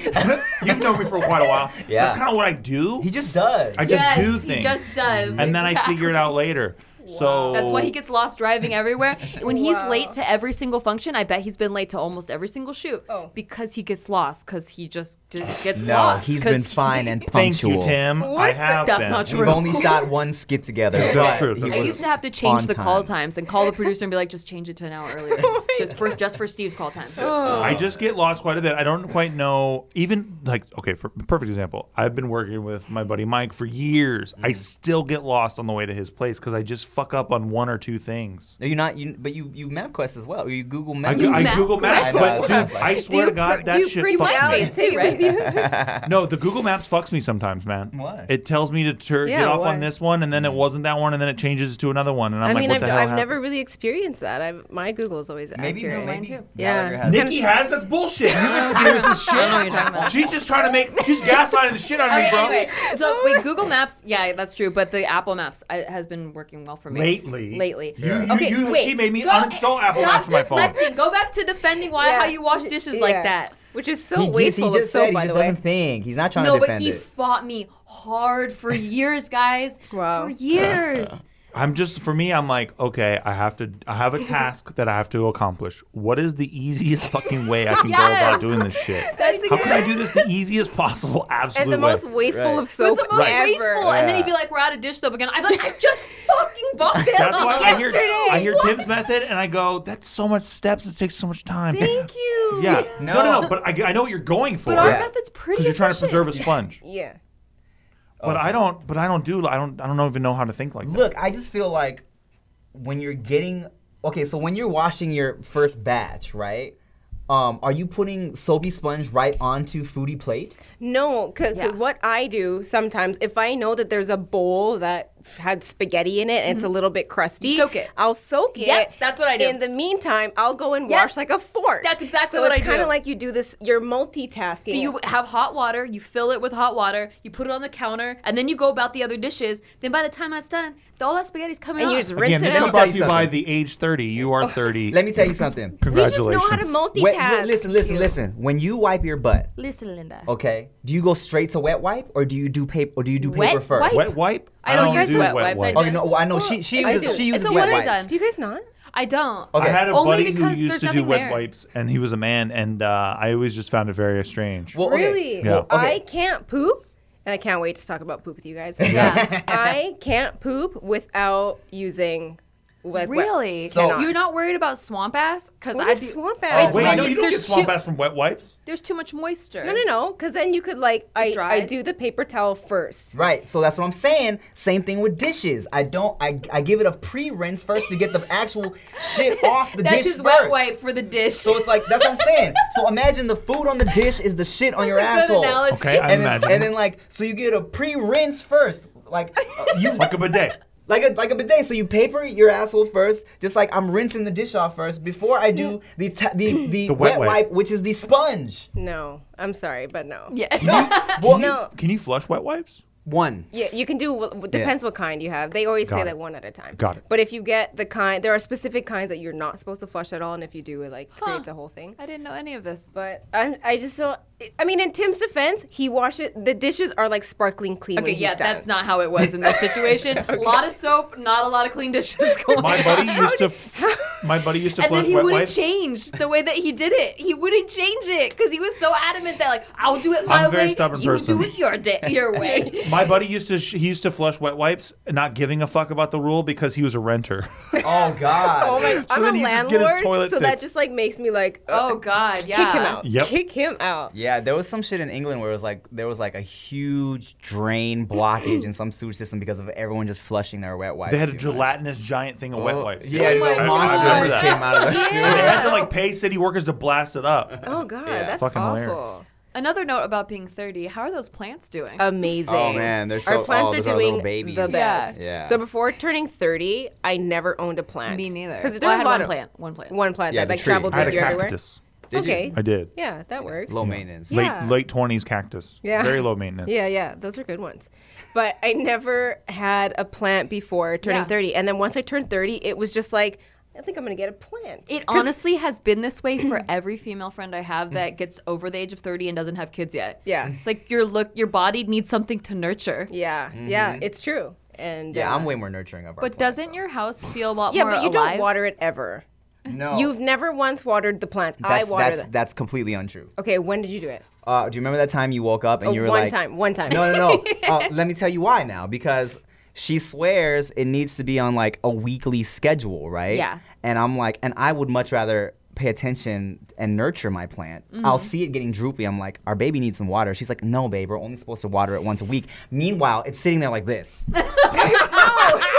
[SPEAKER 4] You've known me for quite a while.
[SPEAKER 5] Yeah.
[SPEAKER 4] That's kind of what I do.
[SPEAKER 5] He just does.
[SPEAKER 4] I just
[SPEAKER 3] yes,
[SPEAKER 4] do things.
[SPEAKER 3] He just does.
[SPEAKER 4] and then I figure it out later. So
[SPEAKER 3] That's why he gets lost driving everywhere. When he's late to every single function, I bet he's been late to almost every single shoot
[SPEAKER 2] Oh.
[SPEAKER 3] because he gets lost because he just, just gets
[SPEAKER 5] no,
[SPEAKER 3] lost.
[SPEAKER 5] he's
[SPEAKER 3] 'cause
[SPEAKER 5] been fine and
[SPEAKER 4] Thank
[SPEAKER 5] punctual.
[SPEAKER 4] you, Tim. I have
[SPEAKER 3] That's
[SPEAKER 4] been.
[SPEAKER 3] not true.
[SPEAKER 5] We've only shot one skit together. but
[SPEAKER 4] true.
[SPEAKER 5] he
[SPEAKER 4] That's
[SPEAKER 3] I
[SPEAKER 5] was
[SPEAKER 3] used to have to
[SPEAKER 5] on
[SPEAKER 3] change the call
[SPEAKER 5] time.
[SPEAKER 3] times and call the producer and be like, just change it to an hour earlier,
[SPEAKER 4] Oh
[SPEAKER 3] just for just for Steve's call time.
[SPEAKER 4] I just get lost quite a bit. I don't quite know. Even like okay, for perfect example, I've been working with my buddy Mike for years. I still get lost on the way to his place because I just fuck up on one or two things.
[SPEAKER 5] No, you're not. You, but you you MapQuest as well. You Google
[SPEAKER 4] I,
[SPEAKER 5] Maps.
[SPEAKER 4] go- I
[SPEAKER 3] Map
[SPEAKER 4] Google Maps,
[SPEAKER 5] Quest.
[SPEAKER 4] but dude, I swear to God, that shit fucks
[SPEAKER 3] MySpace
[SPEAKER 4] me.
[SPEAKER 3] too, right?
[SPEAKER 4] No, the Google Maps fucks me sometimes, man.
[SPEAKER 5] Why?
[SPEAKER 4] It tells me to tur-
[SPEAKER 2] Yeah,
[SPEAKER 4] get off
[SPEAKER 2] why?
[SPEAKER 4] on this one, and then it wasn't that one, and then it changes to another one, and I'm
[SPEAKER 2] I
[SPEAKER 4] like,
[SPEAKER 2] mean,
[SPEAKER 4] what
[SPEAKER 2] I've,
[SPEAKER 4] the hell?
[SPEAKER 2] I've
[SPEAKER 4] happened?
[SPEAKER 2] never really experienced that. I've, my Google's always
[SPEAKER 5] maybe
[SPEAKER 2] accurate.
[SPEAKER 5] maybe
[SPEAKER 3] too.
[SPEAKER 5] Gallagher
[SPEAKER 2] Yeah.
[SPEAKER 5] has.
[SPEAKER 4] Nikki has that's bullshit. You
[SPEAKER 3] Oh, I know what you're talking about.
[SPEAKER 4] She's just trying to make. She's gaslighting the shit out of me,
[SPEAKER 3] Okay,
[SPEAKER 4] bro.
[SPEAKER 3] anyway, so wait, Google Maps, yeah, that's true, but the Apple Maps I, has been working well for me.
[SPEAKER 4] Lately.
[SPEAKER 3] Lately.
[SPEAKER 4] You- you-
[SPEAKER 3] okay,
[SPEAKER 4] you-
[SPEAKER 3] wait.
[SPEAKER 4] she made me
[SPEAKER 3] Go-
[SPEAKER 4] uninstall Apple
[SPEAKER 3] Stop
[SPEAKER 4] Maps from my phone.
[SPEAKER 3] deflecting. Go back to defending why
[SPEAKER 2] Yeah.
[SPEAKER 3] how you wash dishes
[SPEAKER 2] Yeah.
[SPEAKER 3] like that.
[SPEAKER 2] Which is so
[SPEAKER 5] He just,
[SPEAKER 2] wasteful
[SPEAKER 5] he just
[SPEAKER 2] of soap,
[SPEAKER 5] said he
[SPEAKER 2] by
[SPEAKER 5] just
[SPEAKER 2] the way.
[SPEAKER 5] doesn't think. He's not trying
[SPEAKER 3] No,
[SPEAKER 5] to
[SPEAKER 3] but
[SPEAKER 5] defend
[SPEAKER 3] he
[SPEAKER 5] it.
[SPEAKER 3] fought me hard for years, guys.
[SPEAKER 2] Wow.
[SPEAKER 3] For years.
[SPEAKER 4] I'm just for me. I'm like, okay, I have to. I have a task that I have to accomplish. What is the easiest fucking way I can go
[SPEAKER 3] Yes.
[SPEAKER 4] about doing this shit?
[SPEAKER 3] That's
[SPEAKER 4] How can I
[SPEAKER 3] exactly-
[SPEAKER 4] do this the easiest possible absolute
[SPEAKER 2] And the
[SPEAKER 4] way?
[SPEAKER 2] most wasteful
[SPEAKER 5] Right.
[SPEAKER 2] of
[SPEAKER 3] It was
[SPEAKER 2] soap
[SPEAKER 3] the most
[SPEAKER 2] ever.
[SPEAKER 3] wasteful. And then he'd be like, "We're out of dish soap again." I'm like, "I just fucking bought this."
[SPEAKER 4] That's why I hear
[SPEAKER 3] yesterday."
[SPEAKER 4] I hear
[SPEAKER 3] What?
[SPEAKER 4] Tim's method, and I go, that's so much steps. It takes so much time.
[SPEAKER 2] Thank you.
[SPEAKER 4] Yeah.
[SPEAKER 5] No.
[SPEAKER 4] No, no, no. But I, I know what you're going for.
[SPEAKER 3] But our
[SPEAKER 5] Yeah.
[SPEAKER 3] method's pretty.
[SPEAKER 4] Because you're trying to
[SPEAKER 3] efficient.
[SPEAKER 4] preserve a sponge.
[SPEAKER 2] Yeah.
[SPEAKER 4] But I don't. But I don't do. I don't. I don't even know how to think like that.
[SPEAKER 5] Look, I just feel like when you're getting okay, so when you're washing your first batch, right? Um, are you putting soapy sponge right onto foodie plate?
[SPEAKER 2] No, because
[SPEAKER 3] Yeah.
[SPEAKER 2] what I do sometimes, if I know that there's a bowl that had spaghetti in it and it's a little bit crusty,
[SPEAKER 3] Mm-hmm. Soak it.
[SPEAKER 2] I'll soak it.
[SPEAKER 3] Yep, that's what I do.
[SPEAKER 2] In the meantime, I'll go and
[SPEAKER 3] Yep.
[SPEAKER 2] wash like a fork.
[SPEAKER 3] That's exactly
[SPEAKER 2] so
[SPEAKER 3] what
[SPEAKER 2] it's
[SPEAKER 3] I
[SPEAKER 2] kind of
[SPEAKER 3] do.
[SPEAKER 2] like you do this. You're multitasking.
[SPEAKER 3] So you have hot water, you fill it with hot water, you put it on the counter, and then you go about the other dishes. Then by the time that's done, the- all that spaghetti's coming
[SPEAKER 2] and you
[SPEAKER 3] out.
[SPEAKER 2] just rinse
[SPEAKER 4] this
[SPEAKER 2] it
[SPEAKER 4] is
[SPEAKER 2] out.
[SPEAKER 5] tell
[SPEAKER 4] brought
[SPEAKER 5] you
[SPEAKER 4] to you Oh, by
[SPEAKER 5] something.
[SPEAKER 4] the age 30. You are 30.
[SPEAKER 5] Let me tell you something.
[SPEAKER 2] We just know
[SPEAKER 4] Congratulations.
[SPEAKER 2] how to multitask.
[SPEAKER 5] Wait, wait, listen, listen, listen. When you wipe your butt,
[SPEAKER 3] Listen, Linda.
[SPEAKER 5] okay, do you go straight to wet wipe or do you do paper or do you do
[SPEAKER 3] Wet
[SPEAKER 5] paper first?
[SPEAKER 3] wipe?
[SPEAKER 4] Wet wipe?
[SPEAKER 3] I don't use wet wipes, I
[SPEAKER 5] Okay, no, well, I know she she
[SPEAKER 2] I
[SPEAKER 5] uses
[SPEAKER 2] do.
[SPEAKER 5] she uses
[SPEAKER 3] It's a
[SPEAKER 5] wet
[SPEAKER 3] one and
[SPEAKER 5] wipes.
[SPEAKER 3] done.
[SPEAKER 2] Do you guys not?
[SPEAKER 3] I don't.
[SPEAKER 4] I
[SPEAKER 5] Okay.
[SPEAKER 4] had a
[SPEAKER 3] Only
[SPEAKER 4] buddy who
[SPEAKER 3] because
[SPEAKER 4] used
[SPEAKER 3] there's
[SPEAKER 4] to do
[SPEAKER 3] nothing
[SPEAKER 4] wet
[SPEAKER 3] there.
[SPEAKER 4] wipes, and he was a man, and uh, I always just found it very strange.
[SPEAKER 5] Well, okay.
[SPEAKER 2] Really?
[SPEAKER 4] Yeah.
[SPEAKER 2] I can't poop, and I can't wait to talk about poop with you guys.
[SPEAKER 3] Yeah.
[SPEAKER 2] I can't poop without using. Like, wet-
[SPEAKER 3] Really?
[SPEAKER 5] So- Cannot.
[SPEAKER 3] you're not worried about swamp ass? Because
[SPEAKER 2] What
[SPEAKER 3] I
[SPEAKER 2] is
[SPEAKER 3] be-
[SPEAKER 2] swamp ass?
[SPEAKER 3] It's
[SPEAKER 4] Oh, Wait,
[SPEAKER 3] when
[SPEAKER 4] no,
[SPEAKER 3] it's-
[SPEAKER 4] you don't
[SPEAKER 3] there's
[SPEAKER 4] get swamp
[SPEAKER 3] too-
[SPEAKER 4] ass from wet wipes?
[SPEAKER 3] There's too much moisture.
[SPEAKER 2] No, no, no. Because then you could like I, I
[SPEAKER 3] dries.
[SPEAKER 2] do the paper towel first.
[SPEAKER 5] Right, so that's what I'm saying. Same thing with dishes. I don't. I, I give it a pre-rinse first to get the actual shit off the
[SPEAKER 3] That's
[SPEAKER 5] dish
[SPEAKER 3] his wet
[SPEAKER 5] first.
[SPEAKER 3] wipe for the dish.
[SPEAKER 5] So it's like that's what I'm saying. So imagine the food on the dish is the shit on your
[SPEAKER 3] a good
[SPEAKER 5] asshole.
[SPEAKER 3] analogy.
[SPEAKER 4] Okay, I
[SPEAKER 5] and then,
[SPEAKER 4] imagine.
[SPEAKER 5] and then like so you get a pre-rinse first, like uh, you
[SPEAKER 4] like a bidet.
[SPEAKER 5] like a like a bidet. So you paper your asshole first, just like I'm rinsing the dish off first before I do the ta- the the,
[SPEAKER 4] wet
[SPEAKER 5] wet,
[SPEAKER 4] wipe.
[SPEAKER 5] wipe, which is the sponge.
[SPEAKER 2] No, I'm sorry, but no.
[SPEAKER 5] Well,
[SPEAKER 2] No.
[SPEAKER 4] Can you flush wet wipes?
[SPEAKER 5] one.
[SPEAKER 2] Yeah, you can do. wh- Depends what kind you have. They always say
[SPEAKER 4] it.
[SPEAKER 2] like one at a time.
[SPEAKER 4] Got it.
[SPEAKER 2] But if you get the kind, there are specific kinds that you're not supposed to flush at all, and if you do, it like creates a whole thing.
[SPEAKER 3] I didn't know any of this.
[SPEAKER 2] But I, I just don't. I mean, in Tim's defense, he washes the dishes are like sparkling clean.
[SPEAKER 3] Okay,
[SPEAKER 2] when
[SPEAKER 3] yeah,
[SPEAKER 2] he's done.
[SPEAKER 3] that's not how it was in this situation. A lot of soap, not a lot of clean dishes going
[SPEAKER 4] My
[SPEAKER 3] on.
[SPEAKER 4] buddy used to. F- my buddy used to
[SPEAKER 3] and then
[SPEAKER 4] flush
[SPEAKER 3] he
[SPEAKER 4] wet
[SPEAKER 3] wouldn't
[SPEAKER 4] wipes.
[SPEAKER 3] change the way that he did it. He wouldn't change it because he was so adamant that like I'll do it my
[SPEAKER 4] I'm a very
[SPEAKER 3] way.
[SPEAKER 4] stubborn
[SPEAKER 3] you
[SPEAKER 4] person.
[SPEAKER 3] do it your day, your way.
[SPEAKER 4] My buddy used to. Sh- he used to flush wet wipes, not giving a fuck about the rule because he was a renter.
[SPEAKER 5] Oh God.
[SPEAKER 2] Oh my! I'm
[SPEAKER 4] then
[SPEAKER 2] a
[SPEAKER 4] you just
[SPEAKER 2] landlord,
[SPEAKER 4] get his toilet
[SPEAKER 2] so that
[SPEAKER 4] fixed.
[SPEAKER 2] just like makes me like,
[SPEAKER 3] oh
[SPEAKER 2] oh,
[SPEAKER 3] God, yeah.
[SPEAKER 2] kick him out.
[SPEAKER 4] Yep.
[SPEAKER 2] Kick him out.
[SPEAKER 5] Yeah, there was some shit in England where it was like there was like a huge drain blockage in some sewage system because of everyone just flushing their wet wipes.
[SPEAKER 4] They had a
[SPEAKER 5] too much.
[SPEAKER 4] gelatinous giant thing of wet
[SPEAKER 3] Oh.
[SPEAKER 4] wipes.
[SPEAKER 2] Oh
[SPEAKER 5] Yeah,
[SPEAKER 4] I-
[SPEAKER 5] the
[SPEAKER 4] I
[SPEAKER 5] monster
[SPEAKER 4] remember that.
[SPEAKER 5] just came out of the sewer.
[SPEAKER 4] And they had to like pay city workers to blast it up.
[SPEAKER 2] Oh god,
[SPEAKER 5] Yeah.
[SPEAKER 2] that's
[SPEAKER 4] Fucking
[SPEAKER 2] awful.
[SPEAKER 4] hilarious.
[SPEAKER 3] Another note about being thirty: How are those plants doing?
[SPEAKER 2] amazing.
[SPEAKER 5] Oh, man, they're so-
[SPEAKER 2] our plants
[SPEAKER 5] oh,
[SPEAKER 2] are
[SPEAKER 5] those are
[SPEAKER 2] doing
[SPEAKER 5] little babies.
[SPEAKER 2] the best.
[SPEAKER 5] Yeah. Yeah.
[SPEAKER 2] So before turning thirty, I never owned a plant.
[SPEAKER 3] Me neither.
[SPEAKER 2] Because
[SPEAKER 3] Well, I had
[SPEAKER 2] a lot
[SPEAKER 3] one
[SPEAKER 2] of-
[SPEAKER 3] plant. One plant.
[SPEAKER 2] One plant
[SPEAKER 5] Yeah,
[SPEAKER 2] that
[SPEAKER 5] the
[SPEAKER 2] like
[SPEAKER 5] tree.
[SPEAKER 2] traveled
[SPEAKER 4] I had
[SPEAKER 2] with
[SPEAKER 4] a
[SPEAKER 2] you everywhere.
[SPEAKER 4] cactus.
[SPEAKER 5] Did you?
[SPEAKER 2] Okay.
[SPEAKER 4] I did.
[SPEAKER 2] Yeah, that works.
[SPEAKER 5] Low maintenance.
[SPEAKER 2] Yeah.
[SPEAKER 4] Late late twenties cactus.
[SPEAKER 2] Yeah.
[SPEAKER 4] Very low maintenance.
[SPEAKER 2] Yeah, yeah, those are good ones. But I never had a plant before turning
[SPEAKER 3] Yeah.
[SPEAKER 2] 30. And then once I turned 30, it was just like, I think I'm going to get a plant.
[SPEAKER 3] It honestly has been this way for every female friend I have that gets over the age of 30 and doesn't have kids yet.
[SPEAKER 2] Mm. Yeah.
[SPEAKER 3] It's like your look your body needs something to nurture.
[SPEAKER 2] yeah, yeah, it's true. And
[SPEAKER 5] Mm-hmm. Yeah,
[SPEAKER 2] uh,
[SPEAKER 5] I'm way more nurturing of our
[SPEAKER 3] But
[SPEAKER 5] plants,
[SPEAKER 3] doesn't your house feel a lot
[SPEAKER 2] Yeah,
[SPEAKER 3] more
[SPEAKER 2] but you
[SPEAKER 3] alive?
[SPEAKER 2] don't water it ever.
[SPEAKER 5] though. no?
[SPEAKER 2] You've never once watered the plants.
[SPEAKER 5] Oh. that's,
[SPEAKER 2] I water
[SPEAKER 5] that's
[SPEAKER 2] them.
[SPEAKER 5] that's completely untrue.
[SPEAKER 2] Okay, when did you do it?
[SPEAKER 5] Uh, do you remember that time you woke up and
[SPEAKER 2] Oh,
[SPEAKER 5] you were
[SPEAKER 2] one
[SPEAKER 5] like,
[SPEAKER 2] time, one time.
[SPEAKER 5] No, no, no. uh, let me tell you why now because she swears it needs to be on like a weekly schedule, right?
[SPEAKER 3] Yeah.
[SPEAKER 5] And I'm like, and I would much rather pay attention and nurture my plant. I'll see it getting droopy. I'm like, our baby needs some water. She's like, no, babe, we're only supposed to water it once a week. Meanwhile, it's sitting there like this.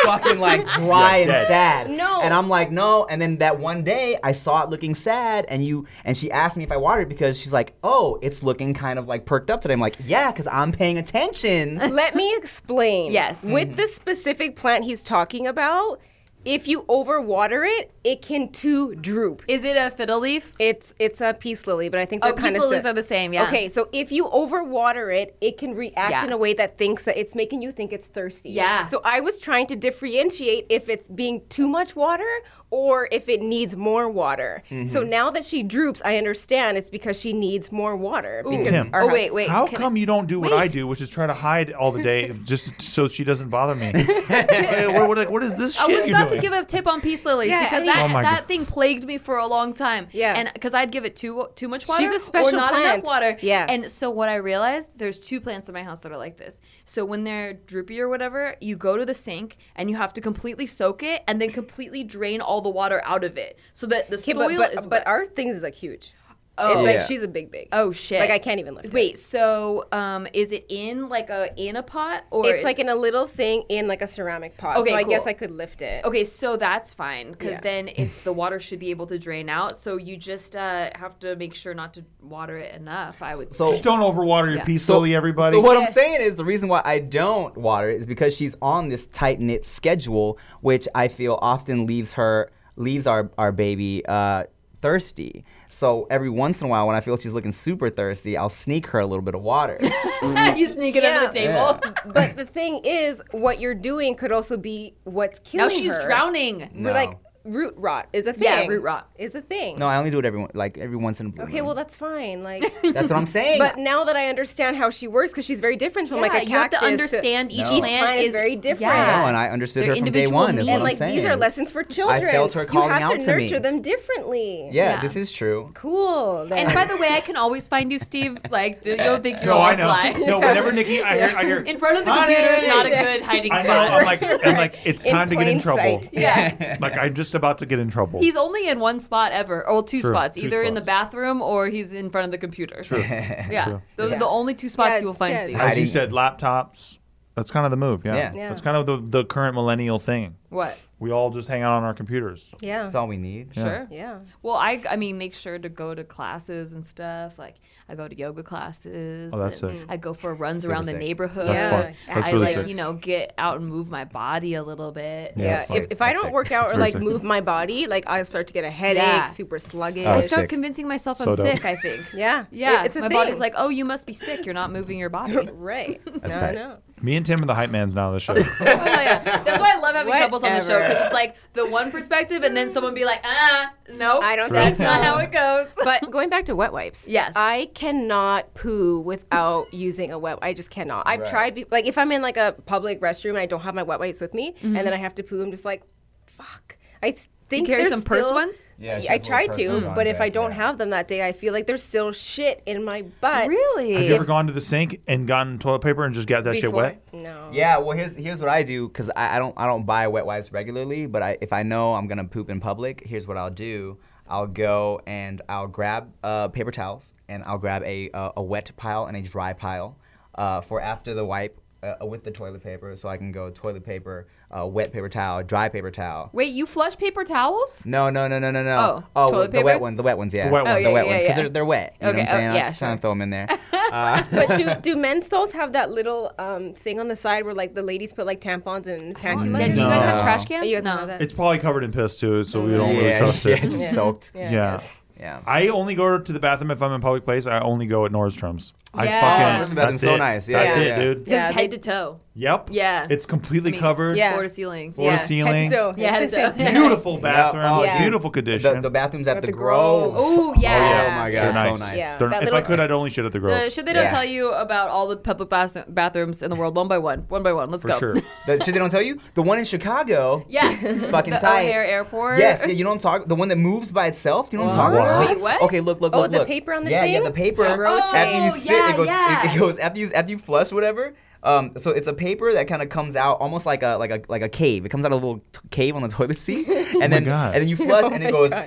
[SPEAKER 5] Fucking like dry and
[SPEAKER 4] dead.
[SPEAKER 5] sad.
[SPEAKER 2] No.
[SPEAKER 5] And I'm like, no. And then that one day I saw it looking sad and you and she asked me if I watered it because she's like, oh, it's looking kind of like perked up today. I'm like, yeah, because I'm paying attention.
[SPEAKER 2] Let me explain.
[SPEAKER 3] Yes.
[SPEAKER 5] Mm-hmm.
[SPEAKER 2] With the specific plant he's talking about, if you overwater it, it can too droop.
[SPEAKER 3] Is it a fiddle leaf?
[SPEAKER 2] It's it's a peace lily, but I think they're
[SPEAKER 3] Oh,
[SPEAKER 2] kind
[SPEAKER 3] peace
[SPEAKER 2] of
[SPEAKER 3] lilies are the same, yeah.
[SPEAKER 2] Okay, so if you overwater it, it can react
[SPEAKER 3] Yeah.
[SPEAKER 2] in a way that thinks that it's making you think it's thirsty.
[SPEAKER 3] Yeah.
[SPEAKER 2] So I was trying to differentiate if it's being too much water or if it needs more water.
[SPEAKER 3] Mm-hmm.
[SPEAKER 2] So now that she droops, I understand it's because she needs more water. because
[SPEAKER 4] Tim.
[SPEAKER 2] our
[SPEAKER 3] Oh
[SPEAKER 2] house-
[SPEAKER 3] wait, wait.
[SPEAKER 4] How
[SPEAKER 3] can I-
[SPEAKER 4] come you don't do what I do, which is try to hide all the day if- just so she doesn't bother me? Hey, what, what- what is this shit
[SPEAKER 3] I was
[SPEAKER 4] you're
[SPEAKER 3] about
[SPEAKER 4] doing?
[SPEAKER 3] to give a tip on peace lilies
[SPEAKER 2] Yeah,
[SPEAKER 3] because
[SPEAKER 2] I-
[SPEAKER 3] that,
[SPEAKER 4] Oh my
[SPEAKER 3] that
[SPEAKER 4] God.
[SPEAKER 3] thing plagued me for a long time.
[SPEAKER 2] Yeah.
[SPEAKER 3] and because I'd give it too too much water
[SPEAKER 2] She's a special
[SPEAKER 3] or not
[SPEAKER 2] plant.
[SPEAKER 3] enough water.
[SPEAKER 2] Yeah.
[SPEAKER 3] and so what I realized there's two plants in my house that are like this. So when they're droopy or whatever, you go to the sink and you have to completely soak it and then completely drain all the water out of it so that the
[SPEAKER 2] Okay,
[SPEAKER 3] soil
[SPEAKER 2] but, but,
[SPEAKER 3] is
[SPEAKER 2] but
[SPEAKER 3] wet.
[SPEAKER 2] our things is like huge. Oh. It's like
[SPEAKER 5] Yeah.
[SPEAKER 2] she's a big big.
[SPEAKER 3] Oh shit!
[SPEAKER 2] Like I can't even lift it.
[SPEAKER 3] Wait, so um, is it in like a in a pot or
[SPEAKER 2] It's
[SPEAKER 3] is-
[SPEAKER 2] like in a little thing in like a ceramic pot.
[SPEAKER 3] Okay,
[SPEAKER 2] so I guess
[SPEAKER 3] cool.
[SPEAKER 2] I could lift it.
[SPEAKER 3] Okay, so that's fine because
[SPEAKER 2] Yeah.
[SPEAKER 3] then it's the water should be able to drain out. So you just uh, have to make sure not to water it enough. I would.
[SPEAKER 5] So
[SPEAKER 4] Just don't overwater your peace lily, everybody.
[SPEAKER 5] So what I'm saying is the reason why I don't water it is because she's on this tight knit schedule, which I feel often leaves her leaves our our baby uh, thirsty. So every once in a while, when I feel she's looking super thirsty, I'll sneak her a little bit of water.
[SPEAKER 3] you sneak it under the table.
[SPEAKER 2] But the thing is, what you're doing could also be what's
[SPEAKER 3] Now
[SPEAKER 2] killing
[SPEAKER 3] she's
[SPEAKER 2] her.
[SPEAKER 3] drowning.
[SPEAKER 2] We're like root rot is a thing.
[SPEAKER 3] Yeah, root rot.
[SPEAKER 2] is a thing.
[SPEAKER 5] no, I only do it every one- like every once in a blue
[SPEAKER 2] Okay,
[SPEAKER 5] moon.
[SPEAKER 2] well that's fine. Like,
[SPEAKER 5] that's what I'm saying.
[SPEAKER 2] but now that I understand how she works, because she's very different from like
[SPEAKER 3] Yeah,
[SPEAKER 2] a cactus.
[SPEAKER 3] you have to
[SPEAKER 2] to-
[SPEAKER 3] understand each
[SPEAKER 5] Each
[SPEAKER 3] plant
[SPEAKER 2] plant is very different.
[SPEAKER 5] I know,
[SPEAKER 3] Yeah.
[SPEAKER 5] and I understood
[SPEAKER 3] Their
[SPEAKER 5] her from day
[SPEAKER 3] individual
[SPEAKER 5] one. Is what
[SPEAKER 2] and
[SPEAKER 5] I'm
[SPEAKER 2] like
[SPEAKER 5] saying.
[SPEAKER 2] these are lessons for children.
[SPEAKER 5] felt her calling
[SPEAKER 2] you have
[SPEAKER 5] out
[SPEAKER 2] to
[SPEAKER 5] to me.
[SPEAKER 2] nurture them differently.
[SPEAKER 5] Yeah,
[SPEAKER 3] Yeah.
[SPEAKER 5] this is true.
[SPEAKER 2] Cool. then.
[SPEAKER 3] And by the way, I can always find you, Steve. Like, do, you don't think you're
[SPEAKER 4] no,
[SPEAKER 3] all
[SPEAKER 4] I know.
[SPEAKER 3] sly.
[SPEAKER 4] No, whenever Nikki, I hear, I hear
[SPEAKER 3] In front of the
[SPEAKER 4] "Honey!"
[SPEAKER 3] computer is not a good hiding
[SPEAKER 4] I
[SPEAKER 3] spot.
[SPEAKER 4] know. I'm like, I'm like, it's
[SPEAKER 2] In
[SPEAKER 4] time to get in
[SPEAKER 2] plain
[SPEAKER 4] trouble.
[SPEAKER 2] sight.
[SPEAKER 3] yeah.
[SPEAKER 4] Like I'm just about to get in trouble.
[SPEAKER 3] He's only in one spot ever, or two
[SPEAKER 4] True,
[SPEAKER 3] spots,
[SPEAKER 4] two
[SPEAKER 3] either in the
[SPEAKER 4] spots.
[SPEAKER 3] bathroom or he's in front of the computer. True. Yeah.
[SPEAKER 4] True.
[SPEAKER 3] Those are the only two spots
[SPEAKER 2] Yeah,
[SPEAKER 3] you will find
[SPEAKER 2] yeah.
[SPEAKER 3] Steve.
[SPEAKER 4] As you
[SPEAKER 5] hiding.
[SPEAKER 4] said, laptops. That's kind of the move. Yeah.
[SPEAKER 5] Yeah.
[SPEAKER 2] Yeah.
[SPEAKER 4] That's kind of the, the current millennial thing.
[SPEAKER 3] What?
[SPEAKER 4] We all just hang out on our computers.
[SPEAKER 2] yeah,
[SPEAKER 5] That's all we need.
[SPEAKER 3] Sure.
[SPEAKER 2] yeah.
[SPEAKER 3] Well, I I mean, make sure to go to classes and stuff. Like I go to yoga classes.
[SPEAKER 4] Oh, that's
[SPEAKER 3] and
[SPEAKER 4] sick.
[SPEAKER 3] I go for runs around the
[SPEAKER 5] sick.
[SPEAKER 3] neighborhood.
[SPEAKER 4] That's fun.
[SPEAKER 3] I
[SPEAKER 4] That's really
[SPEAKER 3] like
[SPEAKER 4] sick.
[SPEAKER 3] you know get out and move my body a little bit.
[SPEAKER 5] Yeah.
[SPEAKER 2] Yeah,
[SPEAKER 5] that's
[SPEAKER 2] if,
[SPEAKER 5] fine.
[SPEAKER 2] if I
[SPEAKER 5] That's
[SPEAKER 2] don't
[SPEAKER 5] sick.
[SPEAKER 2] work out or
[SPEAKER 4] very
[SPEAKER 2] like
[SPEAKER 4] sick.
[SPEAKER 2] move my body, like I start to get a headache,
[SPEAKER 3] Yeah.
[SPEAKER 2] super sluggish.
[SPEAKER 3] I
[SPEAKER 5] Oh,
[SPEAKER 3] start
[SPEAKER 5] sick.
[SPEAKER 3] convincing myself I'm
[SPEAKER 4] So dope.
[SPEAKER 3] sick. I think.
[SPEAKER 2] Yeah,
[SPEAKER 3] Yeah.
[SPEAKER 2] It- it's a
[SPEAKER 3] my
[SPEAKER 2] thing.
[SPEAKER 3] body's like, oh, you must be sick. You're not moving your body. oh,
[SPEAKER 2] right. no,
[SPEAKER 5] tight.
[SPEAKER 2] no.
[SPEAKER 4] Me and Tim are the hype mans now. This show.
[SPEAKER 3] yeah. That's why I love having couples on the show because
[SPEAKER 2] Whatever.
[SPEAKER 3] it's like the one perspective and then someone be like, ah, no,
[SPEAKER 2] I don't
[SPEAKER 4] True.
[SPEAKER 2] think
[SPEAKER 3] That's
[SPEAKER 2] so.
[SPEAKER 3] not how it goes.
[SPEAKER 2] But going back to wet wipes,
[SPEAKER 3] Yes.
[SPEAKER 2] I cannot poo without using a wet. I just cannot. I've tried be- like if I'm in like a public restroom and I don't have my wet wipes with me, and then I have to poo, I'm just like, fuck. I th- think
[SPEAKER 3] Mm-hmm. carry
[SPEAKER 2] there's
[SPEAKER 3] some purse
[SPEAKER 2] still-
[SPEAKER 3] ones?
[SPEAKER 5] Yeah, she
[SPEAKER 2] I
[SPEAKER 5] has little
[SPEAKER 2] try
[SPEAKER 5] purse
[SPEAKER 2] to,
[SPEAKER 5] ones on
[SPEAKER 2] but if I
[SPEAKER 5] deck,
[SPEAKER 2] don't
[SPEAKER 5] yeah.
[SPEAKER 2] have them that day, I feel like there's still shit in my butt.
[SPEAKER 4] Have you ever gone to the sink and gotten toilet paper and just got that shit
[SPEAKER 2] Before-
[SPEAKER 4] wet?
[SPEAKER 2] No.
[SPEAKER 5] Yeah, well here's here's what I do because I, I don't I don't buy wet wipes regularly, but I, if I know I'm gonna poop in public, here's what I'll do. I'll go and I'll grab uh, paper towels and I'll grab a uh, a wet pile and a dry pile uh, for after the wipe uh, with the toilet paper, so I can go toilet paper, uh, wet paper towel, dry paper towel.
[SPEAKER 3] Wait, you flush paper towels?
[SPEAKER 5] No, no, no, no, no, no.
[SPEAKER 3] Oh, toilet
[SPEAKER 5] the wet
[SPEAKER 3] paper?
[SPEAKER 5] one, the wet ones, yeah.
[SPEAKER 4] wet Oh, ones. yeah,
[SPEAKER 5] the wet
[SPEAKER 3] yeah,
[SPEAKER 5] ones, because
[SPEAKER 3] yeah.
[SPEAKER 5] they're, they're wet. You know
[SPEAKER 3] Okay,
[SPEAKER 5] what
[SPEAKER 3] oh,
[SPEAKER 5] I'm saying? I
[SPEAKER 3] yeah,
[SPEAKER 5] just kind
[SPEAKER 3] sure.
[SPEAKER 5] of throw them in there.
[SPEAKER 2] But do do men's stalls have that little um, thing on the side where like the ladies put like tampons and panty
[SPEAKER 3] Did
[SPEAKER 2] liners?
[SPEAKER 3] Oh, you guys have
[SPEAKER 5] No.
[SPEAKER 3] trash cans?
[SPEAKER 2] You guys don't
[SPEAKER 3] no.
[SPEAKER 2] have that?
[SPEAKER 4] It's probably covered in piss too, so we don't really
[SPEAKER 5] yeah,
[SPEAKER 4] trust
[SPEAKER 5] yeah,
[SPEAKER 4] it.
[SPEAKER 5] just soaked. Yeah.
[SPEAKER 4] Yeah.
[SPEAKER 5] yeah.
[SPEAKER 4] I only go to the bathroom if I'm in public place. I only go at Nordstrom's. I
[SPEAKER 3] Yeah.
[SPEAKER 4] fucking.
[SPEAKER 5] Nordstrom's
[SPEAKER 4] that's
[SPEAKER 5] bathroom's so
[SPEAKER 4] it.
[SPEAKER 5] nice. Yeah,
[SPEAKER 4] that's
[SPEAKER 2] yeah,
[SPEAKER 4] it,
[SPEAKER 5] yeah.
[SPEAKER 4] dude.
[SPEAKER 3] Because
[SPEAKER 2] Yeah,
[SPEAKER 3] head to toe,
[SPEAKER 4] Yep.
[SPEAKER 3] Yeah.
[SPEAKER 4] It's completely covered.
[SPEAKER 2] yeah.
[SPEAKER 3] floor to ceiling.
[SPEAKER 4] Floor
[SPEAKER 3] yeah.
[SPEAKER 4] to ceiling.
[SPEAKER 2] So,
[SPEAKER 3] Yeah,
[SPEAKER 2] it's
[SPEAKER 3] it's-
[SPEAKER 2] the same.
[SPEAKER 4] Beautiful bathroom.
[SPEAKER 5] oh,
[SPEAKER 2] Yeah.
[SPEAKER 4] Beautiful
[SPEAKER 5] The,
[SPEAKER 4] condition.
[SPEAKER 5] the bathrooms at,
[SPEAKER 2] At
[SPEAKER 5] the,
[SPEAKER 2] the
[SPEAKER 5] Grove.
[SPEAKER 2] Grove.
[SPEAKER 3] Oh yeah.
[SPEAKER 5] Oh my god,
[SPEAKER 4] They're
[SPEAKER 5] so nice.
[SPEAKER 2] Yeah.
[SPEAKER 4] They're-
[SPEAKER 2] That
[SPEAKER 4] if
[SPEAKER 2] little-
[SPEAKER 4] I could, I'd only shit at the Grove.
[SPEAKER 3] The shit they don't
[SPEAKER 5] Yeah.
[SPEAKER 3] tell you about all the public bath- bathrooms in the world, one by one, one by one. Let's
[SPEAKER 4] for
[SPEAKER 3] go.
[SPEAKER 4] sure.
[SPEAKER 5] The shit they don't tell you? The one in Chicago.
[SPEAKER 3] Yeah. Fucking
[SPEAKER 5] Fucking
[SPEAKER 3] the
[SPEAKER 5] tight.
[SPEAKER 3] O'Hare Airport.
[SPEAKER 5] Yes, yeah, you know what I'm talking. The one that moves by itself. You know what I'm talking about?
[SPEAKER 3] Wait, what?
[SPEAKER 5] Okay, look, look,
[SPEAKER 2] Oh,
[SPEAKER 5] look,
[SPEAKER 2] the
[SPEAKER 5] look.
[SPEAKER 2] paper on the
[SPEAKER 5] yeah, Yeah,
[SPEAKER 2] thing?
[SPEAKER 5] the paper.
[SPEAKER 3] rotates.
[SPEAKER 5] After you sit,
[SPEAKER 3] Yeah,
[SPEAKER 5] it goes.
[SPEAKER 3] yeah.
[SPEAKER 5] It, it goes after you after you flush whatever. Um, so it's a paper that kind of comes out almost like a like a like a cave. It comes out of a little t- cave on the toilet seat,
[SPEAKER 3] Oh
[SPEAKER 5] and then
[SPEAKER 4] God.
[SPEAKER 5] and then you flush, and it goes,
[SPEAKER 2] God.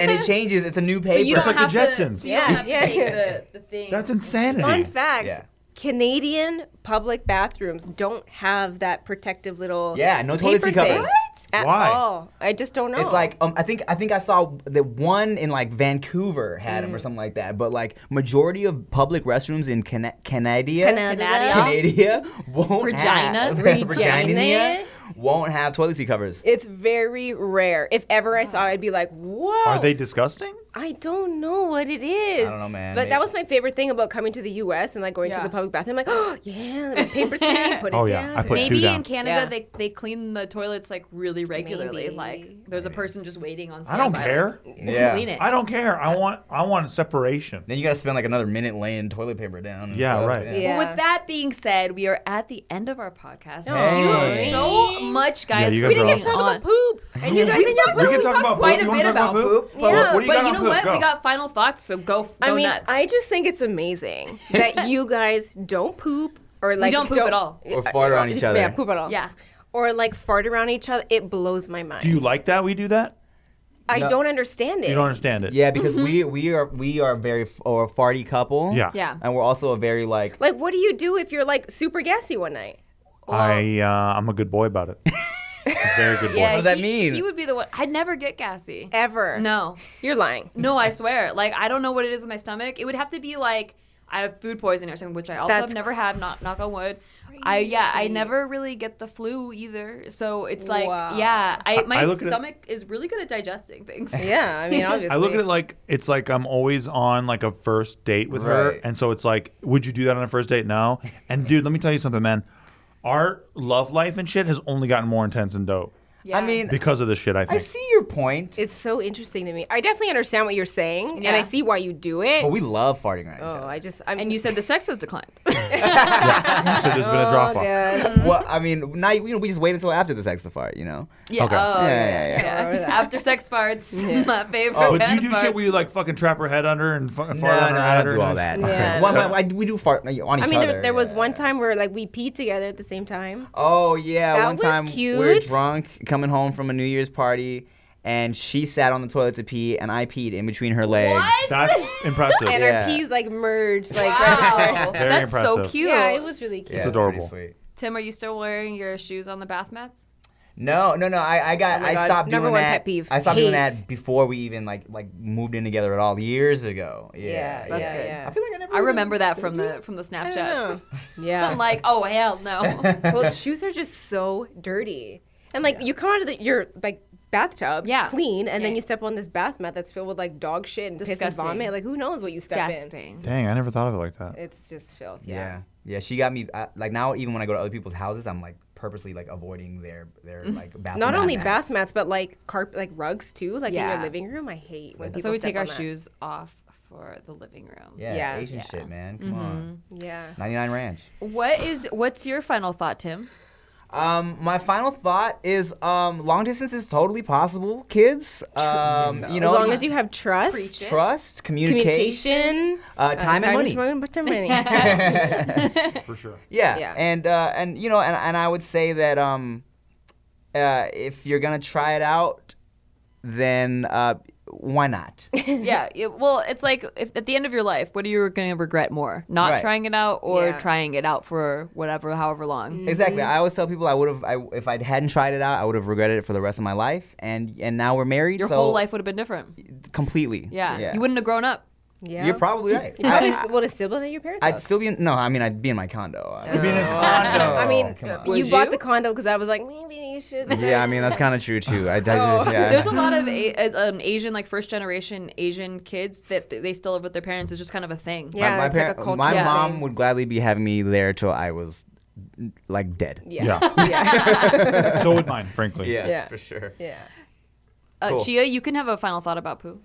[SPEAKER 5] and it changes. It's a new paper.
[SPEAKER 3] So you
[SPEAKER 4] It's
[SPEAKER 3] don't
[SPEAKER 4] like the
[SPEAKER 3] have to-
[SPEAKER 4] Jetsons.
[SPEAKER 3] so you don't have
[SPEAKER 2] Yeah,
[SPEAKER 3] to
[SPEAKER 2] yeah.
[SPEAKER 3] take the, the thing.
[SPEAKER 4] That's
[SPEAKER 2] Fun
[SPEAKER 4] insanity.
[SPEAKER 2] fact:
[SPEAKER 5] Yeah.
[SPEAKER 2] Canadian public bathrooms don't have that protective little
[SPEAKER 5] Yeah, no
[SPEAKER 2] paper
[SPEAKER 5] toiletry
[SPEAKER 2] thing
[SPEAKER 5] covers.
[SPEAKER 2] at
[SPEAKER 4] Why?
[SPEAKER 2] all. I just don't know.
[SPEAKER 5] It's like um, I think I think I saw the one in like Vancouver had them or something like that. But like majority of public restrooms in Cana- Canada,
[SPEAKER 2] Canada.
[SPEAKER 5] Canada won't
[SPEAKER 3] Regina?
[SPEAKER 5] have
[SPEAKER 2] Regina?
[SPEAKER 5] Regina won't have toilet seat covers.
[SPEAKER 2] It's very rare. If ever I saw it, I'd be like, whoa.
[SPEAKER 4] Are they disgusting?
[SPEAKER 2] I don't know what it is.
[SPEAKER 5] I don't know, man.
[SPEAKER 2] But
[SPEAKER 5] Maybe-
[SPEAKER 2] that was my favorite thing about coming to the U.S. and like going to
[SPEAKER 14] Yeah.
[SPEAKER 2] the public bathroom. Like, oh yeah, my paper thing. Put it
[SPEAKER 4] Oh, yeah.
[SPEAKER 2] down.
[SPEAKER 4] I put two
[SPEAKER 3] Maybe
[SPEAKER 4] down.
[SPEAKER 3] in Canada
[SPEAKER 14] Yeah.
[SPEAKER 3] they, they clean the toilets like really regularly.
[SPEAKER 2] Maybe.
[SPEAKER 3] Like there's a person just waiting on.
[SPEAKER 4] I don't
[SPEAKER 3] standby,
[SPEAKER 4] care.
[SPEAKER 3] like,
[SPEAKER 5] Yeah.
[SPEAKER 3] Clean it.
[SPEAKER 4] I don't care. I want I want separation.
[SPEAKER 5] Then you gotta spend like another minute laying toilet paper down. and
[SPEAKER 4] Yeah,
[SPEAKER 5] stuff.
[SPEAKER 4] right.
[SPEAKER 2] Yeah.
[SPEAKER 3] Well, with that being said, we are at the end of our podcast.
[SPEAKER 5] Hey.
[SPEAKER 3] Thank you so much, guys.
[SPEAKER 4] you
[SPEAKER 3] for
[SPEAKER 4] guys are
[SPEAKER 3] getting
[SPEAKER 4] awesome.
[SPEAKER 3] on.
[SPEAKER 2] poop. And you guys
[SPEAKER 4] We
[SPEAKER 2] didn't
[SPEAKER 4] can
[SPEAKER 2] talk about
[SPEAKER 4] talk about
[SPEAKER 3] quite
[SPEAKER 4] poop.
[SPEAKER 3] a
[SPEAKER 4] You
[SPEAKER 3] bit
[SPEAKER 4] wanna talk
[SPEAKER 3] about poop.
[SPEAKER 4] Well,
[SPEAKER 2] Yeah.
[SPEAKER 4] What do you
[SPEAKER 3] but
[SPEAKER 4] got
[SPEAKER 3] you
[SPEAKER 4] on
[SPEAKER 3] know
[SPEAKER 4] poop?
[SPEAKER 3] what?
[SPEAKER 4] Go.
[SPEAKER 3] We got final thoughts, so go, go
[SPEAKER 2] I mean,
[SPEAKER 3] nuts.
[SPEAKER 2] I just think it's amazing that you guys don't poop or like
[SPEAKER 3] don't poop at all.
[SPEAKER 5] Or fart on each other.
[SPEAKER 2] Yeah, poop at all.
[SPEAKER 3] Yeah.
[SPEAKER 2] Or like fart around each other. It blows my mind.
[SPEAKER 4] Do you like that we do that?
[SPEAKER 2] I
[SPEAKER 5] No.
[SPEAKER 2] don't understand it.
[SPEAKER 4] You don't understand it.
[SPEAKER 5] Yeah, because we we are we are a very f- or a farty couple.
[SPEAKER 4] Yeah.
[SPEAKER 3] Yeah.
[SPEAKER 5] And we're also a very like
[SPEAKER 2] Like, what do you do if you're like super gassy one night?
[SPEAKER 4] I uh, I'm a good boy about it. Very good boy.
[SPEAKER 3] Yeah,
[SPEAKER 5] does that
[SPEAKER 3] he-
[SPEAKER 5] mean?
[SPEAKER 3] He would be the one. I'd never get gassy.
[SPEAKER 2] Ever?
[SPEAKER 3] No.
[SPEAKER 2] You're lying.
[SPEAKER 3] No, I swear. Like I don't know what it is with my stomach. It would have to be like I have food poisoning or something, which I also
[SPEAKER 2] That's
[SPEAKER 3] have never had. Not knock on wood. I yeah, I never really get the flu either. So it's like
[SPEAKER 2] Wow.
[SPEAKER 3] yeah, I my
[SPEAKER 4] I look at it-
[SPEAKER 3] stomach is really good at digesting things.
[SPEAKER 2] Yeah, I mean, obviously.
[SPEAKER 4] I look at it like it's like I'm always on like a first date with her,
[SPEAKER 5] Right.
[SPEAKER 4] and so it's like, would you do that on a first date now? And dude, let me tell you something, man. Our love life and shit has only gotten more intense and dope
[SPEAKER 3] Yeah.
[SPEAKER 5] I mean
[SPEAKER 4] because of this shit. I
[SPEAKER 5] I
[SPEAKER 4] think.
[SPEAKER 5] see your point.
[SPEAKER 2] It's so interesting to me. I definitely understand what you're saying,
[SPEAKER 3] Yeah.
[SPEAKER 2] and I see why you do it.
[SPEAKER 5] but we love farting on each
[SPEAKER 2] oh,
[SPEAKER 5] other.
[SPEAKER 2] I just. I'm,
[SPEAKER 3] and you said the sex has declined.
[SPEAKER 4] so there's
[SPEAKER 3] Oh,
[SPEAKER 4] been a drop off.
[SPEAKER 2] Oh.
[SPEAKER 5] well, I mean, now you know, we just wait until after the sex to fart, you know?
[SPEAKER 3] Yeah.
[SPEAKER 4] Okay.
[SPEAKER 3] Oh,
[SPEAKER 5] Yeah,
[SPEAKER 3] yeah.
[SPEAKER 5] yeah, yeah.
[SPEAKER 3] yeah. After sex farts, my favorite.
[SPEAKER 4] Oh, But do you
[SPEAKER 3] kind
[SPEAKER 4] do
[SPEAKER 3] of
[SPEAKER 4] shit
[SPEAKER 3] fart.
[SPEAKER 4] where you like fucking trap her head under and fucking
[SPEAKER 5] Oh. No,
[SPEAKER 4] fart on
[SPEAKER 5] no,
[SPEAKER 4] her
[SPEAKER 5] I
[SPEAKER 4] head
[SPEAKER 5] don't
[SPEAKER 4] or
[SPEAKER 5] do all that.
[SPEAKER 4] anything?
[SPEAKER 2] Yeah,
[SPEAKER 5] well, my- I- we do fart like, on each
[SPEAKER 2] I mean,
[SPEAKER 5] other.
[SPEAKER 2] there, there was
[SPEAKER 5] yeah.
[SPEAKER 2] one time where like we peed together at the same time.
[SPEAKER 5] Oh yeah,
[SPEAKER 2] That
[SPEAKER 5] one
[SPEAKER 2] was
[SPEAKER 5] time we were
[SPEAKER 2] cute.
[SPEAKER 5] drunk coming home from a New Year's party, and she sat on the toilet to pee, and I peed in between her legs.
[SPEAKER 4] That's impressive.
[SPEAKER 2] And
[SPEAKER 5] Yeah.
[SPEAKER 2] our peas like merged, like right
[SPEAKER 3] Wow,
[SPEAKER 4] Very
[SPEAKER 3] that's so
[SPEAKER 4] impressive.
[SPEAKER 3] cute.
[SPEAKER 2] Yeah, it was really cute.
[SPEAKER 5] Yeah,
[SPEAKER 4] It's
[SPEAKER 5] it was pretty
[SPEAKER 4] adorable.
[SPEAKER 5] Sweet.
[SPEAKER 3] Tim, are you still wearing your shoes on the bath mats?
[SPEAKER 5] No, no, no. I, I got.
[SPEAKER 2] Oh my
[SPEAKER 5] I
[SPEAKER 2] God,
[SPEAKER 5] stopped
[SPEAKER 2] number
[SPEAKER 5] doing
[SPEAKER 2] one
[SPEAKER 5] that.
[SPEAKER 2] pet peeve,
[SPEAKER 5] I stopped doing that
[SPEAKER 2] hate.
[SPEAKER 5] before we even like like moved in together at all years ago. Yeah,
[SPEAKER 2] Yeah, that's
[SPEAKER 5] yeah.
[SPEAKER 2] good. Yeah.
[SPEAKER 5] I feel like I never.
[SPEAKER 3] I remember that from the from the Snapchats. I'm
[SPEAKER 2] Yeah.
[SPEAKER 3] like, oh hell no.
[SPEAKER 2] well, shoes are just so dirty, and like you come out of the, your like bathtub,
[SPEAKER 3] Yeah.
[SPEAKER 2] clean, and then
[SPEAKER 3] Yeah.
[SPEAKER 2] you step on this bath mat that's filled with like dog shit and piss
[SPEAKER 3] Disgusting.
[SPEAKER 2] and vomit. Like who knows what you step in?
[SPEAKER 3] Disgusting.
[SPEAKER 4] Dang, I never thought of it like that.
[SPEAKER 2] It's just filth.
[SPEAKER 5] Yeah.
[SPEAKER 2] Yeah.
[SPEAKER 5] yeah, She got me I, like now. Even when I go to other people's houses, I'm like purposely like avoiding their their like bathroom.
[SPEAKER 2] Mm-hmm. Not only
[SPEAKER 5] mats.
[SPEAKER 2] bath mats, but like carp, like rugs too. Like in
[SPEAKER 3] Yeah.
[SPEAKER 2] your living room, I hate when people.
[SPEAKER 3] So we
[SPEAKER 2] step
[SPEAKER 3] take our
[SPEAKER 2] on that.
[SPEAKER 3] shoes off for the living room.
[SPEAKER 5] Yeah,
[SPEAKER 2] Yeah.
[SPEAKER 5] Asian
[SPEAKER 2] Yeah. Mm-hmm.
[SPEAKER 5] shit, man. Come on.
[SPEAKER 2] Yeah.
[SPEAKER 5] 99 Ranch.
[SPEAKER 3] What is what's your final thought, Tim?
[SPEAKER 5] Um, my final thought is um, long distance is totally possible, kids. Um, You know,
[SPEAKER 2] As long as you have trust,
[SPEAKER 5] trust,
[SPEAKER 2] communication,
[SPEAKER 5] communication, uh, time, and money.
[SPEAKER 2] but time and money.
[SPEAKER 4] For sure.
[SPEAKER 5] Yeah.
[SPEAKER 2] Yeah.
[SPEAKER 5] and uh, and you know, and, and I would say that um, uh, if you're gonna try it out, then uh, why not?
[SPEAKER 3] yeah. it- well, it's like if at the end of your life, what are you going to regret more? Not
[SPEAKER 5] Right.
[SPEAKER 3] trying it out or
[SPEAKER 2] Yeah.
[SPEAKER 3] trying it out for whatever, however long.
[SPEAKER 5] exactly. I always tell people I would have, I, if I hadn't tried it out, I would have regretted it for the rest of my life. And and now we're married.
[SPEAKER 3] Your
[SPEAKER 5] so
[SPEAKER 3] whole life would have been different.
[SPEAKER 5] completely.
[SPEAKER 3] Yeah. You wouldn't have grown up.
[SPEAKER 2] yeah.
[SPEAKER 5] You're probably right.
[SPEAKER 2] You probably s- would have still been at your parents'
[SPEAKER 5] I'd
[SPEAKER 2] house.
[SPEAKER 5] still be in, no. I mean, I'd be in my condo. I
[SPEAKER 4] Being his condo.
[SPEAKER 2] I mean,
[SPEAKER 5] Oh, come on.
[SPEAKER 2] you
[SPEAKER 3] Would
[SPEAKER 2] bought
[SPEAKER 3] you?
[SPEAKER 2] the condo because I was like, maybe you should.
[SPEAKER 5] Yeah, I mean that's kind of true too. I, I, yeah.
[SPEAKER 3] There's a lot of a, uh, um, Asian, like first generation Asian kids that th- they still live with their parents. It's just kind of a thing.
[SPEAKER 2] Yeah.
[SPEAKER 5] my,
[SPEAKER 2] it's
[SPEAKER 5] my,
[SPEAKER 2] like a
[SPEAKER 5] parent-
[SPEAKER 2] culture
[SPEAKER 5] my
[SPEAKER 3] thing.
[SPEAKER 5] mom would gladly be having me there till I was like dead.
[SPEAKER 2] Yeah.
[SPEAKER 4] so would mine, frankly.
[SPEAKER 2] Yeah. for
[SPEAKER 5] sure.
[SPEAKER 2] yeah.
[SPEAKER 3] Uh, Chia, you can have a final thought about poo.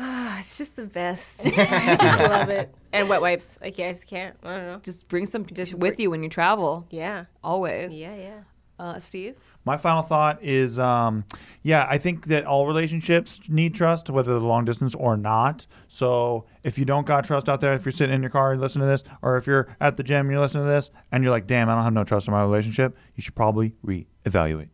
[SPEAKER 2] It's just the best. I just love it. And wet wipes. I can't. I just can't. I don't know.
[SPEAKER 3] Just bring some just with you when you travel.
[SPEAKER 2] Yeah.
[SPEAKER 3] Always.
[SPEAKER 2] Yeah. Yeah.
[SPEAKER 3] Uh, Steve?
[SPEAKER 4] My final thought is, um, yeah, I think that all relationships need trust, whether they're long distance or not. So if you don't got trust out there, if you're sitting in your car and listening to this, or if you're at the gym and you're listening to this, and you're like, damn, I don't have no trust in my relationship, you should probably reevaluate.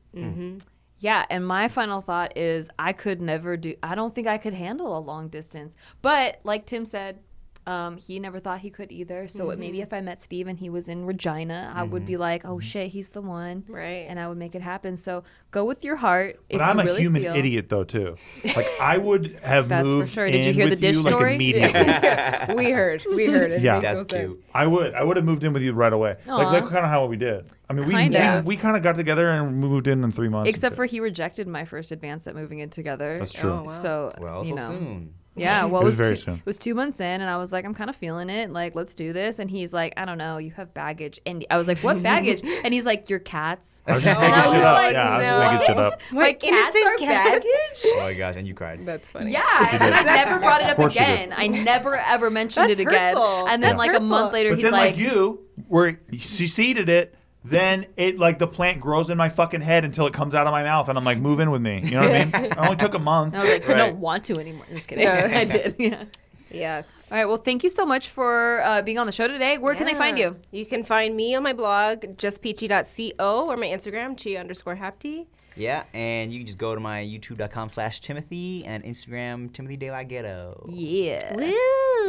[SPEAKER 3] Yeah, and my final thought is I could never do I don't think I could handle a long distance. But like Tim said, Um, he never thought he could either. So it- maybe if I met Steve and he was in Regina, I
[SPEAKER 4] Mm-hmm.
[SPEAKER 3] would be like, oh shit, he's the one.
[SPEAKER 2] Right.
[SPEAKER 3] And I would make it happen. So go with your heart.
[SPEAKER 4] But
[SPEAKER 3] if
[SPEAKER 4] I'm
[SPEAKER 3] you
[SPEAKER 4] a
[SPEAKER 3] really
[SPEAKER 4] human
[SPEAKER 3] feel-
[SPEAKER 4] idiot though too. Like I would have
[SPEAKER 3] That's for
[SPEAKER 4] moved
[SPEAKER 3] sure. Did you
[SPEAKER 4] in
[SPEAKER 3] hear the
[SPEAKER 4] with
[SPEAKER 3] dish
[SPEAKER 4] you, like,
[SPEAKER 3] story?
[SPEAKER 4] immediately.
[SPEAKER 2] we heard. We heard it.
[SPEAKER 4] Yeah.
[SPEAKER 2] Makes
[SPEAKER 4] That's
[SPEAKER 2] no sense.
[SPEAKER 4] I would. I would have moved in with you right away. Like,
[SPEAKER 3] Aw.
[SPEAKER 4] like kind of how we did. I mean, we
[SPEAKER 3] Kinda.
[SPEAKER 4] we, we kind of got together and moved in in three months.
[SPEAKER 3] Except for he rejected my first advance at moving in together.
[SPEAKER 4] that's true.
[SPEAKER 3] So
[SPEAKER 5] Well,
[SPEAKER 3] you
[SPEAKER 5] so
[SPEAKER 3] know.
[SPEAKER 5] soon.
[SPEAKER 3] Yeah, well, it
[SPEAKER 4] was
[SPEAKER 3] was,
[SPEAKER 4] very
[SPEAKER 3] two,
[SPEAKER 4] soon.
[SPEAKER 3] it was two months in, and I was like, I'm kind of feeling it. Like, let's do this. And he's like, I don't know, you have baggage, and I was like, what baggage? and he's like, your cats.
[SPEAKER 4] I was just making
[SPEAKER 3] I was
[SPEAKER 4] shit up.
[SPEAKER 3] like,
[SPEAKER 4] yeah, I was just making shit up.
[SPEAKER 3] My cats
[SPEAKER 2] innocent
[SPEAKER 3] are
[SPEAKER 2] cats?
[SPEAKER 3] baggage.
[SPEAKER 5] Oh my gosh, and you cried.
[SPEAKER 2] That's funny.
[SPEAKER 3] Yeah, and I never brought it
[SPEAKER 4] Of
[SPEAKER 3] up
[SPEAKER 4] course you did.
[SPEAKER 3] again. I never ever mentioned
[SPEAKER 2] That's
[SPEAKER 3] it again.
[SPEAKER 2] hurtful.
[SPEAKER 3] And then,
[SPEAKER 2] That's
[SPEAKER 3] like a
[SPEAKER 2] hurtful.
[SPEAKER 3] month later,
[SPEAKER 4] But
[SPEAKER 3] he's
[SPEAKER 4] then, like,
[SPEAKER 3] like,
[SPEAKER 4] you, where she seeded it, then it like the plant grows in my fucking head until it comes out of my mouth, and I'm like, move in with me. You know what I mean? It only took a month.
[SPEAKER 3] I was like, I
[SPEAKER 5] Right.
[SPEAKER 3] don't want to anymore. I'm just kidding. I did. Yeah.
[SPEAKER 2] Yes.
[SPEAKER 3] All right. Well, thank you so much for uh, being on the show today. Where can they find
[SPEAKER 2] Yeah.
[SPEAKER 3] you?
[SPEAKER 2] You can find me on my blog, justpeachy.co, or my Instagram, chi underscore hapti.
[SPEAKER 5] Yeah, and you can just go to my youtube.com slash Timothy and Instagram Timothy De La Ghetto.
[SPEAKER 3] Yeah.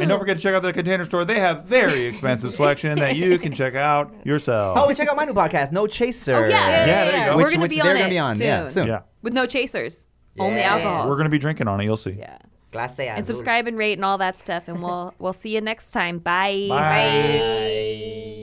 [SPEAKER 4] And don't forget to check out the Container Store. They have very expensive selection that you can check out yourself.
[SPEAKER 5] Oh, and check out my new podcast, No Chaser.
[SPEAKER 3] Oh,
[SPEAKER 4] yeah,
[SPEAKER 3] yeah.
[SPEAKER 4] there you go.
[SPEAKER 3] We're
[SPEAKER 5] Which-
[SPEAKER 3] gonna
[SPEAKER 5] which
[SPEAKER 3] be
[SPEAKER 5] they're
[SPEAKER 3] on
[SPEAKER 5] gonna
[SPEAKER 3] it
[SPEAKER 5] be on, yeah,
[SPEAKER 3] soon.
[SPEAKER 5] soon.
[SPEAKER 4] yeah,
[SPEAKER 3] with no chasers, only
[SPEAKER 5] Yeah.
[SPEAKER 3] alcohol.
[SPEAKER 4] we're gonna be drinking on it. You'll see.
[SPEAKER 3] yeah.
[SPEAKER 5] Glace azul.
[SPEAKER 3] And subscribe and rate and all that stuff, and we'll we'll see you next time. Bye.
[SPEAKER 4] Bye.